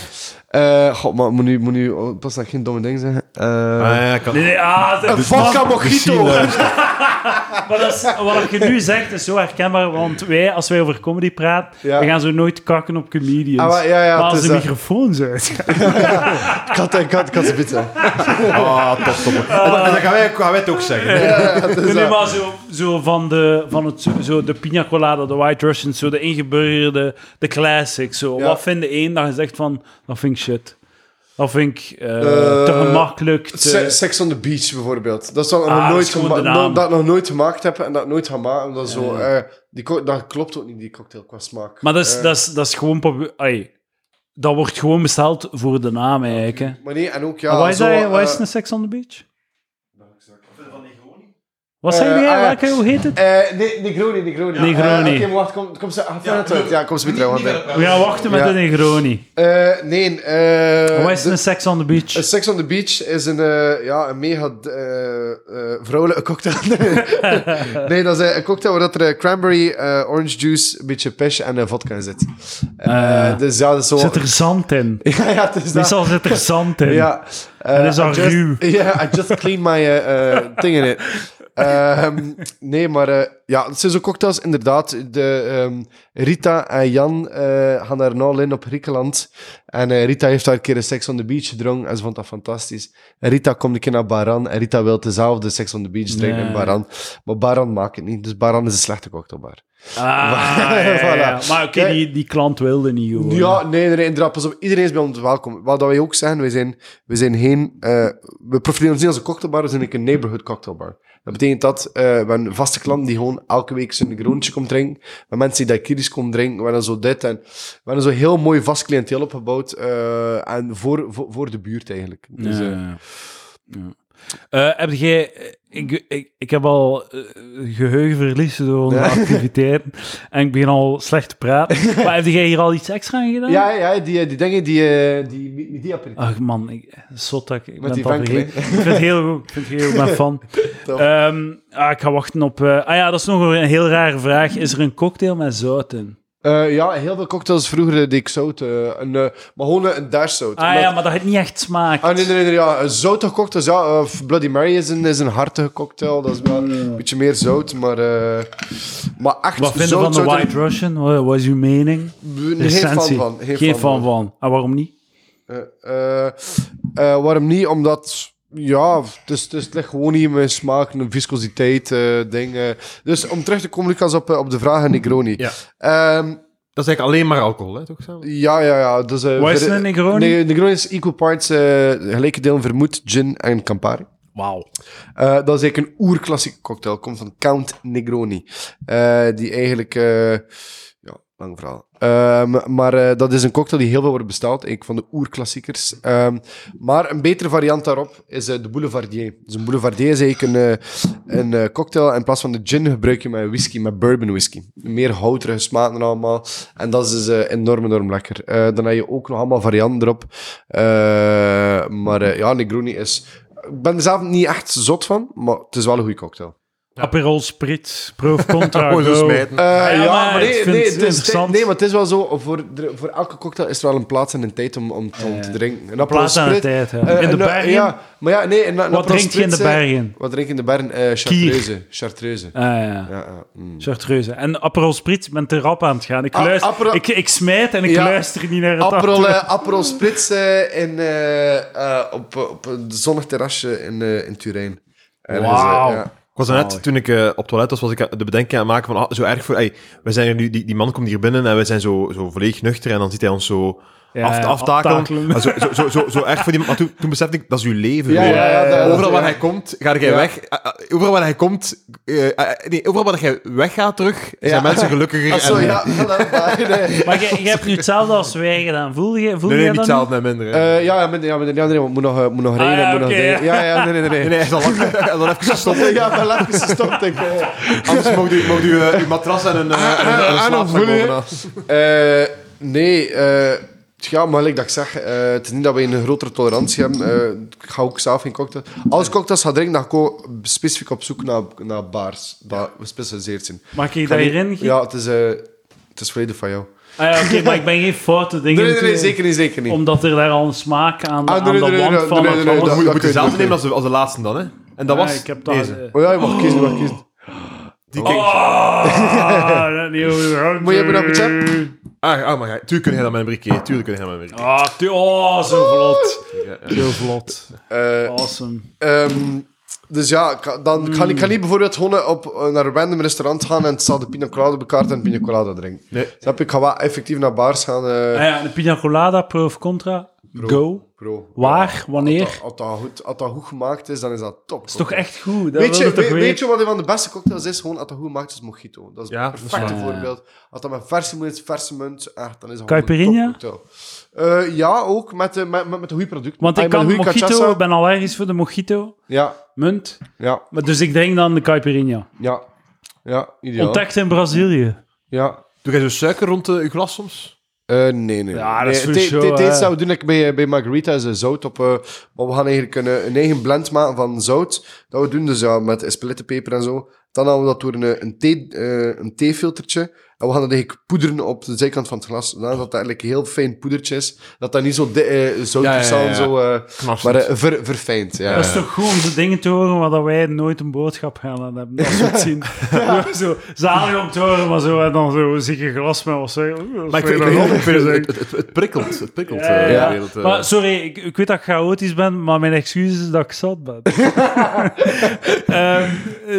eh eh, god, maar moet nu, moet nu oh, pas dat ik geen domme ding zeggen. Eh,
Ah,
ja, kan...
Nee, nee, ah,
Een
dit-
vodka
man,
mojito!
eh,
eh,
Maar dat is, wat je nu zegt is zo herkenbaar, want wij, als wij over comedy praten,
Ja.
we gaan zo nooit kakken op comedians.
Ah, maar- ja, ja,
maar
het
als
is
de
dat.
microfoons uit.
Kat en kat, kat
*laughs*
en pizza.
Ah, top, *laughs* top. En dat, en dat gaan, wij, gaan wij het ook zeggen.
Nee, nee, maar zo, zo van de, van het, zo de pina colada, de white russians, zo de ingeburgerde, de classics. Zo.
Ja.
Wat vind je één dat je zegt van, dat vind ik shit. Dat vind ik eh,
Eh,
te gemakkelijk. te-
Se- Sex on the Beach bijvoorbeeld. Dat is wat ik
Ah,
nog
dat
nooit
is gewoon
gema-
de naam.
no- dat ik nog nooit gemaakt heb en dat ik nooit ga maken. Omdat zo, eh, die co- dat klopt ook niet, die cocktail qua smaak. Eh,
maar dat is, dat, is, dat is gewoon... popu- Allee, dat wordt gewoon besteld voor de naam eigenlijk. hè.
Maar nee, en ook
Maar
ja.
wat is,
zo,
dat,
eh,
wat is een Sex on the Beach? Wat
Eh,
zei jij?
ah,
Welke, hoe heet het?
eh, nee, Negroni, Negroni.
Negroni.
Eh, Oké, maar wacht, kom, kom ze ah, verder terug. Ja, kom ze weer terug. want,
We gaan wachten met
Eh, Ja.
de Negroni.
eh, eh, nee, eh,
Wat is
de-
een Sex on the Beach?
eh, Sex on the Beach is een, eh, ja, een mega eh, eh, vrouwelijke cocktail. *laughs* nee, dat is eh, een cocktail waar dat er eh, cranberry, eh, orange juice, een beetje pech en eh, vodka in zit. Eh,
Eh,
dus ja, dat is zo...
Zit er zand in?
*laughs* ja, ja, het is dat.
Meestal zit er zand in.
Ja. eh,
is al
I just- *laughs*
ruw. *laughs*
Ja, I just clean my eh, eh, thing in it. Ehm, nee, maar eh ja, Sizzle Cocktails, inderdaad. De, ehm, Rita en Jan eh, gaan daar nou in op Griekenland. En eh, Rita heeft daar een keer een Sex on the Beach gedronken en ze vond dat fantastisch. En Rita komt een keer naar Baran en Rita wil dezelfde Sex on the Beach drinken
Nee.
in Baran. Maar Baran maakt het niet, dus Baran is een slechte cocktailbar.
Ah,
*laughs*
ja, ja, ja. Maar oké,
Kijk.
die, die klant wilde niet, hoor.
Ja, nee, nee, nee inderdaad. Pas op, iedereen is bij ons welkom. Wat dat wij ook zeggen, wij zijn, wij zijn geen... eh, we profileren ons niet als een cocktailbar, we zijn ook een neighborhood cocktailbar. Dat betekent dat eh, we hebben vaste klanten die gewoon elke week zijn negroontje komen drinken. We hebben mensen die daiquiris komen drinken. We hebben zo dit en... We hebben zo heel mooi vast cliënteel opgebouwd. eh, en voor, voor, voor de buurt eigenlijk. Dus, eh,
Ja. Ja. Eh, heb jij... Ik, ik, ik heb al eh, geheugenverlies door onze
Ja.
activiteiten. En ik begin al slecht te praten.
*laughs*
maar heb jij hier al iets extra aan gedaan?
ja, ja, ja, die, eh, die dingen, die... eh, die, die, die aperitief.
Ach man, ik, zot dat ik, ik ben
Met
het
die
al
venkel,
vergeten. Ik vind het heel goed. Ik vind het heel goed. Ik ben
*laughs*
fan.
Tof.
Ehm, ah, ik ga wachten op... eh, ah ja, dat is nog een heel rare vraag. Is er een cocktail met zout in?
Eh, ja, heel veel cocktails vroeger eh, deed ik zout. eh, een, eh, maar gewoon een darszout.
Ah
Omdat-
ja, maar dat het niet echt smaakt.
Ah, nee, nee, nee, ja. een Zoutige cocktails, ja. eh, Bloody Mary is een, is een hartige cocktail. Dat is wel een beetje meer zout, maar... eh, maar echt
Wat vinden
zout,
van de
zout-
White Russian? Wat wat is uw mening?
Nee, Geen fan
Recensie.
van. Geen,
Geen
fan van.
En waarom niet?
Eh, eh, eh, waarom niet? Omdat... Ja, het, is, het, is, het ligt gewoon niet in mijn smaak, een viscositeit, eh ding. eh. Dus om terug te komen, Lucas, op, eh, op de vraag aan Negroni.
Ja.
Ehm,
Dat is eigenlijk alleen maar alcohol, hè, toch? samen?
ja, ja, ja. Dus, eh,
Wat is
ver-
een Negroni?
Nee, Negroni is equal parts, eh, gelijke deel vermoed, gin en Campari.
Wauw.
Eh, dat is eigenlijk een oerklassieke cocktail. Komt van Count Negroni. Eh, die eigenlijk... eh, ja, lang verhaal. Ehm, maar eh, dat is een cocktail die heel veel wordt besteld. Eigenlijk van de oerklassiekers. Ehm, maar een betere variant daarop is eh, de Boulevardier. Dus een Boulevardier is eigenlijk een, eh, een eh, cocktail. In plaats van de gin gebruik je met whisky, met bourbon whisky. Meer houterige smaken allemaal. En dat is dus, eh, enorm, enorm lekker. Eh, dan heb je ook nog allemaal varianten erop. Eh, maar eh, ja, Negroni is... Ik ben er zelf niet echt zot van, maar het is wel een goede cocktail.
Aperol Spritz,
*laughs*
proof contra.
Gewoon zo
go.
smijten.
ja, maar ik
Eh, nee,
vind
nee,
het
het is,
interessant.
nee, maar het is wel zo, voor, voor elke cocktail is er wel een plaats en een tijd om, om, om
ja.
te drinken. Een Aperol
Eh, Plaats aan de
Spritz,
tijd. hè.
eh,
in de
een-
bergen?
Ja, maar ja, nee, een, een
Wat
Aperol
drinkt je in de
Spritz, eh,
bergen?
Wat drink je in de bergen? Eh chartreuse. Chartreuse.
Ah ja,
Ja, ja, mm.
chartreuse. En Aperol Spritz, ik ben te rap aan het gaan. Ik,
Ah,
luister,
Aperol-
ik, ik smijt en ik
Ja.
luister niet naar het
Aperol,
antwoord.
eh, Aperol Spritz eh, in, eh, eh, op, op een zonnig terrasje in, eh, in Turijn. Ergens, eh,
Wauw.
ja.
Ik was net, toen ik eh, op het toilet was, was ik aan- de bedenking aan het maken van, ah, zo erg voor... Ey, we zijn er nu, die, die man komt hier binnen en wij zijn zo, zo volledig nuchter en dan ziet hij ons zo
Ja,
af,
ja,
aftakelen.
aftakelen.
Ah, zo, zo, zo, zo, zo erg voor die man. Maar toen, toen besefte ik, dat is uw leven.
Ja,
gewoon.
ja, ja, dat-
overal
dat-
waar
ja.
hij komt, ga jij
Ja.
weg. Ah, ah, overal waar hij komt... eh, ah, nee, overal waar jij weggaat terug, zijn
Ja.
mensen gelukkiger.
Ah, zo,
eh,
en,
*laughs*
ja. voilà, nee.
Maar je, je hebt nu hetzelfde als wij gedaan. Voel je, voel
Nee, nee,
je
niet
dat
hetzelfde, nee, minder. hè.
Eh, ja, ja, minder, ja, minder, ja, nee, want het moet nog, eh, moet nog regenen.
Ah, ja,
moet nog
oké,
dingen. ja. ja,
*laughs*
nee, nee, nee.
nee, nee,
*laughs*
hij is al lang hij is al even gestopt.
Ja, ik ben laat gestopt. Ik, eh.
Anders mocht u, mocht u eh, uw matras en een, eh, en
*laughs*
een, en een
Ah,
slaapzak
ah, voel je?
bovenaan.
Eh, nee, eh, ja, maar gelijk dat ik zeg, eh, het is niet dat we een grotere tolerantie hebben. Eh, ik ga ook zelf geen cocktail. Als ik cocktails ga drinken, dan ga ik ook specifiek op zoek naar, naar bars dat gespecialiseerd zijn.
Mag ik
Ik ga
daarin?
niet- Ja, het is, eh, het is volledig van jou. eh,
Ah, ja, Oké,
*laughs*
maar ik ben geen foute dingen
Nee, nee, nee,
aan het doen.
zeker niet, zeker niet.
Omdat er daar al een smaak aan,
Ah, nee,
aan de
nee, nee,
wand van
nee, nee,
het
nee, nee,
Moet-
dat-
moet je
dat kun je
dezelfde
doen.
nemen als de, als de laatste dan, hè? En dat
Ah,
was
ik heb dat...
deze.
eh,
Oh ja, je mag kiezen, je mag kiezen.
Die king.
Ah,
Moet je hebben nog iets hebben?
Ah, ah, maar ja, tuurlijk kun je dat met een briquet. Tuurlijk kun je dat met een briquet.
Ah, tu- oh, zo vlot.
Ja, ja.
Zo vlot.
Eh,
Awesome.
Ehm, dus ja, ik ga- dan kan ik kan niet bijvoorbeeld gewoon op, eh, naar een random restaurant gaan en het staat de pina colada bekaart en pina colada drinken.
Nee.
Snap je? Ik ga wel effectief naar bars gaan. eh
Ah ja, de pina colada, pro of contra, go.
bro.
Waar, wanneer?
Als dat- Als dat, goed, als dat goed gemaakt is, dan is dat top.
is toch echt goed? Dat
Weet
wil
je,
toch
weet,
weten?
weet je wat een van de beste cocktails is? Gewoon als dat goed gemaakt is, mojito. Dat is
Ja,
een
dat is
perfect
waar.
voorbeeld. Als dat met verse munt, verse munt, echt, dan is dat
Caipirinha?
een topcocktail. Eh, ja, ook met, de- met, met, met een goed product.
Want ik
Ah, met
kan
een goede
mojito,
cachaça.
ik ben allergisch voor de mojito,
Ja,
munt.
ja,
Maar dus ik drink dan de caipirinha.
ja. Ja, ideaal.
Ontdekt in Brazilië.
Ja.
Doe jij zo suiker rond eh, je glas soms?
Eh, nee, nee.
Ja, dat
nee.
is
Het-
sowieso,
het- het enige
eh.
dat we doen like, bij, bij Margarita is eh, zout op. eh, maar we gaan eigenlijk een, eh, een eigen blend maken van zout. Dat we doen dus ja, met spillettenpeper en zo. Dan halen we dat door een, een, thee, eh, een theefiltertje. En we gaan dat eigenlijk poederen op de zijkant van het glas. Zodat dat eigenlijk een heel fijn poedertje is. Dat dat niet zo di- eh, zout
Ja, ja,
is aan,
ja, ja.
zo... eh, maar
Maar, eh,
eh, ver- verfijnd, ja.
Dat is toch gewoon om de dingen te horen waar dat wij nooit een boodschap gaan aan hebben. Dat is
*laughs*
wat zien. *laughs* zo, zalig om te horen, maar zo, en dan zo ziek een glas met of zo.
maar ik,
Zo,
ik,
dan-
eh,
*laughs* ik- ik vind
*laughs*
het, het, het, het prikkelt. Het prikkelt.
Ja,
eh,
ja.
de wereld, eh.
Maar sorry, ik, ik weet dat ik chaotisch ben, maar mijn excuus is dat ik zat
*laughs*
ben. Ehm,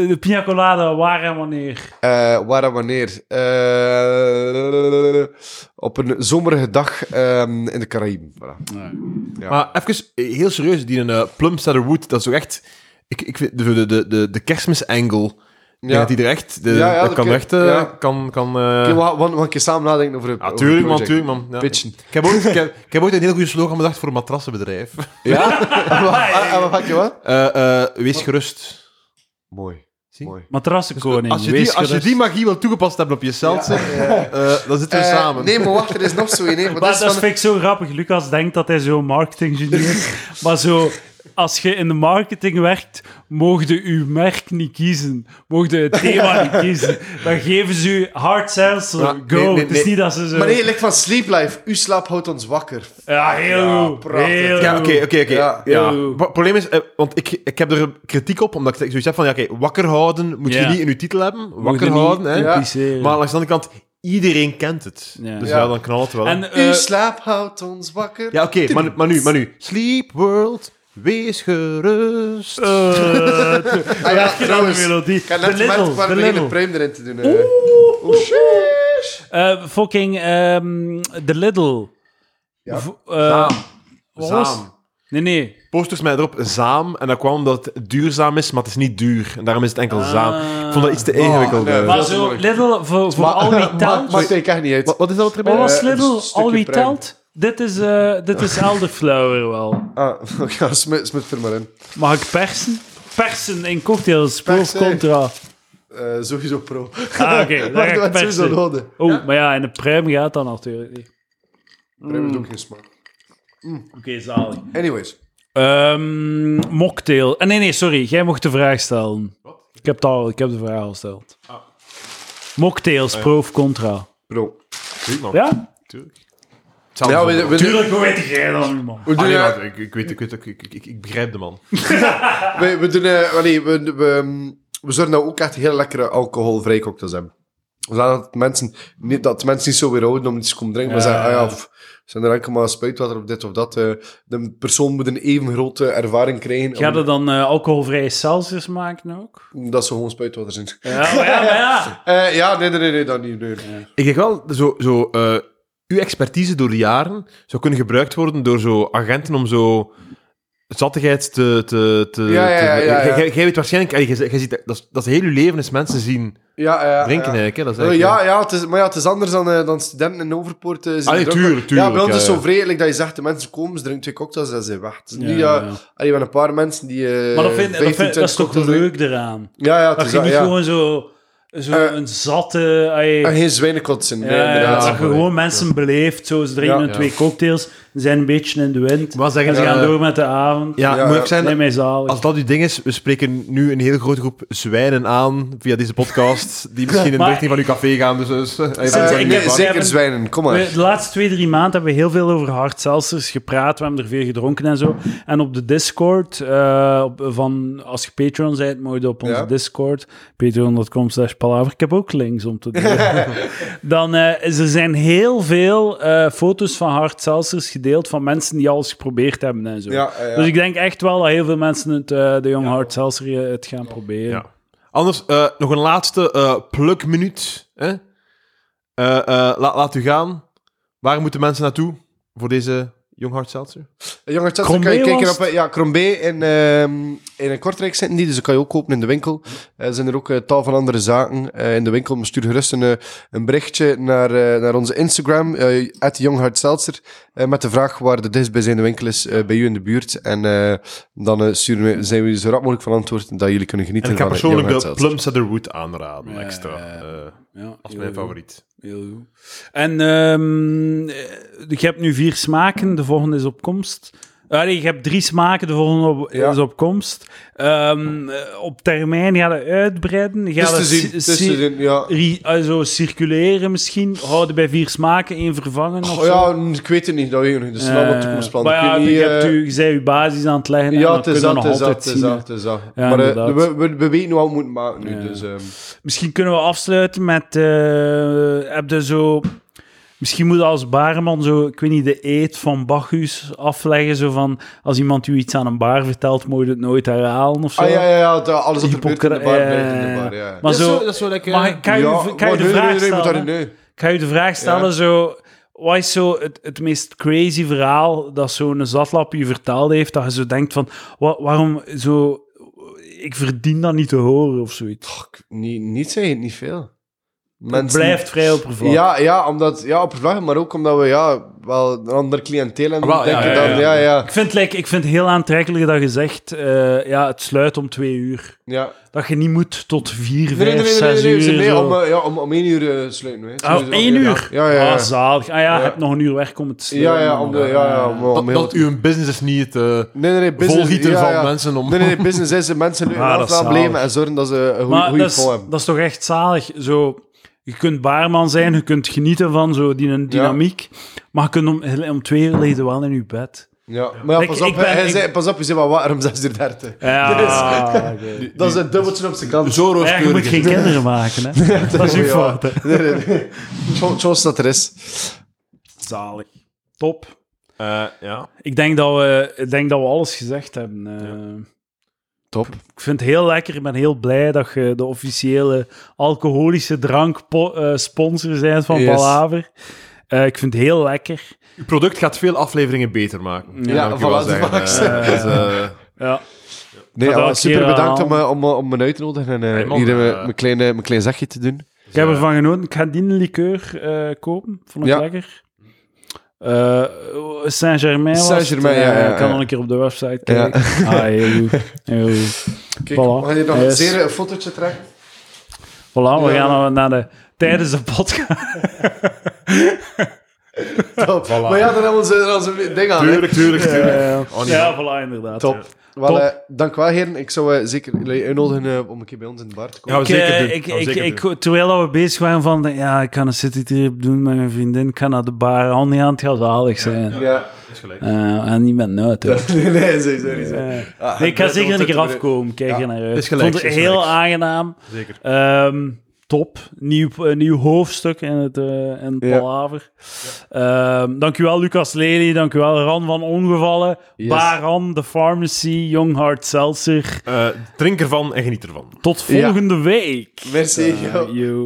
de pina colada, waar en wanneer?
Eh, waar en wanneer? Eh, op een zomerige dag ehm, in de Caraïben. Voilà. Ja.
Maar even eh, heel serieus, die een eh, Plum Cedar Wood, dat is toch echt... Ik, ik vind de, de, de, de, de kerstmis-angle, ik denk
Ja.
dat die er echt... De,
Ja, ja,
dat
dat
kan
kun-
echt... eh,
ja.
kan, kan, eh,
Oké, we gaan- we gaan een keer samen nadenken over het
ja,
over
tuurlijk,
het
man,
project.
tuurlijk, man. Ja.
Pitchen.
Ik heb, ooit, ik, heb, ik heb ooit een heel goede slogan bedacht voor een
*laughs*
matrassenbedrijf.
Ja? En- en Ah, wat pak je wat?
Eh, eh, wees gerust.
Mooi.
Zie?
Mooi.
Matrassenkoning.
Dus, eh, Als je,
wees
die, als je
gerust.
die magie wil toegepast hebben op je Celtse, eh, dan zitten we
Eh,
samen.
Nee, maar wacht, er is nog zo één. hè, want
Maar
dat
dat
is van-
vind ik zo grappig. Lucas denkt dat hij zo'n marketinggenie is. maar zo, als je in de marketing werkt, mogen je uw merk niet kiezen. Mogen je het thema niet kiezen. Dan geven ze u hard sales. zo,
Ja,
go.
nee, nee,
Het is
nee.
niet dat ze zo...
Maar nee, lijkt van Sleep Life. Uw slaap houdt ons wakker.
Ja, heel
Ja,
goed.
prachtig.
Heel
Ja,
goed.
oké, oké, oké.
Ja.
Ja. Maar Het probleem is, eh, want ik, ik heb er kritiek op, omdat ik zoiets heb van, ja, oké, wakker houden moet je
Ja.
niet in je titel hebben.
Mogen
Wakker
niet
houden, hè.
Ja.
impliceren.
Maar langs de andere kant, iedereen kent het.
Ja.
Dus ja,
Ja.
dan knal het wel.
En, eh,
Uw
*laughs*
slaap houdt ons wakker.
ja, oké, maar, maar nu, maar nu. Sleep World, wees gerust.
eh, t-
Ah ja,
de
trouwens.
melodie.
Ik heb
De
net gemerkt
Lidl,
waar
de
we
Lidl.
hele prime erin te doen. Oeh, sheesh.
eh, fucking ehm, de Lidl.
Ja.
V- eh, wat was-
Zaam.
Nee, nee.
Posters mij erop, zaam. En dat kwam omdat het duurzaam is, maar het is niet duur. En daarom is het enkel zaam. Ik vond dat iets te ingewikkeld.
Oh, nee.
eh.
Maar
dat is
zo,
mooi.
Lidl, voor, voor
Maar-
al die
*laughs* maar-
telt...
Maar kijk echt niet uit.
Wat, wat is dat wat erbij?
Wat was
Eh, een
Lidl?
stukje
Al wie
pruim.
telt? Dit is, eh, dit *laughs* is elderflower wel.
Ah, *laughs* oké, ja, smut, smut er maar in.
Mag ik persen? Persen in cocktails, pro of
Persen. *laughs*
contra.
Eh, sowieso *laughs* pro.
Ah, oké. dan
Maar
ga ik
dat is sowieso
persen.
rode.
Oh, maar ja, en de pruim gaat dan natuurlijk niet.
Prime heeft ook geen smaak.
Oké, zalig.
Anyways.
Ehm, mocktail. Ah, nee, nee, sorry. Jij mocht de vraag stellen. Ik heb, het al, ik heb de vraag al gesteld.
Ah.
Mocktails,
Oh
pro of contra.
Pro.
Ja?
Ja, we, we,
Tuurlijk, hoe weet jij dan, man?
we doen... eh,
ik, ik, weet, ik, weet, ik, ik, ik, ik begrijp de man.
We, we doen... eh, allee, we, we, ehm, we zorgen dat we ook echt heel lekkere alcoholvrije cocktails hebben. Zodat mensen niet, dat mensen niet zo weer houden om iets te komen drinken.
Ja.
Maar zeggen, ah ja, pff, zijn er enkel maar spuitwater of dit of dat. eh, de persoon moet een even grote ervaring krijgen.
Ga
om-
je dan eh, alcoholvrije Celsius maken ook?
Omdat ze gewoon spuitwater zijn.
Ja, maar ja, maar ja.
Eh, ja, nee, nee, nee, nee, dat niet. Nee, nee.
Ik denk wel, zo, zo, eh, uw expertise door de jaren zou kunnen gebruikt worden door zo agenten om zo zattigheid te... te, te
Ja, ja,
te-
ja, ja, ja.
Jij- Jij jij weet waarschijnlijk... allee, Jij, jij ziet, dat, dat is- dat is heel uw leven is mensen zien
Ja, ja, ja,
drinken
ja.
eigenlijk. Hè? Dat is
Oh,
eigenlijk
ja, ja het is, maar ja, het is anders dan, eh, dan studenten in Overpoort. eh, zien
Allee,
drinken.
tuurlijk, tuurlijk,
Ja, bij ons
ja,
is het
ja.
zo vredelijk dat je zegt, de mensen komen, ze drinken twee cocktails en ze zijn weg. Het is
Ja,
niet, eh,
ja, ja.
ja, allee, we hebben een paar mensen die eh
Maar dat, vind, dat,
15,
vind- dat is
20
toch
cocktails drinken.
leuk eraan?
Ja, ja, het
Dat
is
je niet
ja.
gewoon zo, zo
Eh,
een zatte... ai,
En geen zwijnenkotsen, nee,
ja, ja,
inderdaad.
dat je gewoon mensen beleeft. Zo, ze drinken
Ja.
hun twee cocktails, ze zijn een beetje in de wind.
Wat zeggen
en ze
ze,
gaan
eh,
door met de avond.
Ja,
Ja,
moet
ja.
ik zijn,
Neem mij zalig.
als dat uw ding is, we spreken nu een hele grote groep zwijnen aan via deze podcast, die misschien in de
Maar-
richting van uw café gaan. Dus, dus, eh,
Eh,
Sinds
eh,
ik
nee,
heb-
zeker
hebben-
zwijnen, kom maar.
We- de laatste twee, drie maanden hebben we heel veel over hard seltzers gepraat. We hebben er veel gedronken en zo. En op de Discord, eh, op, van, als je Patreon bent, moet je op onze
Ja.
Discord, patreon.com slash palaver. Ik heb ook links om te doen.
*laughs*
Dan eh, is er zijn heel veel eh, foto's van hard seltzers gedeeld van mensen die alles geprobeerd hebben en zo.
Ja, ja, ja.
Dus ik denk echt wel dat heel veel mensen het, eh, de Young Hard Seltzer eh, het gaan proberen.
Ja. Anders, eh, nog een laatste eh plukminuut. Hè? Eh, eh, la- laat u gaan. Waar moeten mensen naartoe voor deze Young Hard Seltzer?
Eh, Jongens, dat
Crombé
kan je kijken
was
op
het?
eh, ja, Crombé in, ehm in een Kortrijk zitten die, dus dat kan je ook kopen in de winkel. Er zijn er ook eh, tal van andere zaken eh, in de winkel. Maar stuur gerust een, eh, een berichtje naar, eh, naar onze Instagram, eh @jonghardseltzer, eh, met de vraag waar de dichtstbijzijnde winkel is eh, bij u in de buurt. En eh, dan eh, sturen we, zijn we zo rap mogelijk van antwoord dat jullie kunnen genieten
En ik ga
van eh,
persoonlijk
Young
de
Hard Seltzer.
Plum Cedar Wood aanraden,
Ja,
extra.
ja,
Eh,
Ja,
dat is
heel
mijn
goed.
favoriet.
Heel goed. En ehm, eh, ik heb nu vier smaken. De volgende is op komst. Ah, nee, je hebt drie smaken, de volgende op,
Ja.
is op komst. Ehm, eh, op termijn ga je uitbreiden. Ga
Het is
je
Dus te zien,
ci-
het is
ci-
te zien, ja.
ri- eh, zo circuleren misschien. Houden bij vier smaken, één vervangen of
Oh,
zo.
ja, mm, ik weet het niet, dat weet ik nog niet.
Eh,
Dus dat is allemaal toekomstplan.
Maar ja,
ik
je,
weet niet,
hebt
eh,
je, je bent je basis aan het leggen en
ja,
dan
het is
kunnen we
dat,
nog
het is dat,
altijd
het is
zien.
dat,
hè.
het is dat.
Ja,
maar eh,
inderdaad.
we, we, we weten hoe we het moeten maken nu,
Ja.
dus... ehm,
Misschien kunnen we afsluiten met... eh, heb je zo... Misschien moet je als barman zo, ik weet niet, de eet van Bacchus afleggen. Zo van, als iemand u iets aan een bar vertelt, moet je het nooit herhalen of zo.
ah, ja, ja, ja, dat- alles wat er gebeurt in de bar,
Hypocriet,
blijft in
eh,
de bar, ja.
Maar
dat is
zo,
zo, dat is zo lekker.
Mag ik- kan je,
Ja,
de- kan je
maar
de
nee, nee,
vraag
nee, maar
stellen?
dat- nee.
Ik ga je de vraag stellen,
Ja.
zo, wat is zo het, het meest crazy verhaal dat zo'n zatlap je verteld heeft, dat je zo denkt van, wa- waarom zo, ik verdien dat niet te horen of zoiets.
Niet, niet zeggen, niet veel.
Het blijft vrij oppervlakkig.
Ja, ja, omdat, ja, oppervlakkig, maar ook omdat we ja, wel een ander cliënteel hebben.
Ah, Wel, ja,
denk ik
ja,
dan,
ja.
ja, ja.
Ik vind, like, ik vind het heel aantrekkelijk dat je zegt, eh, ja, het sluit om twee uur.
ja.
Dat je niet moet tot vier,
Nee, nee,
vijf,
nee, nee,
zes
nee, nee,
uur.
ze- nee,
zo.
om, eh, ja, om, om één uur eh, sluiten we. hè.
Ah,
Sowieso.
één
Ja.
uur?
Ja, ja, ja.
Ah, zalig. Ah ja,
Ja.
je hebt nog een uur werk om het te
ja, ja, om de, ja, ja, om, om
Dat,
heel-
dat uw business is niet het eh,
Nee, nee, nee, business...
volgieten
ja,
van
ja.
mensen om...
Nee, nee, nee, business is de mensen
*laughs*
leuk
Ah, dat
ah,
is zalig.
blijven en zorgen dat ze een
Maar
goede
dat is,
vol hebben.
dat is toch echt zalig. Zo, je kunt baarman zijn, je kunt genieten van zo die dynamiek. Maar je kunt om, om twee uur liggen wel in je bed.
Ja, maar ja,
Ik-
pas
ik
op,
ben-
hij
ik-
zei- pas op, je zei wel warm, 6:30.
Ja,
Dat is een dubbeltje op zijn kant.
Zo
Ja, je moet
rooskleurig.
geen kinderen maken. Hè. Dat is uw
*laughs* Ja.
fout. hè.
*laughs* Nee, nee, nee. Zo- Zoals dat er is.
Zalig. Top.
Eh, ja.
Ik denk dat we, ik denk dat we alles gezegd hebben. eh.
Top.
Ik vind het heel lekker. Ik ben heel blij dat je de officiële alcoholische drank po- eh, sponsor bent van
Yes.
Palaver. Eh, ik vind het heel lekker.
Uw product gaat veel afleveringen beter maken.
Ja,
dat kan ik u wel
voilà, dat
zeggen.
mag ik
Eh,
zeggen.
dat is, eh,
Ja.
Nee,
Maar
ja,
dat
super
keer
bedankt
aan-
om, eh, om, eh, om me uit te nodigen en eh,
Hey, man,
hier eh,
eh,
mijn, kleine, mijn klein zakje te doen.
Ik heb ervan genoten. Ik ga die likeur eh, kopen. Vond ik
Ja.
lekker. Eh, Saint-Germain was het.
Saint-Germain, ja,
Eh,
ja,
ik kan
ja.
nog een keer op de website
Ja.
kijken. Ah, heel goed. Heel goed.
Kijk,
Voilà.
we gaan hier nog
Yes.
een zeer een fotootje trekken.
Voilà, we
Ja.
gaan naar de... Tijdens de podcast.
*laughs* Top. Maar ja, daar hebben we onze, daar onze ding aan. hè.
Tuurlijk, tuurlijk, tuurlijk.
Eh,
Oh, niet
ja, voilà, inderdaad.
Top.
ja.
Wel,
Top.
eh, dank wel, heren. Ik zou eh, zeker jullie uitnodigen eh, om een keer bij ons in de bar te komen.
Ja, we
Ik,
zeker
eh,
doen.
ik,
Gaan we
ik,
zeker
ik, terwijl dat we bezig waren van... Ja, ik kan een citytrip doen met mijn vriendin. Ik ga naar de bar. Al niet aan het gaat zalig zijn.
*laughs* Ja.
Is gelijk.
Eh, en niet met nood, hè.
nee, nee, sowieso niet.
Eh,
Ah,
nee, ik ga
dat
zeker
wordt
een keer
het-
afkomen. Kijk
Ja.
er naar uit.
Is gelijk,
Ik vond het
is
heel
gelijk.
aangenaam.
Zeker.
Ehm, top. Nieuw, een nieuw hoofdstuk in het, eh in het
Ja.
palaver. Ehm, dankjewel Lucas Lely, dankjewel Ran van Ongevallen,
Yes.
Baran, The Pharmacy, Young Hard Seltzer.
Eh, drink ervan en geniet ervan.
Tot
Ja.
volgende week.
Merci.
Eh,
joh.
yo.